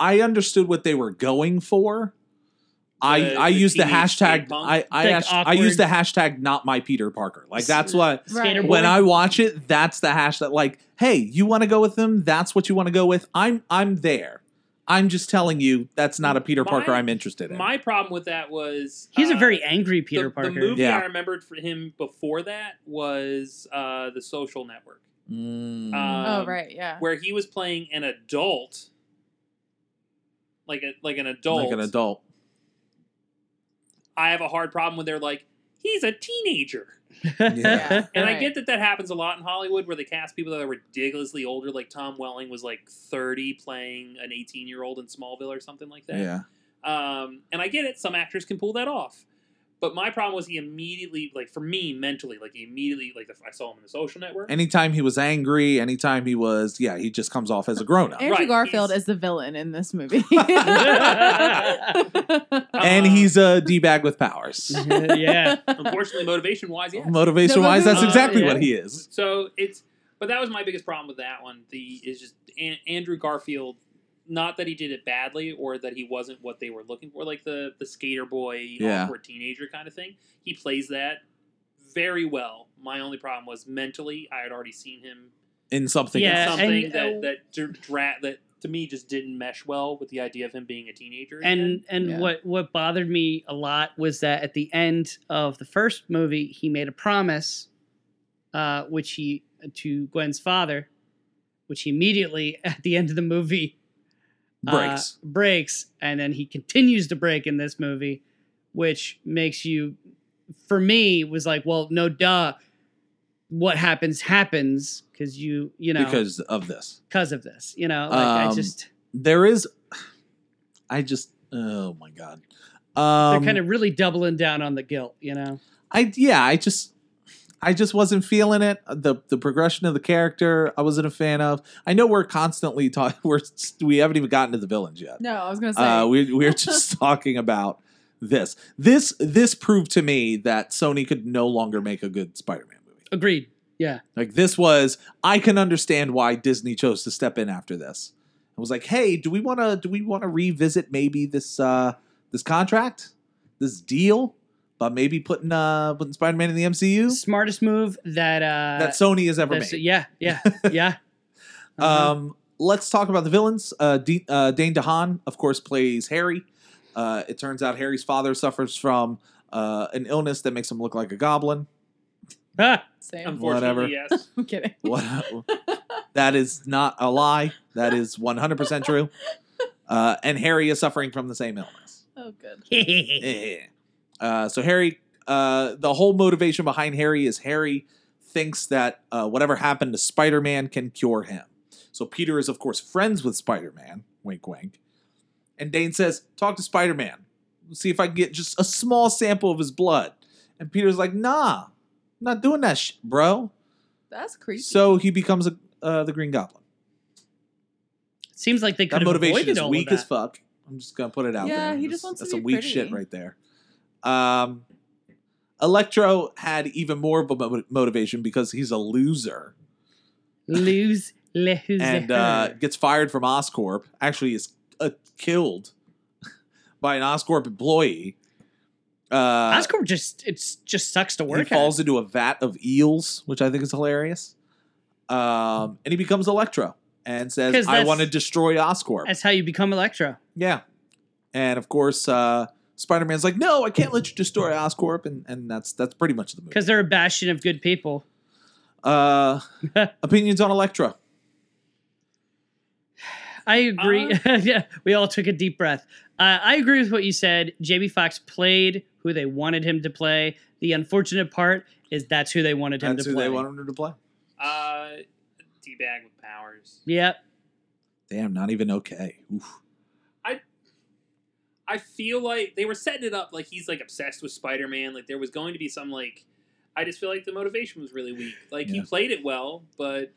[SPEAKER 4] I understood what they were going for. I,
[SPEAKER 3] The-
[SPEAKER 4] I
[SPEAKER 3] the
[SPEAKER 4] used the
[SPEAKER 3] teenage
[SPEAKER 4] hashtag
[SPEAKER 3] steampunk?
[SPEAKER 4] I I,
[SPEAKER 6] Like
[SPEAKER 4] asked- I used the
[SPEAKER 6] awkward-
[SPEAKER 4] hashtag not my Peter Parker like that's what
[SPEAKER 5] Right.
[SPEAKER 6] Skateboard.
[SPEAKER 4] when I watch it, that's the hash that like, hey, you want to go with them? That's what you want to go with. I'm I'm there. I'm just telling you that's not a Peter
[SPEAKER 3] My-
[SPEAKER 4] Parker I'm interested in.
[SPEAKER 3] My problem with that was
[SPEAKER 6] He's a
[SPEAKER 3] uh,
[SPEAKER 6] very angry Peter
[SPEAKER 3] the,
[SPEAKER 6] Parker.
[SPEAKER 3] The movie
[SPEAKER 4] Yeah.
[SPEAKER 3] I remembered for him before that was uh, The Social Network,
[SPEAKER 4] Mm.
[SPEAKER 5] oh
[SPEAKER 3] Um,
[SPEAKER 5] right yeah
[SPEAKER 3] where he was playing an adult, like a like an adult.
[SPEAKER 4] like an adult.
[SPEAKER 3] I have a hard problem when they're like, he's a teenager, [laughs]
[SPEAKER 4] [laughs] Yeah.
[SPEAKER 3] and I
[SPEAKER 5] Right.
[SPEAKER 3] get that that happens a lot in Hollywood, where they cast people that are ridiculously older. Like Tom Welling was like thirty playing an eighteen-year-old in Smallville or something like that.
[SPEAKER 4] Yeah.
[SPEAKER 3] Um, and I get it; some actors can pull that off. But my problem was he immediately, like for me mentally, like he immediately, like I saw him in the Social Network.
[SPEAKER 4] Anytime he was angry, anytime he was, yeah, he just comes off as a grown up.
[SPEAKER 5] Andrew
[SPEAKER 3] Right,
[SPEAKER 5] Garfield
[SPEAKER 3] he's-
[SPEAKER 5] is the villain in this movie.
[SPEAKER 4] and
[SPEAKER 3] Um, Uh-huh.
[SPEAKER 4] he's a D bag with powers.
[SPEAKER 6] Mm-hmm. [laughs] yeah.
[SPEAKER 3] unfortunately, motivation wise, yeah.
[SPEAKER 4] Motivation wise, that's
[SPEAKER 5] Uh,
[SPEAKER 4] exactly
[SPEAKER 3] yeah.
[SPEAKER 4] what he is.
[SPEAKER 3] So it's, but that was my biggest problem with that one. The is just An- Andrew Garfield. Not that he did it badly or that he wasn't what they were looking for, like the the skater boy,
[SPEAKER 4] Yeah.
[SPEAKER 3] awkward teenager kind of thing. He plays that very well. My only problem was mentally. I had already seen him
[SPEAKER 4] In something
[SPEAKER 6] Yeah,
[SPEAKER 4] else.
[SPEAKER 3] something
[SPEAKER 6] and-
[SPEAKER 3] that that dra- dra- that to me just didn't mesh well with the idea of him being a teenager.
[SPEAKER 6] and
[SPEAKER 3] again.
[SPEAKER 6] and
[SPEAKER 5] Yeah.
[SPEAKER 6] what what bothered me a lot was that at the end of the first movie he made a promise uh which he to gwen's father which he immediately [laughs] at the end of the movie uh,
[SPEAKER 4] Breaks.
[SPEAKER 6] breaks and then he continues to break in this movie which makes you for me was like well no duh what happens happens because you you know
[SPEAKER 4] because of this.
[SPEAKER 6] 'cause of this you know like I
[SPEAKER 4] Um,
[SPEAKER 6] just
[SPEAKER 4] There is, I just, oh my god,
[SPEAKER 6] they're
[SPEAKER 4] um,
[SPEAKER 6] kind of really doubling down on the guilt you know
[SPEAKER 4] I yeah, I just I just wasn't feeling it. The the progression of the character, I wasn't a fan of. I know we're constantly talking. [laughs] We're we haven't even gotten to the villains yet.
[SPEAKER 5] [laughs] No, I was gonna say.
[SPEAKER 4] Uh, we we're just talking about this. This this proved to me that Sony could no longer make a good Spider-Man movie.
[SPEAKER 6] agreed yeah
[SPEAKER 4] Like this was, I can understand why Disney chose to step in after this. I was like, hey, do we want to do we want to revisit maybe this uh this contract, this deal, about maybe putting uh putting Spider-Man in the MCU?
[SPEAKER 6] smartest move that uh
[SPEAKER 4] that Sony has ever
[SPEAKER 6] that's-
[SPEAKER 4] made.
[SPEAKER 6] yeah
[SPEAKER 4] [laughs]
[SPEAKER 6] yeah yeah Uh-huh.
[SPEAKER 4] Um, let's talk about the villains. Uh, D- uh, Dane DeHaan, of course, plays Harry. Uh, it turns out Harry's father suffers from uh, an illness that makes him look like a goblin.
[SPEAKER 6] Ah,
[SPEAKER 5] same.
[SPEAKER 3] Unfortunately,
[SPEAKER 4] Whatever.
[SPEAKER 3] yes.
[SPEAKER 5] [laughs] I'm kidding.
[SPEAKER 4] What? that is not a lie. That is 100% true. Uh, and Harry is suffering from the same illness.
[SPEAKER 5] Oh, good.
[SPEAKER 4] Yeah. Uh, so Harry, uh, the whole motivation behind Harry is Harry thinks that uh, whatever happened to Spider-Man can cure him. So Peter is of course friends with Spider-Man. Wink, wink. And Dane says, "Talk to Spider-Man. See if I can get just a small sample of his blood." And Peter's like, "Nah, I'm not doing that, sh- bro."
[SPEAKER 5] That's creepy.
[SPEAKER 4] So he becomes a, uh, the Green Goblin.
[SPEAKER 6] seems like they could
[SPEAKER 4] That
[SPEAKER 6] have
[SPEAKER 4] motivation
[SPEAKER 6] avoided
[SPEAKER 4] is
[SPEAKER 6] all
[SPEAKER 4] weak
[SPEAKER 6] of that.
[SPEAKER 4] as fuck. I'm just gonna put it out
[SPEAKER 5] Yeah,
[SPEAKER 4] there.
[SPEAKER 5] he
[SPEAKER 4] That's-
[SPEAKER 5] just wants to
[SPEAKER 4] That's
[SPEAKER 5] be
[SPEAKER 4] some weak
[SPEAKER 5] pretty.
[SPEAKER 4] shit right there. Um, Electro had even more of a mo- motivation because he's a loser
[SPEAKER 6] lose lose
[SPEAKER 4] and
[SPEAKER 6] [laughs]
[SPEAKER 4] uh, gets fired from Oscorp. Actually, is uh, killed [laughs] by an Oscorp employee. Uh,
[SPEAKER 6] Oscorp just it's just sucks to
[SPEAKER 4] he
[SPEAKER 6] work at.
[SPEAKER 4] falls into a vat of eels, which I think is hilarious. Um, and he becomes Electro and
[SPEAKER 6] 'Cause
[SPEAKER 4] says, "I
[SPEAKER 6] that's-
[SPEAKER 4] want to destroy Oscorp."
[SPEAKER 6] That's how you become Electro.
[SPEAKER 4] Yeah. And of course, uh, Spider Man's like, no, I can't let you destroy Oscorp. And, and that's that's pretty much the movie.
[SPEAKER 6] Because they're a bastion of good people.
[SPEAKER 4] Uh,
[SPEAKER 3] [laughs]
[SPEAKER 4] opinions on Elektra.
[SPEAKER 6] I agree. [laughs] yeah, we all took a deep breath. Uh, I agree with what you said. Jamie Foxx played who they wanted him to play. The unfortunate part is that's who they wanted him
[SPEAKER 4] That's
[SPEAKER 6] to
[SPEAKER 4] who
[SPEAKER 6] play.
[SPEAKER 4] they wanted her to play.
[SPEAKER 3] Uh, D bag with powers.
[SPEAKER 6] Yep.
[SPEAKER 4] Damn, not even okay. Oof.
[SPEAKER 3] I feel like they were setting it up like he's like obsessed with Spider Man. Like there was going to be some like. I just feel like the motivation was really weak. Like he
[SPEAKER 4] Yeah.
[SPEAKER 3] played it well, but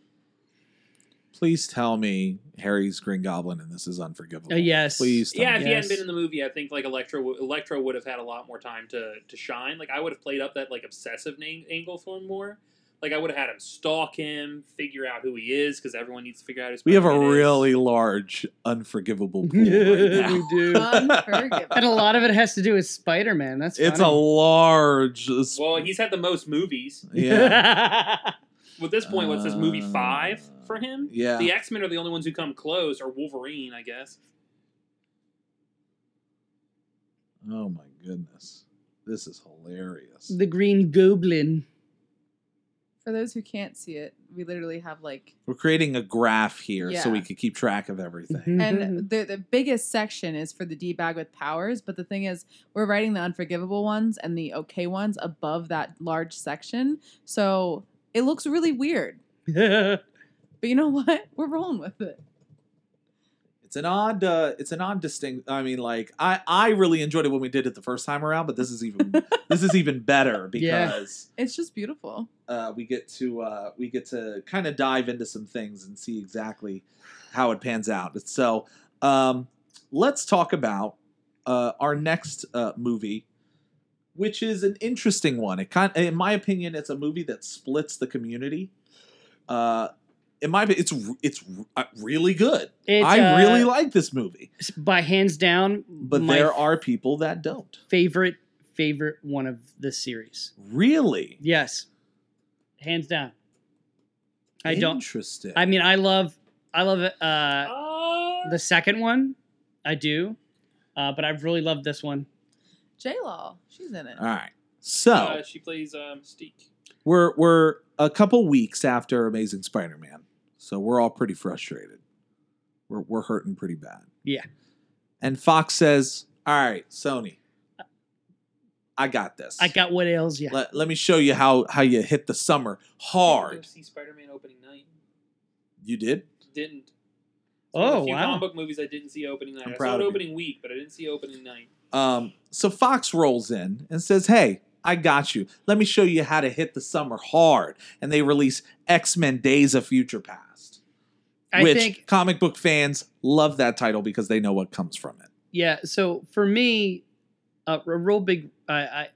[SPEAKER 4] Please tell me Harry's Green Goblin and this is unforgivable.
[SPEAKER 6] Uh, yes.
[SPEAKER 4] Oh,
[SPEAKER 6] [laughs]
[SPEAKER 4] Please tell
[SPEAKER 3] yeah, if
[SPEAKER 4] me.
[SPEAKER 3] he hadn't
[SPEAKER 6] Yes.
[SPEAKER 3] been in the movie, I think like Electro w- Electro would have had a lot more time to to shine. Like I would have played up that like obsessive name angle for him more. Like I would have had him stalk him, figure out who he is, because everyone needs to figure out who.
[SPEAKER 4] We have a
[SPEAKER 3] Spider-Man is.
[SPEAKER 4] really large unforgivable
[SPEAKER 3] [laughs]
[SPEAKER 4] pool right
[SPEAKER 6] we
[SPEAKER 4] now.
[SPEAKER 6] do. And
[SPEAKER 5] Unforgivable.
[SPEAKER 6] a
[SPEAKER 5] [laughs]
[SPEAKER 6] lot of it has to do with Spider Man.
[SPEAKER 4] [laughs]
[SPEAKER 6] That's
[SPEAKER 4] It's a large.
[SPEAKER 3] Well, he's had the most movies. [laughs]
[SPEAKER 6] [laughs]
[SPEAKER 4] yeah.
[SPEAKER 3] At this point, what's this movie
[SPEAKER 4] Uh,
[SPEAKER 3] five for him?
[SPEAKER 4] Yeah.
[SPEAKER 3] The X Men are the only ones who come close, or Wolverine, I guess.
[SPEAKER 4] Oh my goodness. This is hilarious.
[SPEAKER 6] the Green Goblin.
[SPEAKER 5] For those who can't see it, we literally have like,
[SPEAKER 4] We're creating a graph here so
[SPEAKER 5] Yeah.
[SPEAKER 4] we can keep track of everything.
[SPEAKER 5] Mm-hmm. and the the biggest section is for the D bag with powers. But the thing is, we're writing the unforgivable ones and the okay ones above that large section, so it looks really weird. But you know [laughs] what? We're rolling with it.
[SPEAKER 4] It's an odd, uh, it's an odd distinct. I mean, like I, I really enjoyed it when we did it the first time around, but this is even, this is even better
[SPEAKER 6] Yeah.
[SPEAKER 4] because
[SPEAKER 5] It's just beautiful.
[SPEAKER 4] uh, we get to, uh, we get to kind of dive into some things and see exactly how it pans out. So, um, let's talk about uh, our next uh, movie, which is an interesting one. It kind, in my opinion, it's a movie that splits the community. Uh, in my, opinion, it's r- it's r- uh, really good.
[SPEAKER 6] It's,
[SPEAKER 4] I
[SPEAKER 6] uh,
[SPEAKER 4] really like this movie.
[SPEAKER 6] by hands down,
[SPEAKER 4] But
[SPEAKER 6] my
[SPEAKER 4] there are people that don't.
[SPEAKER 6] favorite favorite one of the series.
[SPEAKER 4] Really?
[SPEAKER 6] Yes, hands down. I don't.
[SPEAKER 4] Interesting.
[SPEAKER 6] I mean, I love, I love uh,
[SPEAKER 3] Uh,
[SPEAKER 6] the second one. I do, uh, but I've really loved this one.
[SPEAKER 5] J Law, she's in it.
[SPEAKER 4] All right. So
[SPEAKER 3] uh, she plays uh, Mystique.
[SPEAKER 4] we're we're a couple weeks after Amazing Spider-Man, so we're all pretty frustrated. We're we're hurting pretty bad.
[SPEAKER 6] Yeah.
[SPEAKER 4] And Fox says, "All right, Sony, I got this.
[SPEAKER 6] I got what ails you.
[SPEAKER 4] Let, let me show you how how you hit the summer hard.
[SPEAKER 3] see Spider-Man opening night.
[SPEAKER 4] You did.
[SPEAKER 3] Didn't. It's one of
[SPEAKER 6] Oh
[SPEAKER 3] the few
[SPEAKER 6] wow!
[SPEAKER 3] Comic book movies I didn't see opening night.
[SPEAKER 4] I'm
[SPEAKER 3] I
[SPEAKER 4] proud
[SPEAKER 3] saw it
[SPEAKER 4] of you.
[SPEAKER 3] opening week, but I didn't see opening night.
[SPEAKER 4] Um, so Fox rolls in and says, Hey, I got you. Let me show you how to hit the summer hard. And they release X Men Days of Future Past,
[SPEAKER 6] I
[SPEAKER 4] which
[SPEAKER 6] think
[SPEAKER 4] comic book fans love that title because they know what comes from it.
[SPEAKER 6] yeah. So for me, uh, a real big. I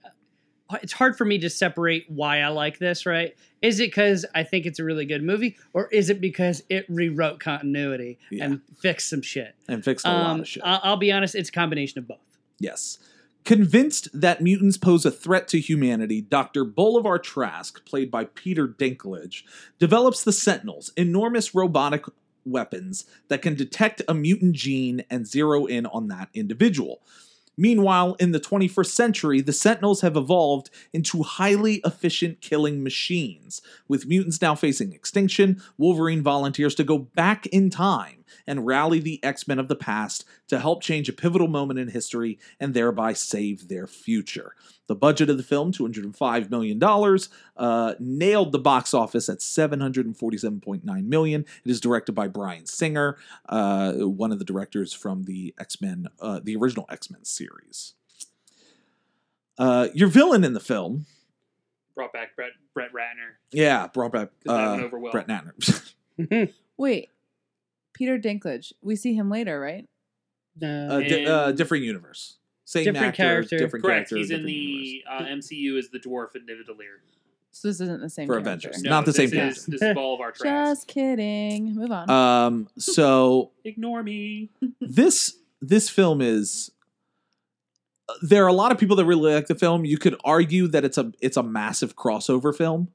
[SPEAKER 6] I, it's hard for me to separate why I like this. Right? Is it because I think it's a really good movie, or is it because it rewrote continuity
[SPEAKER 4] Yeah.
[SPEAKER 6] and fixed some shit?
[SPEAKER 4] And fixed a lot
[SPEAKER 6] Um,
[SPEAKER 4] of shit.
[SPEAKER 6] I- I'll be honest, it's a combination of both.
[SPEAKER 4] Yes. Convinced that mutants pose a threat to humanity, Dr. Bolivar Trask, played by Peter Dinklage, develops the Sentinels, enormous robotic weapons that can detect a mutant gene and zero in on that individual. Meanwhile, in the 21st century, the Sentinels have evolved into highly efficient killing machines. With mutants now facing extinction, Wolverine volunteers to go back in time and rally the X Men of the past to help change a pivotal moment in history and thereby save their future. The budget of the film, $205 million, uh, nailed the box office at $747.9 million. It is directed by Brian Singer, uh, one of the directors from the X Men, uh, the original X Men series. Uh, your villain in the film,
[SPEAKER 3] Brought back Brett Brett Ratner
[SPEAKER 4] yeah, brought back
[SPEAKER 3] because that went
[SPEAKER 4] uh,
[SPEAKER 3] over well.
[SPEAKER 4] Brett Natner.
[SPEAKER 5] Wait, Peter Dinklage. We see him later, right?
[SPEAKER 4] [laughs] uh,
[SPEAKER 6] No.
[SPEAKER 4] di- uh, different universe, same
[SPEAKER 6] Different
[SPEAKER 4] actor,
[SPEAKER 6] character.
[SPEAKER 4] different
[SPEAKER 3] Correct.
[SPEAKER 4] character,
[SPEAKER 3] He's in
[SPEAKER 4] different universe.
[SPEAKER 3] the uh, MCU as the dwarf in Nidavellir.
[SPEAKER 5] So this isn't the same.
[SPEAKER 4] For
[SPEAKER 5] character.
[SPEAKER 4] Avengers. It's not the
[SPEAKER 3] this
[SPEAKER 4] same
[SPEAKER 3] Is, this is Bolivar
[SPEAKER 4] [laughs]
[SPEAKER 3] Trask.
[SPEAKER 5] Just kidding. Move
[SPEAKER 3] [laughs]
[SPEAKER 5] on.
[SPEAKER 4] Um, so
[SPEAKER 3] Ignore me.
[SPEAKER 4] this this film is there are a lot of people that really like the film. You could argue that it's a it's a massive crossover film.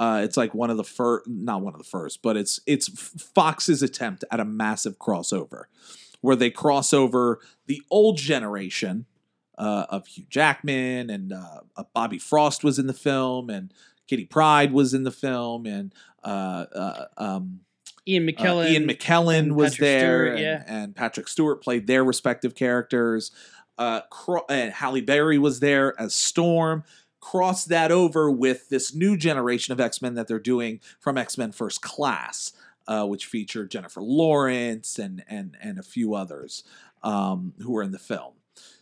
[SPEAKER 4] Uh, it's like one of the first, not one of the first, but it's it's Fox's attempt at a massive crossover, where they cross over the old generation uh, of Hugh Jackman and uh, uh, Bobby Frost was in the film, and Kitty Pride was in the film, and uh, uh, um,
[SPEAKER 6] Ian
[SPEAKER 4] uh,
[SPEAKER 6] McKellen.
[SPEAKER 4] Ian McKellen
[SPEAKER 6] and
[SPEAKER 4] was
[SPEAKER 6] Patrick
[SPEAKER 4] there,
[SPEAKER 6] Stewart,
[SPEAKER 4] and,
[SPEAKER 6] yeah.
[SPEAKER 4] and Patrick Stewart played their respective characters. Uh, Cro- and Halle Berry was there as Storm. Cross that over with this new generation of X Men that they're doing from X Men First Class, uh, which featured Jennifer Lawrence and and and a few others um, who were in the film.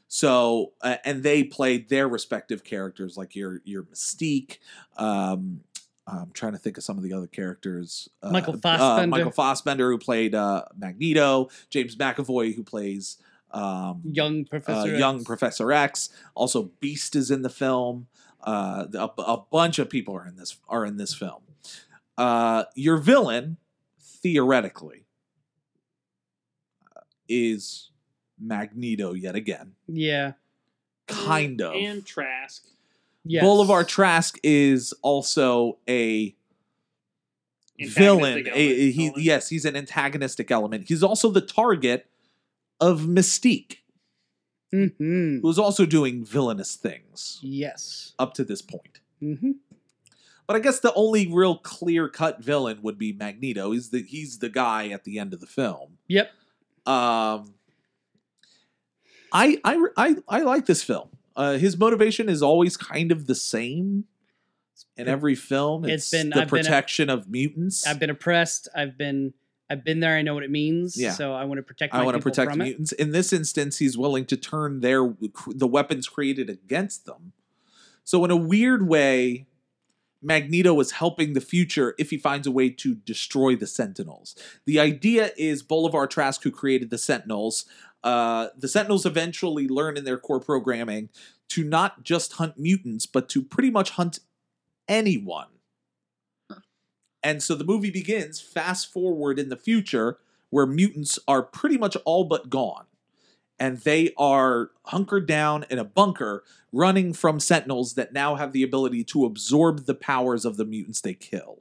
[SPEAKER 4] So uh, and they played their respective characters, like your your Mystique. Um, I'm trying to think of some of the other characters. Uh,
[SPEAKER 6] Michael
[SPEAKER 4] uh,
[SPEAKER 6] Fassbender.
[SPEAKER 4] Michael Fassbender, who played uh, Magneto. James McAvoy, who plays um,
[SPEAKER 6] young
[SPEAKER 4] uh,
[SPEAKER 6] professor.
[SPEAKER 4] young
[SPEAKER 6] X.
[SPEAKER 4] Professor X. Also, Beast is in the film. Uh, a, a bunch of people are in this are in this film. Uh, your villain, theoretically, uh, is Magneto yet again.
[SPEAKER 6] Yeah.
[SPEAKER 4] Kind of.
[SPEAKER 3] And Trask.
[SPEAKER 6] Yes.
[SPEAKER 4] Bolivar Trask is also a
[SPEAKER 3] Antagonistic
[SPEAKER 4] villain. A-
[SPEAKER 3] element.
[SPEAKER 4] a- he,
[SPEAKER 3] Element.
[SPEAKER 4] yes, he's an antagonistic element. He's also the target of Mystique,
[SPEAKER 6] hmm
[SPEAKER 4] who's also doing villainous things
[SPEAKER 6] Yes.
[SPEAKER 4] up to this point.
[SPEAKER 6] hmm
[SPEAKER 4] But I guess the only real clear cut villain would be Magneto. He's the he's the guy at the end of the film.
[SPEAKER 6] Yep.
[SPEAKER 4] Um, I I I I like this film. Uh, his motivation is always kind of the same in every film. It's,
[SPEAKER 6] It's been-
[SPEAKER 4] the
[SPEAKER 6] I've been a-
[SPEAKER 4] protection of mutants.
[SPEAKER 6] I've been oppressed. I've been. I've been there. I know what it means.
[SPEAKER 4] Yeah.
[SPEAKER 6] So I want to protect. My
[SPEAKER 4] I want to
[SPEAKER 6] people
[SPEAKER 4] protect
[SPEAKER 6] from it.
[SPEAKER 4] mutants. In this instance, he's willing to turn their the weapons created against them. So in a weird way, Magneto is helping the future if he finds a way to destroy the Sentinels. The idea is Bolivar Trask, who created the Sentinels, uh, the Sentinels eventually learn in their core programming to not just hunt mutants, but to pretty much hunt anyone. And so the movie begins fast forward in the future where mutants are pretty much all but gone. And they are hunkered down in a bunker, running from sentinels that now have the ability to absorb the powers of the mutants they kill.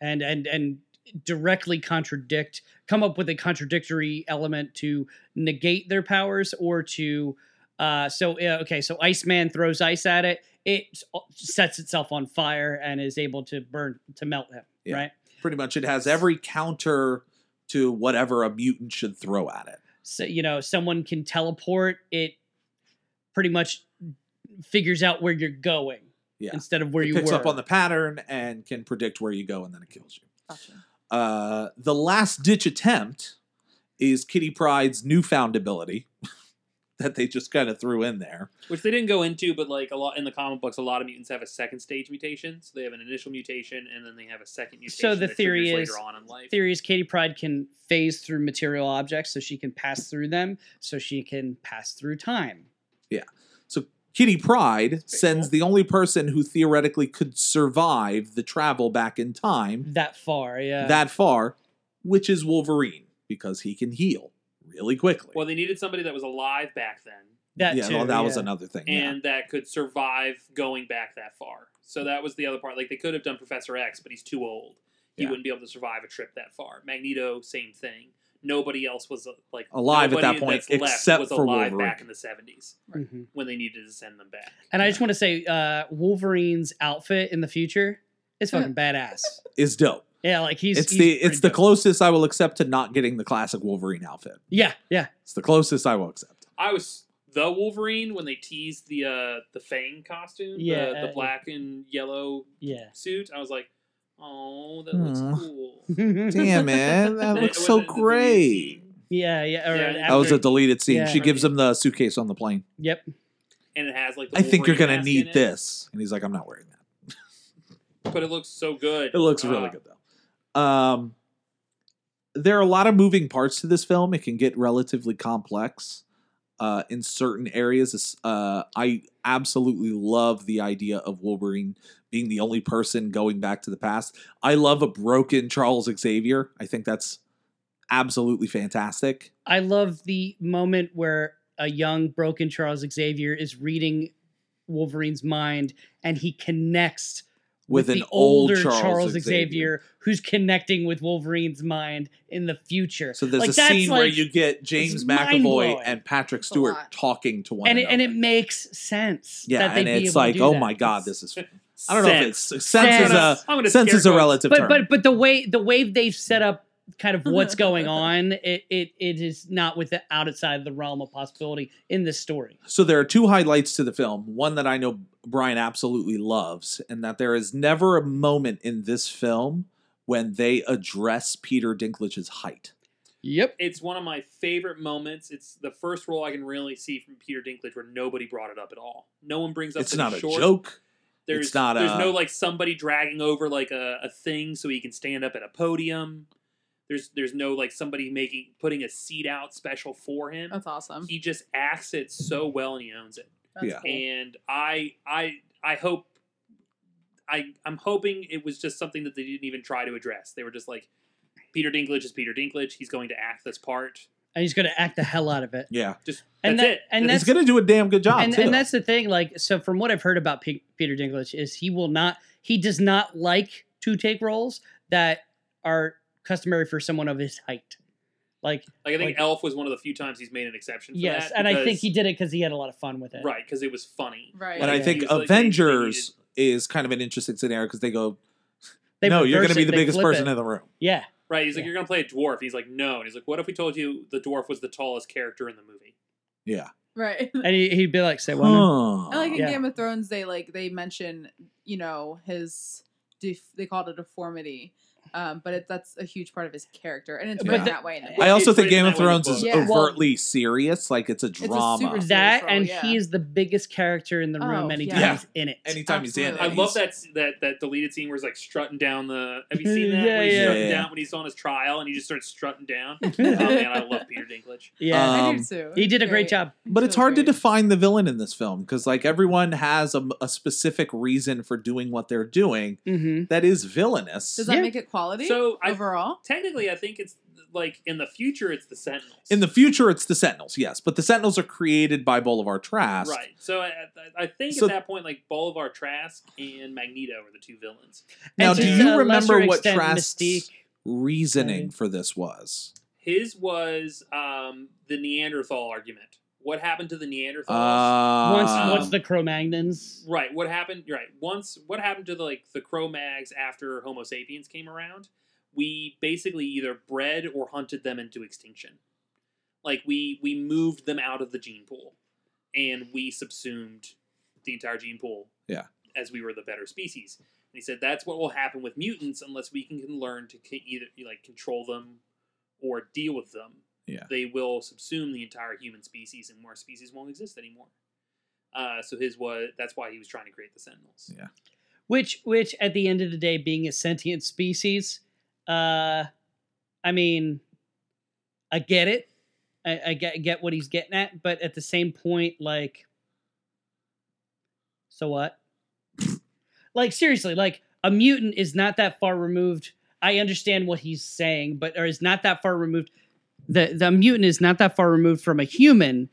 [SPEAKER 6] and and and directly contradict come up with a contradictory element to negate their powers or to uh so yeah, okay so iceman throws ice at it it s- uh, sets itself on fire and is able to burn to melt him
[SPEAKER 4] Yeah.
[SPEAKER 6] right
[SPEAKER 4] Pretty much, it has every counter to whatever a mutant should throw at it.
[SPEAKER 6] so you know someone can teleport it pretty much figures out where you're going
[SPEAKER 4] Yeah.
[SPEAKER 6] instead of where
[SPEAKER 4] it
[SPEAKER 6] you
[SPEAKER 4] picks
[SPEAKER 6] were.
[SPEAKER 4] up on the pattern and can predict where you go, and then it kills you.
[SPEAKER 5] Gotcha.
[SPEAKER 4] Uh, the last ditch attempt is Kitty Pride's newfound ability [laughs] that they just kind of threw in there.
[SPEAKER 3] which they didn't go into, but like a lot in the comic books, a lot of mutants have a second stage mutation. So they have an initial mutation, and then they have a second mutation.
[SPEAKER 6] So the
[SPEAKER 3] that
[SPEAKER 6] theory
[SPEAKER 3] triggers
[SPEAKER 6] is-
[SPEAKER 3] later on in life.
[SPEAKER 6] theory is Katie Pride can phase through material objects, so she can pass through them, so she can pass through time.
[SPEAKER 4] Kitty Pride
[SPEAKER 6] pretty
[SPEAKER 4] sends
[SPEAKER 6] cool.
[SPEAKER 4] the only person who theoretically could survive the travel back in time
[SPEAKER 6] That far, yeah.
[SPEAKER 4] that far, which is Wolverine, because he can heal really quickly.
[SPEAKER 3] Well, they needed somebody that was alive back then,
[SPEAKER 6] that
[SPEAKER 4] yeah,
[SPEAKER 6] too,
[SPEAKER 4] well, that was
[SPEAKER 6] yeah.
[SPEAKER 4] another thing. yeah.
[SPEAKER 3] and that could survive going back that far. So that was the other part. Like they could have done Professor X, but he's too old. He
[SPEAKER 4] Yeah.
[SPEAKER 3] wouldn't be able to survive a trip that far. Magneto, same thing. Nobody else was uh, like
[SPEAKER 4] Alive at
[SPEAKER 3] nobody
[SPEAKER 4] that point,
[SPEAKER 3] that's left
[SPEAKER 4] except
[SPEAKER 3] was
[SPEAKER 4] for
[SPEAKER 3] alive
[SPEAKER 4] Wolverine.
[SPEAKER 3] back in the seventies
[SPEAKER 6] Mhm.
[SPEAKER 3] when they needed to send them back.
[SPEAKER 6] And I just want to say, uh, Wolverine's outfit in the future is fucking badass.
[SPEAKER 4] Is dope.
[SPEAKER 6] Yeah, like he's
[SPEAKER 4] it's
[SPEAKER 6] he's
[SPEAKER 4] the
[SPEAKER 6] pretty
[SPEAKER 4] it's the
[SPEAKER 6] dope.
[SPEAKER 4] closest I will accept to not getting the classic Wolverine outfit.
[SPEAKER 6] yeah yeah.
[SPEAKER 4] It's the closest I will
[SPEAKER 6] [laughs]
[SPEAKER 4] accept.
[SPEAKER 3] I was the Wolverine when they teased the uh the Fang costume, the-
[SPEAKER 6] Yeah,
[SPEAKER 3] the,
[SPEAKER 6] uh,
[SPEAKER 3] black and yellow
[SPEAKER 6] Yeah. [laughs]
[SPEAKER 3] suit. I was like, oh, that looks
[SPEAKER 4] Aw.
[SPEAKER 3] cool.
[SPEAKER 4] Damn it, Hmm. that
[SPEAKER 3] It
[SPEAKER 4] looks
[SPEAKER 3] was
[SPEAKER 4] so
[SPEAKER 3] in the
[SPEAKER 4] great.
[SPEAKER 3] DVD,
[SPEAKER 6] yeah, yeah. Or
[SPEAKER 3] Yeah,
[SPEAKER 6] an
[SPEAKER 3] that
[SPEAKER 4] That was
[SPEAKER 6] after-
[SPEAKER 4] a deleted scene.
[SPEAKER 6] Yeah.
[SPEAKER 4] she gives him the suitcase on the plane.
[SPEAKER 6] Yep.
[SPEAKER 3] And it has like. The
[SPEAKER 4] I think you're
[SPEAKER 3] Wolverine
[SPEAKER 4] gonna
[SPEAKER 3] mask in
[SPEAKER 4] need
[SPEAKER 3] it,
[SPEAKER 4] this, and he's like, I'm not wearing that.
[SPEAKER 3] but it looks so good.
[SPEAKER 4] It looks
[SPEAKER 3] Ah.
[SPEAKER 6] Uh.
[SPEAKER 4] really good though. Um, there are a lot of moving parts to this film. It can get relatively complex uh, in certain areas. It's, Uh, I absolutely love the idea of Wolverine being the only person going back to the past. I love a broken Charles Xavier. I think that's absolutely fantastic.
[SPEAKER 6] I love the moment where a young broken Charles Xavier is reading Wolverine's mind and he connects
[SPEAKER 4] With, an
[SPEAKER 6] the
[SPEAKER 4] old
[SPEAKER 6] older
[SPEAKER 4] Charles,
[SPEAKER 6] Xavier. who's connecting with Wolverine's mind in the future.
[SPEAKER 4] So there's
[SPEAKER 6] Like,
[SPEAKER 4] a
[SPEAKER 6] that's
[SPEAKER 4] scene where
[SPEAKER 6] like-
[SPEAKER 4] you get James
[SPEAKER 6] mind-blowing.
[SPEAKER 4] McAvoy and Patrick
[SPEAKER 5] It's a
[SPEAKER 4] Stewart
[SPEAKER 5] lot.
[SPEAKER 4] talking to one
[SPEAKER 6] and it,
[SPEAKER 4] another.
[SPEAKER 6] and it makes sense.
[SPEAKER 4] yeah,
[SPEAKER 6] that they'd
[SPEAKER 4] and
[SPEAKER 6] be able
[SPEAKER 4] it's
[SPEAKER 6] to
[SPEAKER 4] like,
[SPEAKER 6] do
[SPEAKER 4] oh
[SPEAKER 6] that.
[SPEAKER 4] my god, this
[SPEAKER 6] [laughs]
[SPEAKER 4] is I don't know if it's sense,
[SPEAKER 6] Sense.
[SPEAKER 4] is a
[SPEAKER 3] I'm gonna
[SPEAKER 4] sense is a
[SPEAKER 3] scarecrow-
[SPEAKER 4] relative
[SPEAKER 6] but
[SPEAKER 4] term.
[SPEAKER 6] but but the way the way they've set up
[SPEAKER 4] [laughs]
[SPEAKER 6] kind of what's going on, it it, it is not with outside the realm of possibility in this story.
[SPEAKER 4] so there are two highlights to the film. One that I know Brian absolutely loves, and that there is never a moment in this film when they address Peter Dinklage's height.
[SPEAKER 6] Yep.
[SPEAKER 3] It's one of my favorite moments. It's the first role I can really see from Peter Dinklage where nobody brought it up at all. No one brings up.
[SPEAKER 4] It's
[SPEAKER 3] that
[SPEAKER 4] not
[SPEAKER 3] he's
[SPEAKER 4] a
[SPEAKER 3] short.
[SPEAKER 4] joke.
[SPEAKER 3] There's,
[SPEAKER 4] It's not
[SPEAKER 3] There's
[SPEAKER 4] a-
[SPEAKER 3] no like somebody dragging over like a, a thing so he can stand up at a podium. There's there's no like somebody making putting a seat out special for him.
[SPEAKER 5] That's awesome.
[SPEAKER 3] He just acts it so well and he owns it.
[SPEAKER 5] That's
[SPEAKER 4] Yeah.
[SPEAKER 5] cool.
[SPEAKER 3] And I I I hope I I'm hoping it was just something that they didn't even try to address. They were just like Peter Dinklage is Peter Dinklage. He's going to act this part.
[SPEAKER 6] And he's going to act the hell out of it.
[SPEAKER 4] Yeah,
[SPEAKER 6] And
[SPEAKER 3] That's
[SPEAKER 6] that
[SPEAKER 3] it.
[SPEAKER 6] and
[SPEAKER 4] he's
[SPEAKER 6] that's
[SPEAKER 4] gonna do a damn good job
[SPEAKER 6] and,
[SPEAKER 4] Ah, too.
[SPEAKER 6] and that's the thing like so from what i've heard about Pe- peter dinklage is he will not he does not like to take roles that are customary for someone of his height like
[SPEAKER 3] Like I think
[SPEAKER 6] Like-
[SPEAKER 3] Elf was one of the few times he's made an exception. For
[SPEAKER 6] yes
[SPEAKER 3] that
[SPEAKER 6] and i think
[SPEAKER 3] because-
[SPEAKER 6] he did it because he had a lot of fun with it
[SPEAKER 3] right because it was funny.
[SPEAKER 5] Right.
[SPEAKER 4] and I
[SPEAKER 6] Yeah.
[SPEAKER 4] think
[SPEAKER 3] He was like, they- they
[SPEAKER 4] Avengers is kind of an interesting scenario because they go,
[SPEAKER 6] They
[SPEAKER 4] no, you're gonna
[SPEAKER 6] reverse
[SPEAKER 4] be
[SPEAKER 6] it,
[SPEAKER 4] the
[SPEAKER 6] they
[SPEAKER 4] biggest
[SPEAKER 6] flip
[SPEAKER 4] person
[SPEAKER 6] it.
[SPEAKER 4] in the room.
[SPEAKER 6] yeah
[SPEAKER 3] Right. He's like,
[SPEAKER 6] Yeah.
[SPEAKER 3] you're going to play a dwarf. He's like, no. And he's like, what if we told you the dwarf was the tallest character in the movie?
[SPEAKER 4] Yeah,
[SPEAKER 5] Right. [laughs]
[SPEAKER 6] [laughs] and he, he'd be like say what now?"
[SPEAKER 4] Huh.
[SPEAKER 5] I like in
[SPEAKER 6] Yeah.
[SPEAKER 5] Game of Thrones, they like they mention you know his def- they call it a deformity, um, but it, that's a huge part of his character, and it's
[SPEAKER 6] But
[SPEAKER 5] written
[SPEAKER 6] the-
[SPEAKER 5] that way. In the
[SPEAKER 4] I
[SPEAKER 5] book.
[SPEAKER 4] also
[SPEAKER 3] It's
[SPEAKER 4] think Game
[SPEAKER 3] written
[SPEAKER 4] of
[SPEAKER 3] that way in
[SPEAKER 4] Thrones
[SPEAKER 3] the
[SPEAKER 4] is
[SPEAKER 5] book. Yeah.
[SPEAKER 4] overtly serious. Like it's a
[SPEAKER 5] a
[SPEAKER 4] drama.
[SPEAKER 5] super-
[SPEAKER 6] that
[SPEAKER 5] Serious role,
[SPEAKER 6] and
[SPEAKER 5] yeah.
[SPEAKER 6] he is the biggest character in the room
[SPEAKER 5] Oh,
[SPEAKER 6] anytime
[SPEAKER 4] yeah.
[SPEAKER 6] he's in it
[SPEAKER 4] Anytime he's in,
[SPEAKER 5] Absolutely.
[SPEAKER 4] it,
[SPEAKER 3] I love
[SPEAKER 4] he's-
[SPEAKER 3] that that that deleted scene where he's like strutting down the. Have you seen that?
[SPEAKER 6] [laughs] Yeah,
[SPEAKER 3] when he's
[SPEAKER 6] yeah.
[SPEAKER 3] strutting
[SPEAKER 4] Yeah, yeah.
[SPEAKER 3] down when he's on his trial and he just starts strutting
[SPEAKER 6] [laughs]
[SPEAKER 3] down. oh man, I love Peter Dinklage.
[SPEAKER 6] yeah
[SPEAKER 4] Uh,
[SPEAKER 5] I
[SPEAKER 4] Um,
[SPEAKER 5] do too.
[SPEAKER 6] he did a great
[SPEAKER 5] Great.
[SPEAKER 6] job
[SPEAKER 4] But it's
[SPEAKER 5] So
[SPEAKER 4] hard to
[SPEAKER 5] great.
[SPEAKER 4] define the villain in this film because, like, everyone has a, a specific reason for doing what they're doing
[SPEAKER 6] mm-hmm.
[SPEAKER 4] that is villainous.
[SPEAKER 5] Does that
[SPEAKER 6] Yeah.
[SPEAKER 5] make it quality
[SPEAKER 3] So I
[SPEAKER 5] overall?
[SPEAKER 3] technically I think it's like in the future it's the Sentinels
[SPEAKER 4] in the future, it's the Sentinels, yes, but the Sentinels are created by Bolivar Trask.
[SPEAKER 3] right. So I, I- I think
[SPEAKER 4] So-
[SPEAKER 3] at that point like Bolivar Trask and Magneto are the two villains.
[SPEAKER 4] Now,
[SPEAKER 6] And
[SPEAKER 4] do
[SPEAKER 6] to
[SPEAKER 4] you
[SPEAKER 6] a
[SPEAKER 4] remember
[SPEAKER 6] lesser
[SPEAKER 4] what
[SPEAKER 6] extent,
[SPEAKER 4] Trask's
[SPEAKER 6] Mystique-
[SPEAKER 4] reasoning
[SPEAKER 6] Mhm.
[SPEAKER 4] for this was?
[SPEAKER 3] His was um, the Neanderthal argument. What happened to the Neanderthals?
[SPEAKER 6] once
[SPEAKER 4] Um,
[SPEAKER 6] once the Cro-Magnons
[SPEAKER 3] Right. What happened? Right. Once what happened to the, like the Cro-Mags after Homo sapiens came around? We basically either bred or hunted them into extinction. Like we we moved them out of the gene pool, and we subsumed the entire gene pool.
[SPEAKER 4] Yeah.
[SPEAKER 3] As we were the better species, and he said that's what will happen with mutants unless we can, can learn to c- either like control them or deal with them.
[SPEAKER 4] Yeah.
[SPEAKER 3] They will subsume the entire human species, and more species won't exist anymore. Uh, so his was that's why he was trying to create the Sentinels.
[SPEAKER 4] Yeah.
[SPEAKER 6] Which, which, at the end of the day, being a sentient species, uh, I mean, I get it. I, I get get what he's getting at, but at the same point, like, so what? [laughs] like seriously, like a mutant is not that far removed. I understand what he's saying, but or is not that far removed. The the mutant is not that far removed from a human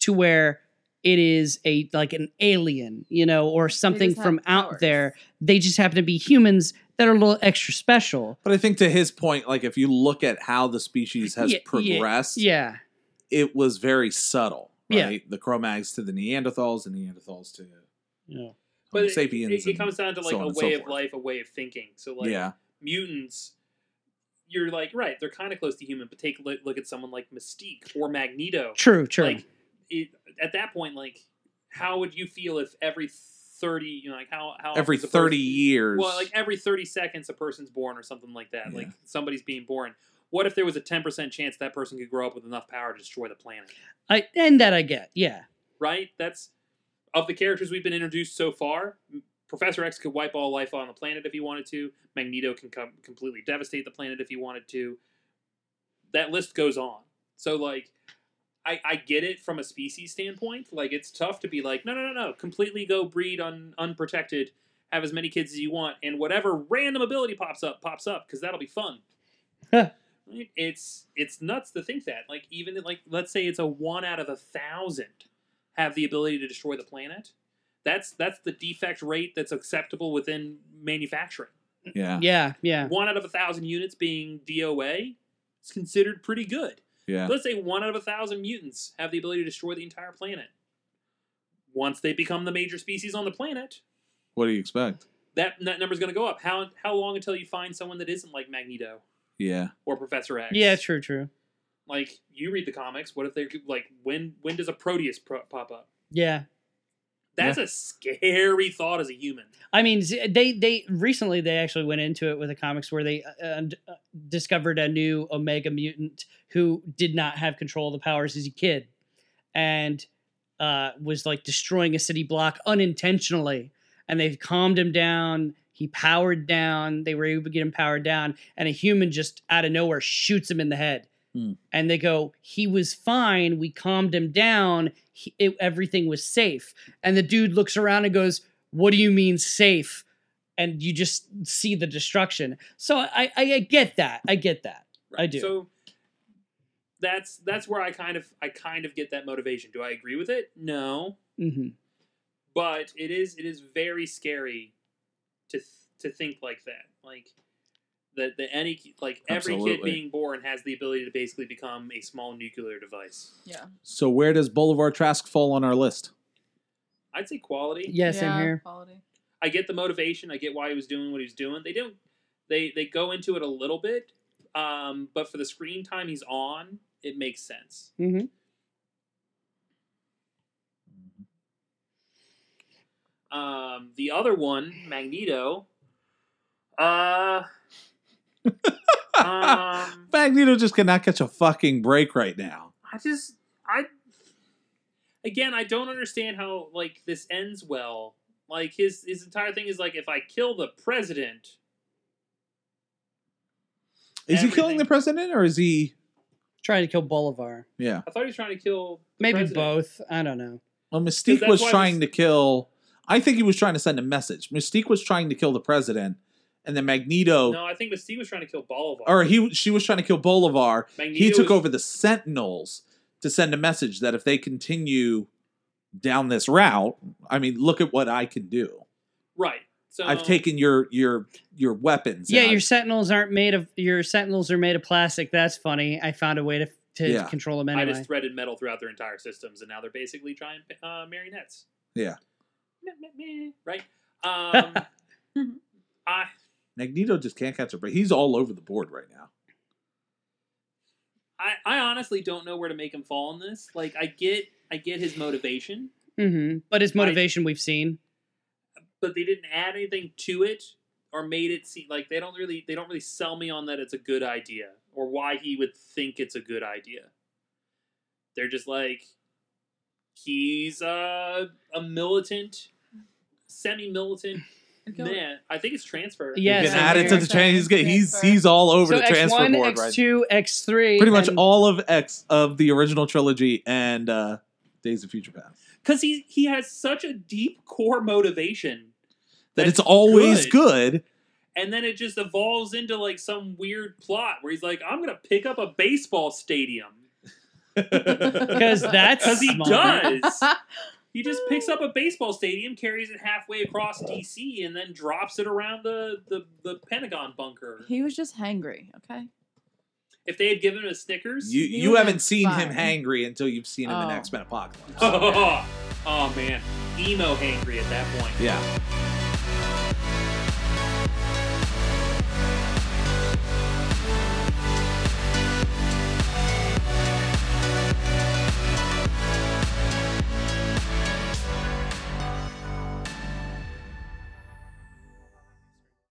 [SPEAKER 6] to where it is a like an alien, you know, or something
[SPEAKER 5] just have
[SPEAKER 6] from out
[SPEAKER 5] powers.
[SPEAKER 6] there. They just happen to be humans that are a little extra special.
[SPEAKER 4] But I think to his point, like if you look at how the species has
[SPEAKER 6] Yeah, yeah,
[SPEAKER 4] progressed,
[SPEAKER 6] Yeah.
[SPEAKER 4] it was very subtle.
[SPEAKER 6] Yeah.
[SPEAKER 4] Right? The Cro-Mags to the Neanderthals, and Neanderthals to
[SPEAKER 6] Yeah.
[SPEAKER 3] But
[SPEAKER 4] Homo
[SPEAKER 3] it,
[SPEAKER 4] sapiens.
[SPEAKER 3] it, it
[SPEAKER 4] and-
[SPEAKER 3] comes down to like
[SPEAKER 4] so on
[SPEAKER 3] a
[SPEAKER 4] and so
[SPEAKER 3] way of
[SPEAKER 4] forth.
[SPEAKER 3] life, a way of thinking. So like
[SPEAKER 4] yeah,
[SPEAKER 3] mutants, you're like right, they're kind of close to human. But take a look, look at someone like Mystique or Magneto.
[SPEAKER 6] True, true.
[SPEAKER 3] Like it, at that point, like how would you feel if every thirty, you know, like how how
[SPEAKER 4] every
[SPEAKER 3] often is a
[SPEAKER 4] thirty
[SPEAKER 3] person-
[SPEAKER 4] years.
[SPEAKER 3] Well, like every thirty seconds, a person's born or something like that.
[SPEAKER 4] Yeah.
[SPEAKER 3] Like somebody's being born. What if there was a ten percent chance that person could grow up with enough power to destroy the planet?
[SPEAKER 6] I and that I get. Yeah.
[SPEAKER 3] right? That's of the characters we've been introduced so far. Professor X could wipe all life on the planet if he wanted to. Magneto can come completely devastate the planet if he wanted to. That list goes on. So like, I I get it from a species standpoint. Like it's tough to be like, no no no no, completely go breed un, unprotected, have as many kids as you want, and whatever random ability pops up pops up because that'll be fun. it's it's nuts to think that like even like let's say it's a one out of a thousand have the ability to destroy the planet. That's that's the defect rate that's acceptable within manufacturing.
[SPEAKER 4] yeah,
[SPEAKER 6] Yeah, yeah.
[SPEAKER 3] One out of a thousand units being DOA is considered pretty good.
[SPEAKER 4] yeah.
[SPEAKER 3] Let's say one out of a thousand mutants have the ability to destroy the entire planet. Once they become the major species on the planet,
[SPEAKER 4] What do you expect?
[SPEAKER 3] that, that number's going to go up. How how long until you find someone that isn't like Magneto
[SPEAKER 4] Yeah,
[SPEAKER 3] or Professor X?
[SPEAKER 6] Yeah, true, true.
[SPEAKER 3] Like you read the comics. What if they like when when does a Proteus pro- pop up?
[SPEAKER 6] Yeah.
[SPEAKER 3] That's a scary thought as a human.
[SPEAKER 6] I mean, z- they they recently they actually went into it with the comics where they uh, uh, d- uh, discovered a new Omega mutant who did not have control of the powers as a kid, and uh, was like destroying a city block unintentionally. And they've calmed him down. He powered down. They were able to get him powered down, and a human just out of nowhere shoots him in the head.
[SPEAKER 4] Hmm.
[SPEAKER 6] And they go, "He was fine. We calmed him down. He, it, everything was safe." And the dude looks around and goes, what do you mean safe and you just see the destruction so i i, I get that i get that I do.
[SPEAKER 3] So that's that's where I kind of I kind of get that motivation. Do I agree with it? No,
[SPEAKER 6] hmm
[SPEAKER 3] but it is it is very scary to th- to think like that. Like that that any like every kid
[SPEAKER 4] Absolutely.
[SPEAKER 3] being born has the ability to basically become a small nuclear device.
[SPEAKER 5] Yeah.
[SPEAKER 4] So where does Bolivar Trask fall on our list?
[SPEAKER 3] I'd say quality.
[SPEAKER 6] yeah same
[SPEAKER 5] Yeah,
[SPEAKER 6] here
[SPEAKER 5] Quality.
[SPEAKER 3] I get the motivation. I get why he was doing what he was doing. They don't. They they go into it a little bit, um, but for the screen time he's on, it makes sense.
[SPEAKER 6] Mhm.
[SPEAKER 3] Um, the other one, Magneto. Uh, um,
[SPEAKER 4] [laughs] Magneto just cannot catch a fucking break right now.
[SPEAKER 3] I just I again I don't understand how like this ends well. Like his his entire thing is like if I kill the president,
[SPEAKER 4] Is he
[SPEAKER 3] Everything.
[SPEAKER 4] killing the president or is he?
[SPEAKER 6] trying to kill bolivar
[SPEAKER 4] Yeah.
[SPEAKER 3] I thought he was trying to kill the
[SPEAKER 6] maybe
[SPEAKER 3] president.
[SPEAKER 6] both i don't know
[SPEAKER 4] Well,
[SPEAKER 3] 'Cause
[SPEAKER 4] Mystique
[SPEAKER 3] that's
[SPEAKER 4] was
[SPEAKER 3] why
[SPEAKER 4] trying
[SPEAKER 3] Mys-
[SPEAKER 4] to kill. I think he was trying to send a message. Mystique was trying to kill the president, and then Magneto,
[SPEAKER 3] No, I think Mystique was trying to kill Bolivar.
[SPEAKER 4] or he, she was trying to kill Bolivar.
[SPEAKER 3] Magneto
[SPEAKER 4] He took
[SPEAKER 3] was-
[SPEAKER 4] over the Sentinels to send a message that if they continue down this route, I mean, look at what I can do.
[SPEAKER 3] Right. So
[SPEAKER 4] I've taken your your your weapons. and
[SPEAKER 6] yeah
[SPEAKER 4] I've-
[SPEAKER 6] your sentinels aren't made of your sentinels are made of plastic that's funny i found a way to to
[SPEAKER 4] Yeah.
[SPEAKER 6] control them
[SPEAKER 3] I
[SPEAKER 6] anyway
[SPEAKER 3] just threaded metal throughout their entire systems, and now they're basically giant uh, marionettes.
[SPEAKER 4] Yeah.
[SPEAKER 3] Meh, meh, meh, Right. Um,
[SPEAKER 6] [laughs]
[SPEAKER 3] I
[SPEAKER 4] Magneto just can't catch a break. He's all over the board right now.
[SPEAKER 3] I, I honestly don't know where to make him fall in this. Like I get I get his motivation.
[SPEAKER 6] hmm But his motivation we've seen.
[SPEAKER 3] but they didn't add anything to it or made it seem like they don't really they don't really sell me on that it's a good idea or why he would think it's a good idea. They're just like he's a a militant, semi-militant man. I think it's transfer.
[SPEAKER 6] Yeah,
[SPEAKER 4] he's
[SPEAKER 6] Yes,
[SPEAKER 4] been
[SPEAKER 6] I
[SPEAKER 4] added to
[SPEAKER 6] hear.
[SPEAKER 4] the train. He's, get- he's he's all over
[SPEAKER 6] so
[SPEAKER 4] the transfer
[SPEAKER 6] X1,
[SPEAKER 4] board right
[SPEAKER 6] X2, X3.
[SPEAKER 4] pretty much
[SPEAKER 6] and-
[SPEAKER 4] all of X of the original trilogy and uh, Days of Future Past.
[SPEAKER 3] because he he has such a deep core motivation
[SPEAKER 4] That
[SPEAKER 3] That's
[SPEAKER 4] it's always good.
[SPEAKER 3] and then it just evolves into like some weird plot where he's like, "I'm gonna pick up a baseball stadium."
[SPEAKER 6] [laughs]
[SPEAKER 4] [laughs]
[SPEAKER 6] Because that's
[SPEAKER 3] Because he
[SPEAKER 6] smart.
[SPEAKER 3] does. He just picks up a baseball stadium, carries it halfway across DC, and then drops it around the, the, the Pentagon bunker.
[SPEAKER 5] he was just hangry. Okay.
[SPEAKER 3] If they had given him a Snickers, [laughs]
[SPEAKER 4] You
[SPEAKER 5] He
[SPEAKER 4] you
[SPEAKER 5] was
[SPEAKER 4] haven't seen him
[SPEAKER 5] fine.
[SPEAKER 4] hangry until you've seen him in
[SPEAKER 5] Oh.
[SPEAKER 4] X Men Apocalypse.
[SPEAKER 3] oh, man, emo hangry at that point.
[SPEAKER 4] Yeah.